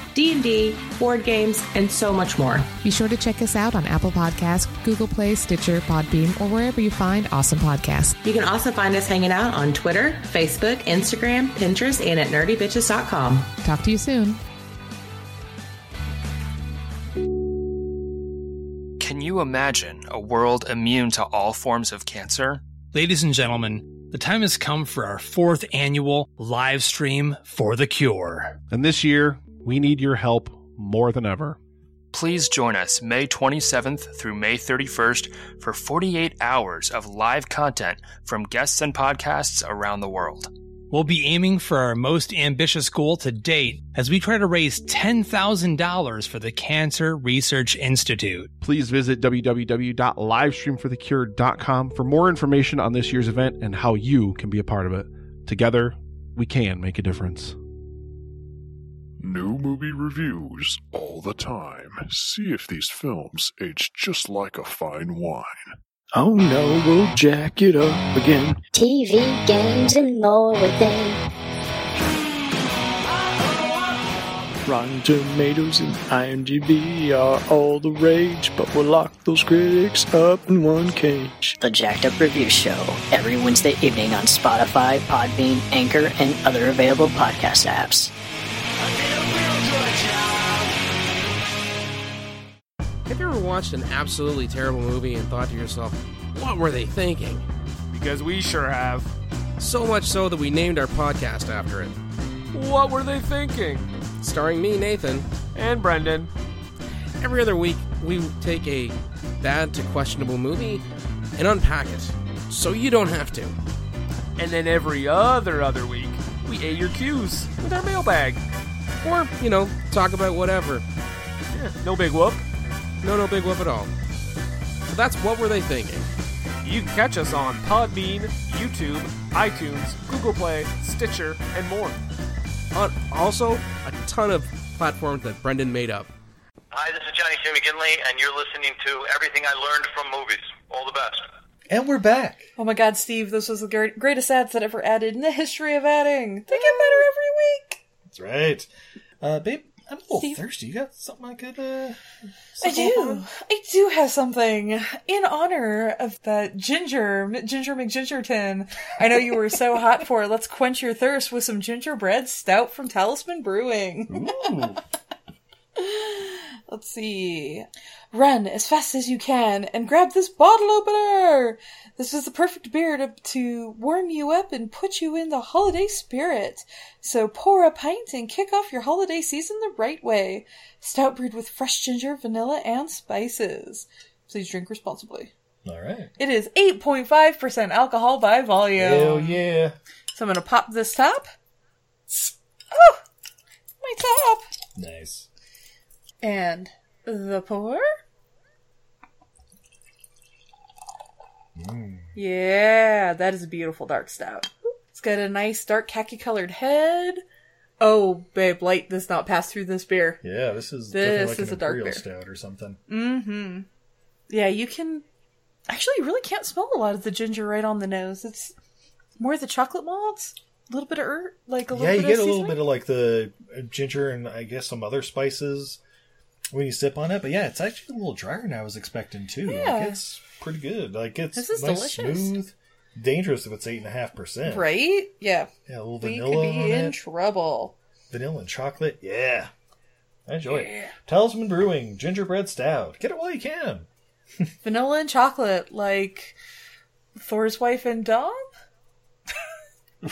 [SPEAKER 7] D&D, board games, and so much more. Be sure to check us out on Apple Podcasts, Google Play, Stitcher, Podbeam, or wherever you find awesome podcasts. You can also find us hanging out on Twitter, Facebook, Instagram, Pinterest, and at nerdybitches.com. Talk to you soon.
[SPEAKER 12] Can you imagine a world immune to all forms of cancer?
[SPEAKER 13] Ladies and gentlemen, the time has come for our fourth annual live stream for the cure.
[SPEAKER 14] And this year, We need your help more than ever.
[SPEAKER 12] Please join us May 27th through May 31st for 48 hours of live content from guests and podcasts around the world.
[SPEAKER 13] We'll be aiming for our most ambitious goal to date as we try to raise $10,000 for the Cancer Research Institute.
[SPEAKER 14] Please visit www.livestreamforthecure.com for more information on this year's event and how you can be a part of it. Together, we can make a difference.
[SPEAKER 15] New movie reviews all the time. See if these films age just like a fine wine.
[SPEAKER 6] Oh no, we'll jack it up again.
[SPEAKER 16] TV, games, and more within.
[SPEAKER 6] Rotten Tomatoes and IMDb are all the rage, but we'll lock those critics up in one cage.
[SPEAKER 17] The Jacked Up Review Show, every Wednesday evening on Spotify, Podbean, Anchor, and other available podcast apps.
[SPEAKER 18] Have you ever watched an absolutely terrible movie and thought to yourself, what were they thinking? Because we sure have. So much so that we named our podcast after it. What were they thinking? Starring me, Nathan. And Brendan. Every other week, we take a bad to questionable movie and unpack it, so you don't have to. And then every other other week, we A your cues with our mailbag. Or, you know, talk about whatever. no big whoop. No, no big whoop at all. So that's what were they thinking?
[SPEAKER 19] You can catch us on Podbean, YouTube, iTunes, Google Play, Stitcher, and more.
[SPEAKER 18] On also a ton of platforms that Brendan made up.
[SPEAKER 20] Hi, this is Johnny C. McGinley, and you're listening to Everything I Learned from Movies. All the best.
[SPEAKER 3] And we're back.
[SPEAKER 4] Oh my god, Steve, this was the gre- greatest ads that ever added in the history of adding. They get better every week.
[SPEAKER 3] That's right. Uh, babe, I'm a little thirsty. You got something I could, uh.
[SPEAKER 4] I do. I do have something in honor of that ginger, M- Ginger McGingerton. I know you were so hot for. Let's quench your thirst with some gingerbread stout from Talisman Brewing. Let's see. Run as fast as you can and grab this bottle opener. This is the perfect beer to, to warm you up and put you in the holiday spirit. So pour a pint and kick off your holiday season the right way. Stout brewed with fresh ginger, vanilla, and spices. Please drink responsibly.
[SPEAKER 3] All right.
[SPEAKER 4] It is 8.5% alcohol by volume.
[SPEAKER 3] Hell yeah.
[SPEAKER 4] So I'm going to pop this top. Oh, my top.
[SPEAKER 3] Nice.
[SPEAKER 4] And the pour.
[SPEAKER 3] Mm.
[SPEAKER 4] Yeah, that is a beautiful dark stout. It's got a nice dark khaki colored head. Oh, babe, light does not pass through this beer.
[SPEAKER 3] Yeah, this is
[SPEAKER 4] This
[SPEAKER 3] definitely like
[SPEAKER 4] is
[SPEAKER 3] an
[SPEAKER 4] a dark
[SPEAKER 3] imperial
[SPEAKER 4] beer.
[SPEAKER 3] stout or something.
[SPEAKER 4] Mm-hmm. Yeah, you can actually you really can't smell a lot of the ginger right on the nose. It's more the chocolate malts, a little bit of er, like a little
[SPEAKER 3] yeah, you
[SPEAKER 4] bit
[SPEAKER 3] get a
[SPEAKER 4] of
[SPEAKER 3] little bit of like the ginger and I guess some other spices when you sip on it. But yeah, it's actually a little drier than I was expecting too.
[SPEAKER 4] Yeah.
[SPEAKER 3] Like it's pretty good. Like it's
[SPEAKER 4] This is
[SPEAKER 3] nice,
[SPEAKER 4] delicious.
[SPEAKER 3] smooth. Dangerous if it's eight and a half percent.
[SPEAKER 4] seasoning. right? Yeah,
[SPEAKER 3] Yeah, a little
[SPEAKER 4] we
[SPEAKER 3] vanilla
[SPEAKER 4] could be
[SPEAKER 3] on
[SPEAKER 4] in
[SPEAKER 3] it.
[SPEAKER 4] trouble.
[SPEAKER 3] Vanilla and chocolate. Yeah. I enjoy it. Talisman Brewing, gingerbread stout. Get it while you can.
[SPEAKER 4] Vanilla and chocolate, like Thor's wife and Dom.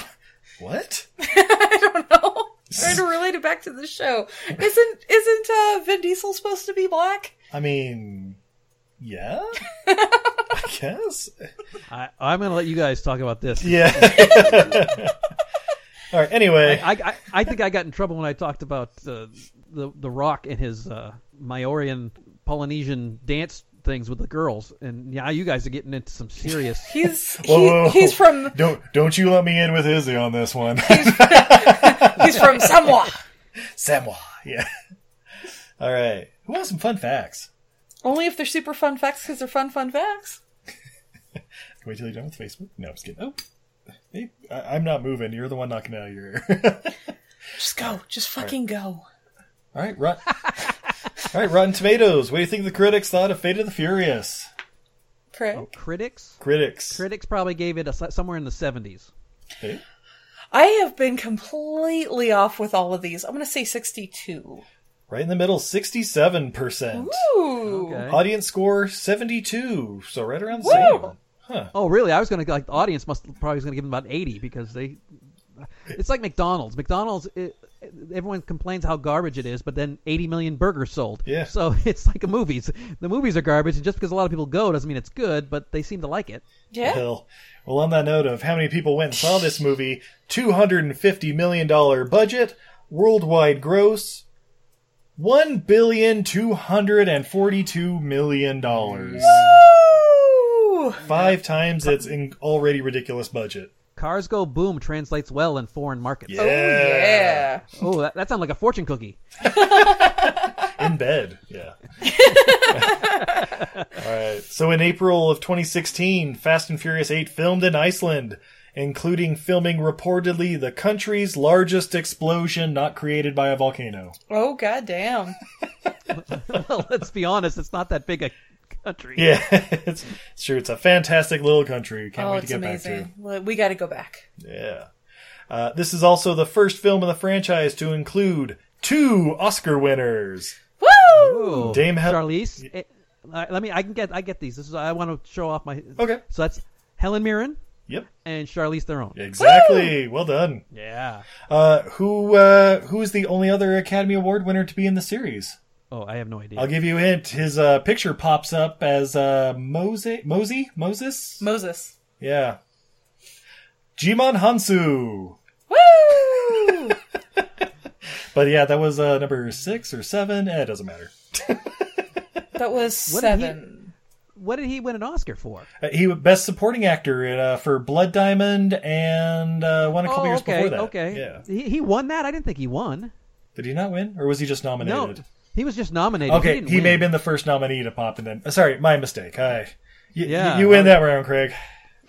[SPEAKER 3] What?
[SPEAKER 4] Trying to relate it back to the show. Isn't isn't uh, Vin Diesel supposed to be black?
[SPEAKER 3] I mean, yeah. I guess.
[SPEAKER 2] I, I'm going to let you guys talk about this.
[SPEAKER 3] Yeah. All right. Anyway,
[SPEAKER 2] I, I, I think I got in trouble when I talked about uh, the the Rock and his uh, Maorian Polynesian dance things with the girls, and now you guys are getting into some serious.
[SPEAKER 4] he's
[SPEAKER 3] Whoa, whoa, whoa.
[SPEAKER 4] he's from
[SPEAKER 3] Don't don't you let me in with Izzy on this one.
[SPEAKER 4] he's from Samoa.
[SPEAKER 3] Samoa. Yeah. All right. Who wants some fun facts?
[SPEAKER 4] Only if they're super fun facts because they're fun fun facts.
[SPEAKER 3] Wait till you're done with Facebook. No, I'm just kidding. Oh, hey, I, I'm not moving. You're the one knocking out of your ear.
[SPEAKER 4] Just go, just fucking go.
[SPEAKER 3] All right, run. All right, Rotten Tomatoes. What do you think the critics thought of Fate of the Furious?
[SPEAKER 4] Correct.
[SPEAKER 3] Oh.
[SPEAKER 2] critics.
[SPEAKER 3] Critics.
[SPEAKER 2] Critics probably gave it a, s- somewhere in the 70s.
[SPEAKER 3] Hey.
[SPEAKER 4] I have been completely off with all of these. I'm going to say 62.
[SPEAKER 3] Right in the middle, sixty-seven percent.
[SPEAKER 4] Ooh.
[SPEAKER 3] Audience score seventy-two. So right around the same.
[SPEAKER 2] Oh, really? I was going to like the audience must probably was going to give them about 80 because they. It's like McDonald's. McDonald's, it, everyone complains how garbage it is, but then 80 million burgers sold.
[SPEAKER 3] Yeah.
[SPEAKER 2] So it's like the movies. The movies are garbage, and just because a lot of people go doesn't mean it's good, but they seem to like it.
[SPEAKER 3] Hell. Well, on that note of how many people went and saw this movie, two hundred and fifty million dollar budget, worldwide gross, one billion two hundred and forty-two million dollars. Five times its in- already ridiculous budget.
[SPEAKER 2] Cars Go Boom translates well in foreign markets.
[SPEAKER 3] Oh, yeah.
[SPEAKER 2] Oh, that, that sounds like a fortune cookie.
[SPEAKER 3] in bed. Yeah. All right. So in April of 2016, Fast and Furious 8 filmed in Iceland, including filming reportedly the country's largest explosion not created by a volcano.
[SPEAKER 4] Oh goddamn!
[SPEAKER 2] well, let's be honest, it's not that big a country.
[SPEAKER 3] Yeah, it's, it's true. It's a fantastic little country. Can't
[SPEAKER 4] oh,
[SPEAKER 3] wait to
[SPEAKER 4] it's
[SPEAKER 3] get back
[SPEAKER 4] amazing. Well, We got to go back.
[SPEAKER 3] to. Yeah. Uh, this is also the first film in the franchise to include two Oscar winners.
[SPEAKER 2] Woo!
[SPEAKER 3] Dame Hel-
[SPEAKER 2] Charlize. eh, uh, let me. I can get. I get these. This is. I want to show off my.
[SPEAKER 3] Okay.
[SPEAKER 2] So that's Helen Mirren.
[SPEAKER 3] Yep.
[SPEAKER 2] And Charlize Theron.
[SPEAKER 3] Exactly. Well done.
[SPEAKER 2] Yeah.
[SPEAKER 3] Uh, who uh, who is the only other Academy Award winner to be in the series?
[SPEAKER 2] Oh, I have no idea.
[SPEAKER 3] I'll give you a hint. His uh, picture pops up as uh, Mose- Mosey? Moses?
[SPEAKER 4] Moses.
[SPEAKER 3] Yeah. Jimon Hansu.
[SPEAKER 4] Woo!
[SPEAKER 3] But yeah, that was uh, number six or seven. Eh, it doesn't matter.
[SPEAKER 4] that was
[SPEAKER 2] What did he-
[SPEAKER 4] seven.
[SPEAKER 2] What did he win an Oscar for?
[SPEAKER 3] Uh, he was best supporting actor in, uh, for Blood Diamond and uh, one a couple
[SPEAKER 2] oh,
[SPEAKER 3] years
[SPEAKER 2] okay.
[SPEAKER 3] before that.
[SPEAKER 2] Okay.
[SPEAKER 3] Yeah.
[SPEAKER 2] He, he won that. I didn't think he won.
[SPEAKER 3] Did he not win, or was he just nominated?
[SPEAKER 2] No. He was just nominated.
[SPEAKER 3] Okay,
[SPEAKER 2] He, didn't
[SPEAKER 3] he,
[SPEAKER 2] win.
[SPEAKER 3] may have been the first nominee to pop, and then uh, sorry, my mistake. Hi, Y-
[SPEAKER 2] Yeah,
[SPEAKER 3] you win
[SPEAKER 2] I-
[SPEAKER 3] that round, Craig.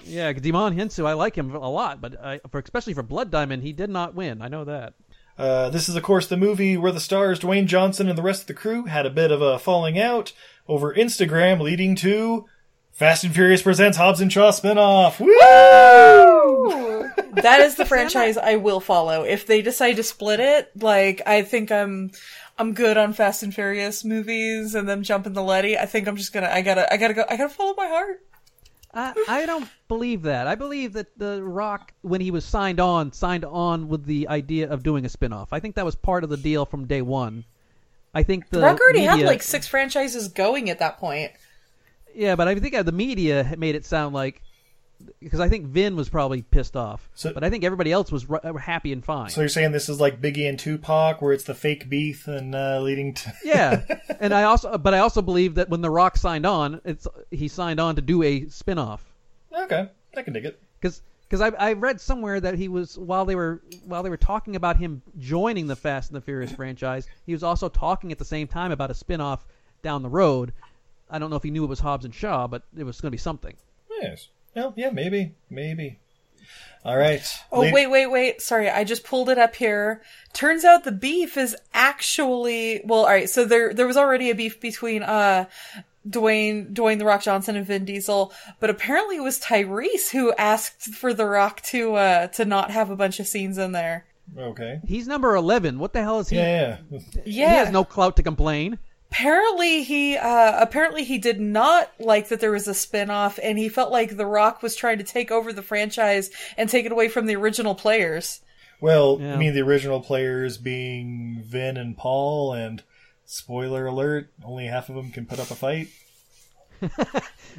[SPEAKER 2] Yeah, Demon Hensu. I like him a lot, but I, for especially for Blood Diamond, he did not win. I know that.
[SPEAKER 3] Uh, this is, of course, the movie where the stars Dwayne Johnson and the rest of the crew had a bit of a falling out over Instagram, leading to Fast and Furious presents Hobbs and Shaw spinoff. Woo!
[SPEAKER 4] that is the franchise I will follow. If they decide to split it, like I think I'm I'm good on Fast and Furious movies and them jumping the Letty. I think I'm just gonna I gotta I gotta go I gotta follow my heart.
[SPEAKER 2] I, I don't believe that. I believe that The Rock, when he was signed on, signed on with the idea of doing a spinoff. I think that was part of the deal from day one. I think the
[SPEAKER 4] Rock already had
[SPEAKER 2] media-
[SPEAKER 4] like six franchises going at that point.
[SPEAKER 2] yeah, but I think uh, the media had made it sound like because I think Vin was probably pissed off, but I think everybody else was r- uh, happy and fine.
[SPEAKER 3] So you're saying this is like Biggie and Tupac, where it's the fake beef and uh, leading to
[SPEAKER 2] yeah, and I also, uh, but I also believe that when The Rock signed on, it's he signed on to do a spinoff.
[SPEAKER 3] okay, I can dig it.
[SPEAKER 2] because because I, I read somewhere that he was while they were while they were talking about him joining the Fast and the Furious franchise, he was also talking at the same time about a spin-off down the road. I don't know if he knew it was Hobbs and Shaw, but it was going to be something.
[SPEAKER 3] Yes. Well, yeah, maybe, maybe. All right.
[SPEAKER 4] Oh
[SPEAKER 3] Lady-
[SPEAKER 4] wait, wait, wait. Sorry, I just pulled it up here. Turns out the beef is actually well, all right, so there there was already a beef between uh Dwayne Dwayne the Rock Johnson and Vin Diesel, but apparently it was Tyrese who asked for the Rock to uh to not have a bunch of scenes in there.
[SPEAKER 3] Okay.
[SPEAKER 2] He's number eleven. What the hell is he?
[SPEAKER 3] Yeah,
[SPEAKER 2] He
[SPEAKER 4] Yeah.
[SPEAKER 2] has no clout to complain.
[SPEAKER 4] Apparently he uh apparently he did not like that there was a spin-off and he felt like The Rock was trying to take over the franchise and take it away from the original players.
[SPEAKER 3] Well, I mean the original players being Vin and Paul, and spoiler alert, only half of them can put up a fight.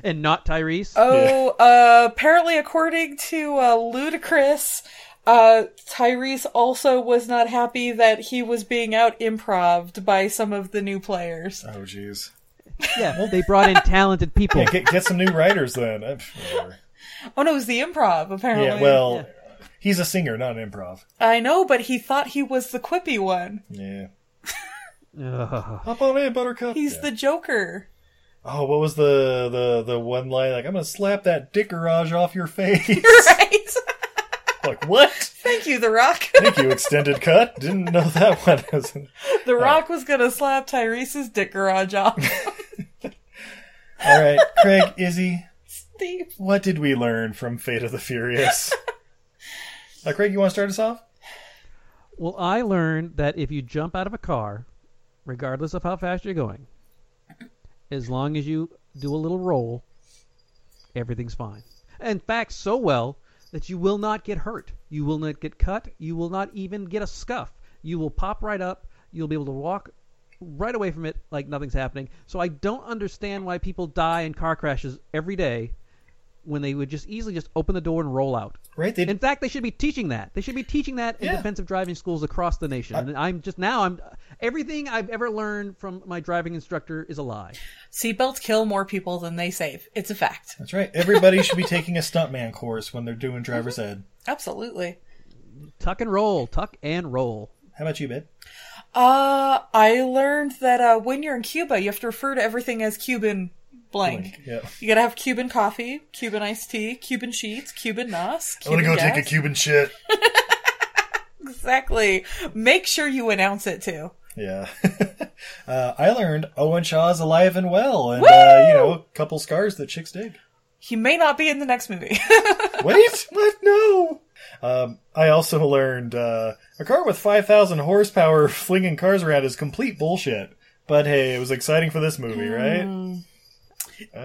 [SPEAKER 2] and not Tyrese.
[SPEAKER 4] Oh, uh, apparently, according to uh, Ludacris, uh, Tyrese also was not happy that he was being out improved by some of the new players.
[SPEAKER 3] Oh, jeez.
[SPEAKER 2] Yeah, they brought in talented people.
[SPEAKER 3] Yeah, get get some new writers then. Uh, whatever.
[SPEAKER 4] Oh no, it was the improv apparently.
[SPEAKER 3] Yeah, well, he's a singer, not an improv.
[SPEAKER 4] I know, but he thought he was the quippy one.
[SPEAKER 3] Yeah.
[SPEAKER 2] Ugh.
[SPEAKER 3] Hop on in, Buttercup.
[SPEAKER 4] He's the Joker.
[SPEAKER 3] Oh, what was the the the one line? Like, I'm gonna slap that dickerage off your face.
[SPEAKER 4] right.
[SPEAKER 3] like what?
[SPEAKER 4] Thank you, The Rock.
[SPEAKER 3] Thank you, extended cut. Didn't know that one. was in-
[SPEAKER 4] The Rock was gonna slap Tyrese's dick garage off.
[SPEAKER 3] All right, Craig, Izzy,
[SPEAKER 4] Steve.
[SPEAKER 3] what did we learn from Fate of the Furious? uh, Craig, you want to start us off?
[SPEAKER 2] Well, I learned that if you jump out of a car, regardless of how fast you're going, as long as you do a little roll, everything's fine. In fact, so well that you will not get hurt. You will not get cut. You will not even get a scuff. you will pop right up. You'll be able to walk right away from it like nothing's happening. So I don't understand why people die in car crashes every day when they would just easily just open the door and roll out.
[SPEAKER 3] Right.
[SPEAKER 2] in fact, they should be teaching that. They should be teaching that in defensive driving schools across the nation. and I'm just now I'm everything I've ever learned from my driving instructor is a lie.
[SPEAKER 4] Seatbelts kill more people than they save. It's a fact.
[SPEAKER 3] That's right. Everybody should be taking a stuntman course when they're doing driver's ed.
[SPEAKER 4] Absolutely.
[SPEAKER 2] Tuck and roll, tuck and roll.
[SPEAKER 3] How about you, babe?
[SPEAKER 4] Uh, I learned that uh, when you're in Cuba, you have to refer to everything as Cuban blank.
[SPEAKER 3] Yeah.
[SPEAKER 4] You gotta have Cuban coffee, Cuban iced tea, Cuban sheets, Cuban nas.
[SPEAKER 3] I'm gonna
[SPEAKER 4] Cuban
[SPEAKER 3] go
[SPEAKER 4] gas.
[SPEAKER 3] take a Cuban shit.
[SPEAKER 4] Exactly. Make sure you announce it too.
[SPEAKER 3] Yeah. uh, I learned Owen Shaw's alive and well, and uh, you know, a couple scars that chicks dig.
[SPEAKER 4] He may not be in the next movie.
[SPEAKER 3] Wait, what? No. Um, I also learned uh, a car with 5,000 horsepower flinging cars around is complete bullshit. But hey, it was exciting for this movie, right?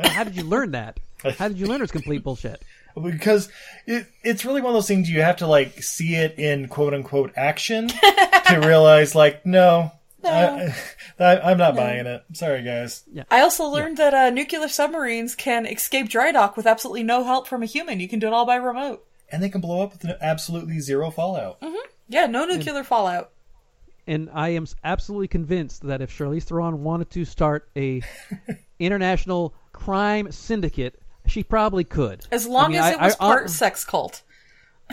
[SPEAKER 2] How did you learn that? How did you learn it's complete bullshit?
[SPEAKER 3] Because it, it's really one of those things you have to like see it in quote unquote action to realize like no, I, I, am not
[SPEAKER 4] No.
[SPEAKER 3] buying it. Sorry guys.
[SPEAKER 2] Yeah.
[SPEAKER 4] I also learned that uh, nuclear submarines can escape dry dock with absolutely no help from a human. You can do it all by remote.
[SPEAKER 3] And they can blow up with an absolutely zero fallout.
[SPEAKER 4] hmm Yeah, no nuclear fallout.
[SPEAKER 2] and I am absolutely convinced that if Charlize Theron wanted to start a international crime syndicate, she probably could.
[SPEAKER 4] As
[SPEAKER 2] I
[SPEAKER 4] long
[SPEAKER 2] mean,
[SPEAKER 4] as
[SPEAKER 2] I-
[SPEAKER 4] it was
[SPEAKER 2] I- uh, I-
[SPEAKER 4] part sex cult.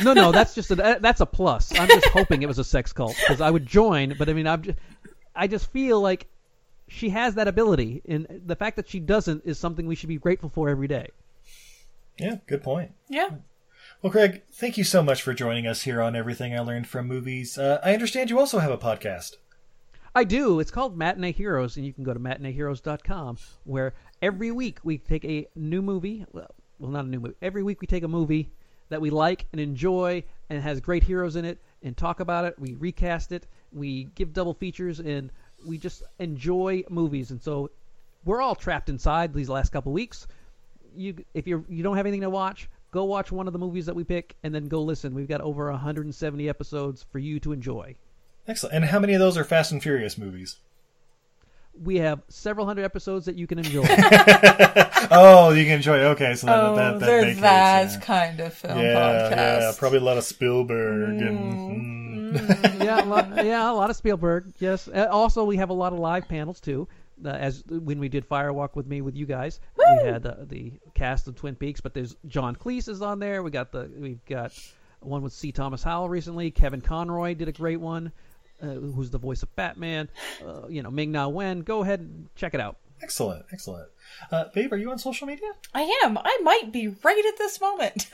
[SPEAKER 2] no, no, that's just a, that- that's a plus. I'm just hoping it was a sex cult because I would join. But I mean, I'm just, I just feel like she has that ability, and the fact that she doesn't is something we should be grateful for every day.
[SPEAKER 3] Yeah, good point.
[SPEAKER 4] Yeah.
[SPEAKER 3] Well, Greg, thank you so much for joining us here on Everything I Learned from Movies. Uh, I understand you also have a podcast.
[SPEAKER 2] I do. It's called Matinee Heroes, and you can go to matineeheroes.com, where every week we take a new movie. Well, well, not a new movie. Every week we take a movie that we like and enjoy and has great heroes in it and talk about it. We recast it. We give double features, and we just enjoy movies. And so we're all trapped inside these last couple weeks. You, if you you don't have anything to watch, go watch one of the movies that we pick, and then go listen. We've got over 170 episodes for you to enjoy.
[SPEAKER 3] Excellent. And how many of those are Fast and Furious movies?
[SPEAKER 2] We have several hundred episodes that you can enjoy.
[SPEAKER 3] Oh, you can enjoy. Okay, so that,
[SPEAKER 4] Oh,
[SPEAKER 3] that, that
[SPEAKER 4] they're
[SPEAKER 3] vacates,
[SPEAKER 4] that
[SPEAKER 3] yeah.
[SPEAKER 4] kind of film
[SPEAKER 3] yeah,
[SPEAKER 4] podcast.
[SPEAKER 3] Yeah, probably a lot of Spielberg
[SPEAKER 4] Mm.
[SPEAKER 3] and mm.
[SPEAKER 2] yeah, a lot, yeah, a lot of Spielberg. Yes. Uh, Also, we have a lot of live panels too. Uh, as when we did Firewalk with me with you guys, we had uh, the cast of Twin Peaks, but there's John Cleese is on there. We got the we've got one with C. Thomas Howell recently. Kevin Conroy did a great one, uh, who's the voice of Batman. Uh, you know, Ming Na Wen. Go ahead and check it out.
[SPEAKER 3] excellent, excellent. Uh, babe, are you on social media?
[SPEAKER 4] I am. I might be right at this moment.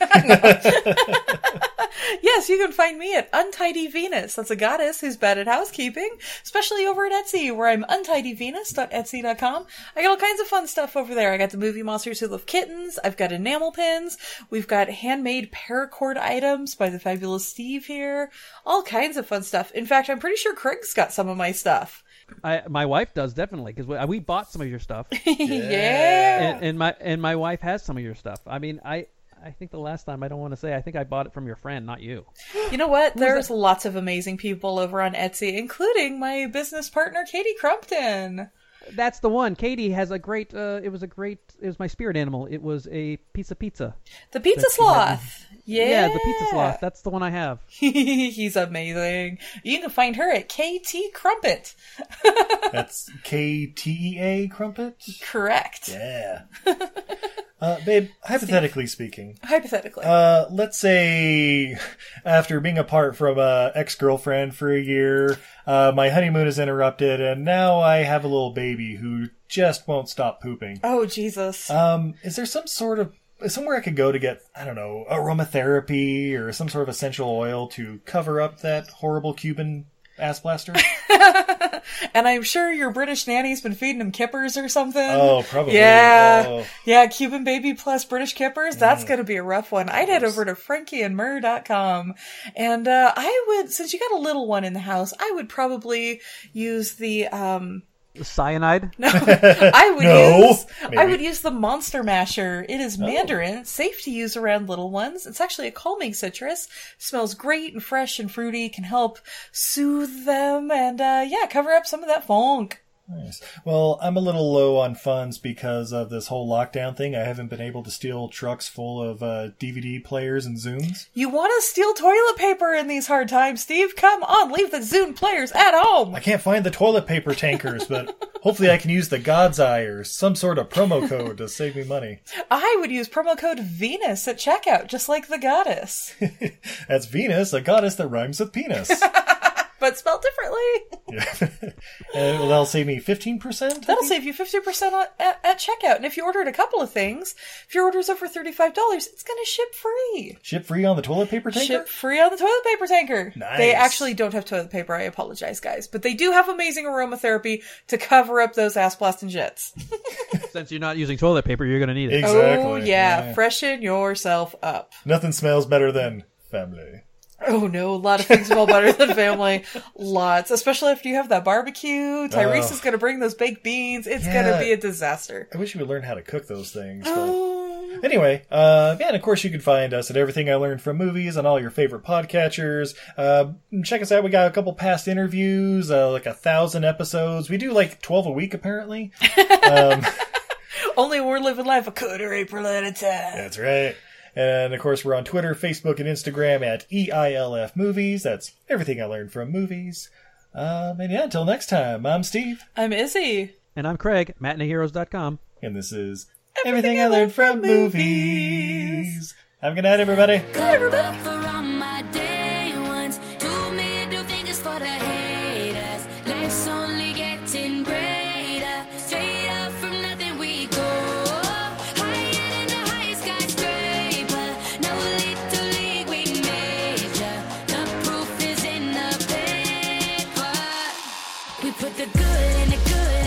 [SPEAKER 4] yes, you can find me at Untidy Venus. That's a goddess who's bad at housekeeping, especially over at Etsy, where I'm untidyvenus.etsy.com. I got all kinds of fun stuff over there. I got the movie Monsters Who Love Kittens. I've got enamel pins. We've got handmade paracord items by the fabulous Steve here. All kinds of fun stuff. In fact, I'm pretty sure Craig's got some of my stuff.
[SPEAKER 2] I, my wife does definitely because we, we bought some of your stuff.
[SPEAKER 4] Yeah.
[SPEAKER 2] and, and my and my wife has some of your stuff. I mean, I I think the last time I don't want to say I think I bought it from your friend, not you.
[SPEAKER 4] You know what? There's lots of amazing people over on Etsy, including my business partner, Katie Crumpton.
[SPEAKER 2] That's the one. Katie has a great. Uh, it was a great. It was my spirit animal. It was a piece of pizza.
[SPEAKER 4] The pizza
[SPEAKER 2] That she had-
[SPEAKER 4] sloth.
[SPEAKER 2] Yeah, the
[SPEAKER 4] Yeah.
[SPEAKER 2] pizza sloth. That's the one I have.
[SPEAKER 4] He's amazing. You can find her at KT Crumpet.
[SPEAKER 3] That's K T E A Crumpet.
[SPEAKER 4] Correct.
[SPEAKER 3] Yeah. Uh, babe, hypothetically speaking,
[SPEAKER 4] Hypothetically.
[SPEAKER 3] Uh, let's say after being apart from a ex girlfriend for a year, uh, my honeymoon is interrupted, and now I have a little baby who just won't stop pooping.
[SPEAKER 4] oh, Jesus.
[SPEAKER 3] Um, is there some sort of somewhere I could go to get I don't know aromatherapy or some sort of essential oil to cover up that horrible Cuban ass blaster?
[SPEAKER 4] and I'm sure your British nanny's been feeding him kippers or something.
[SPEAKER 3] Oh, probably.
[SPEAKER 4] Yeah.
[SPEAKER 3] Oh.
[SPEAKER 4] Yeah, Cuban baby plus British kippers.
[SPEAKER 2] Mm.
[SPEAKER 4] That's going to be a rough one. I'd head over to frankieandmurr.com. And uh, I would, since you got a little one in the house, I would probably use the. Um,
[SPEAKER 2] Cyanide?
[SPEAKER 4] No, I would
[SPEAKER 2] No,
[SPEAKER 4] use I
[SPEAKER 2] maybe. Oh.
[SPEAKER 4] would use the Monster Masher. It is mandarin, It's safe to use around little ones. It's actually a calming citrus. Smells great and fresh and fruity. Can help soothe them and uh, yeah, cover up some of that funk.
[SPEAKER 3] Nice. Well, I'm a little low on funds because of this whole lockdown thing. I haven't been able to steal trucks full of uh, DVD players and Zooms.
[SPEAKER 4] You want to steal toilet paper in these hard times, Steve? Come on, leave the Zune players at home.
[SPEAKER 3] I can't find the toilet paper tankers, but hopefully I can use the God's Eye or some sort of promo code to save me money.
[SPEAKER 4] I would use promo code Venus at checkout, just like the goddess,
[SPEAKER 3] That's Venus, a goddess that rhymes with penis.
[SPEAKER 4] but spelled differently.
[SPEAKER 3] And well, that'll save me 15%?
[SPEAKER 4] That'll save you 50% on, at, at checkout. And if you ordered a couple of things, if your order's over $35, it's going to ship free.
[SPEAKER 3] Ship free on the toilet paper tanker?
[SPEAKER 4] Ship free on the toilet paper tanker.
[SPEAKER 3] Nice.
[SPEAKER 4] They actually don't have toilet paper. I apologize, guys. But they do have amazing aromatherapy to cover up those ass blasting jets.
[SPEAKER 2] Since you're not using toilet paper, you're going to need it.
[SPEAKER 4] Oh, yeah. Freshen yourself up.
[SPEAKER 3] Nothing smells better than family.
[SPEAKER 4] Oh, no. A lot of things smell better than family. Lots. Especially after you have that barbecue. Tyrese
[SPEAKER 3] Oh.
[SPEAKER 4] is going to bring those baked beans. It's
[SPEAKER 3] Yeah.
[SPEAKER 4] going to be a disaster.
[SPEAKER 3] I wish you would learn how to cook those things. but-
[SPEAKER 4] Um.
[SPEAKER 3] Anyway, uh, yeah, and of course you can find us at Everything I Learned from Movies on all your favorite podcatchers. Uh, check us out. We got a couple past interviews, uh, like a thousand episodes. We do like 12 a week, apparently. um,
[SPEAKER 4] Only we're living life a quarter April at a time.
[SPEAKER 3] That's right. And of course, we're on Twitter, Facebook, and Instagram at E EILF Movies. That's everything I learned from movies. Um, and yeah, until next time, I'm Steve.
[SPEAKER 4] I'm Izzy.
[SPEAKER 2] And I'm Craig, matineeheroes.com.
[SPEAKER 3] And this is Everything, I Learned from Movies. Have a good night, everybody.
[SPEAKER 9] For all my day ones, too middle fingers for the haters. Life's only getting greater. Straight up from nothing we go. Higher than the highest skyscraper. No little league we major. The proof is in the paper. We put the good in the good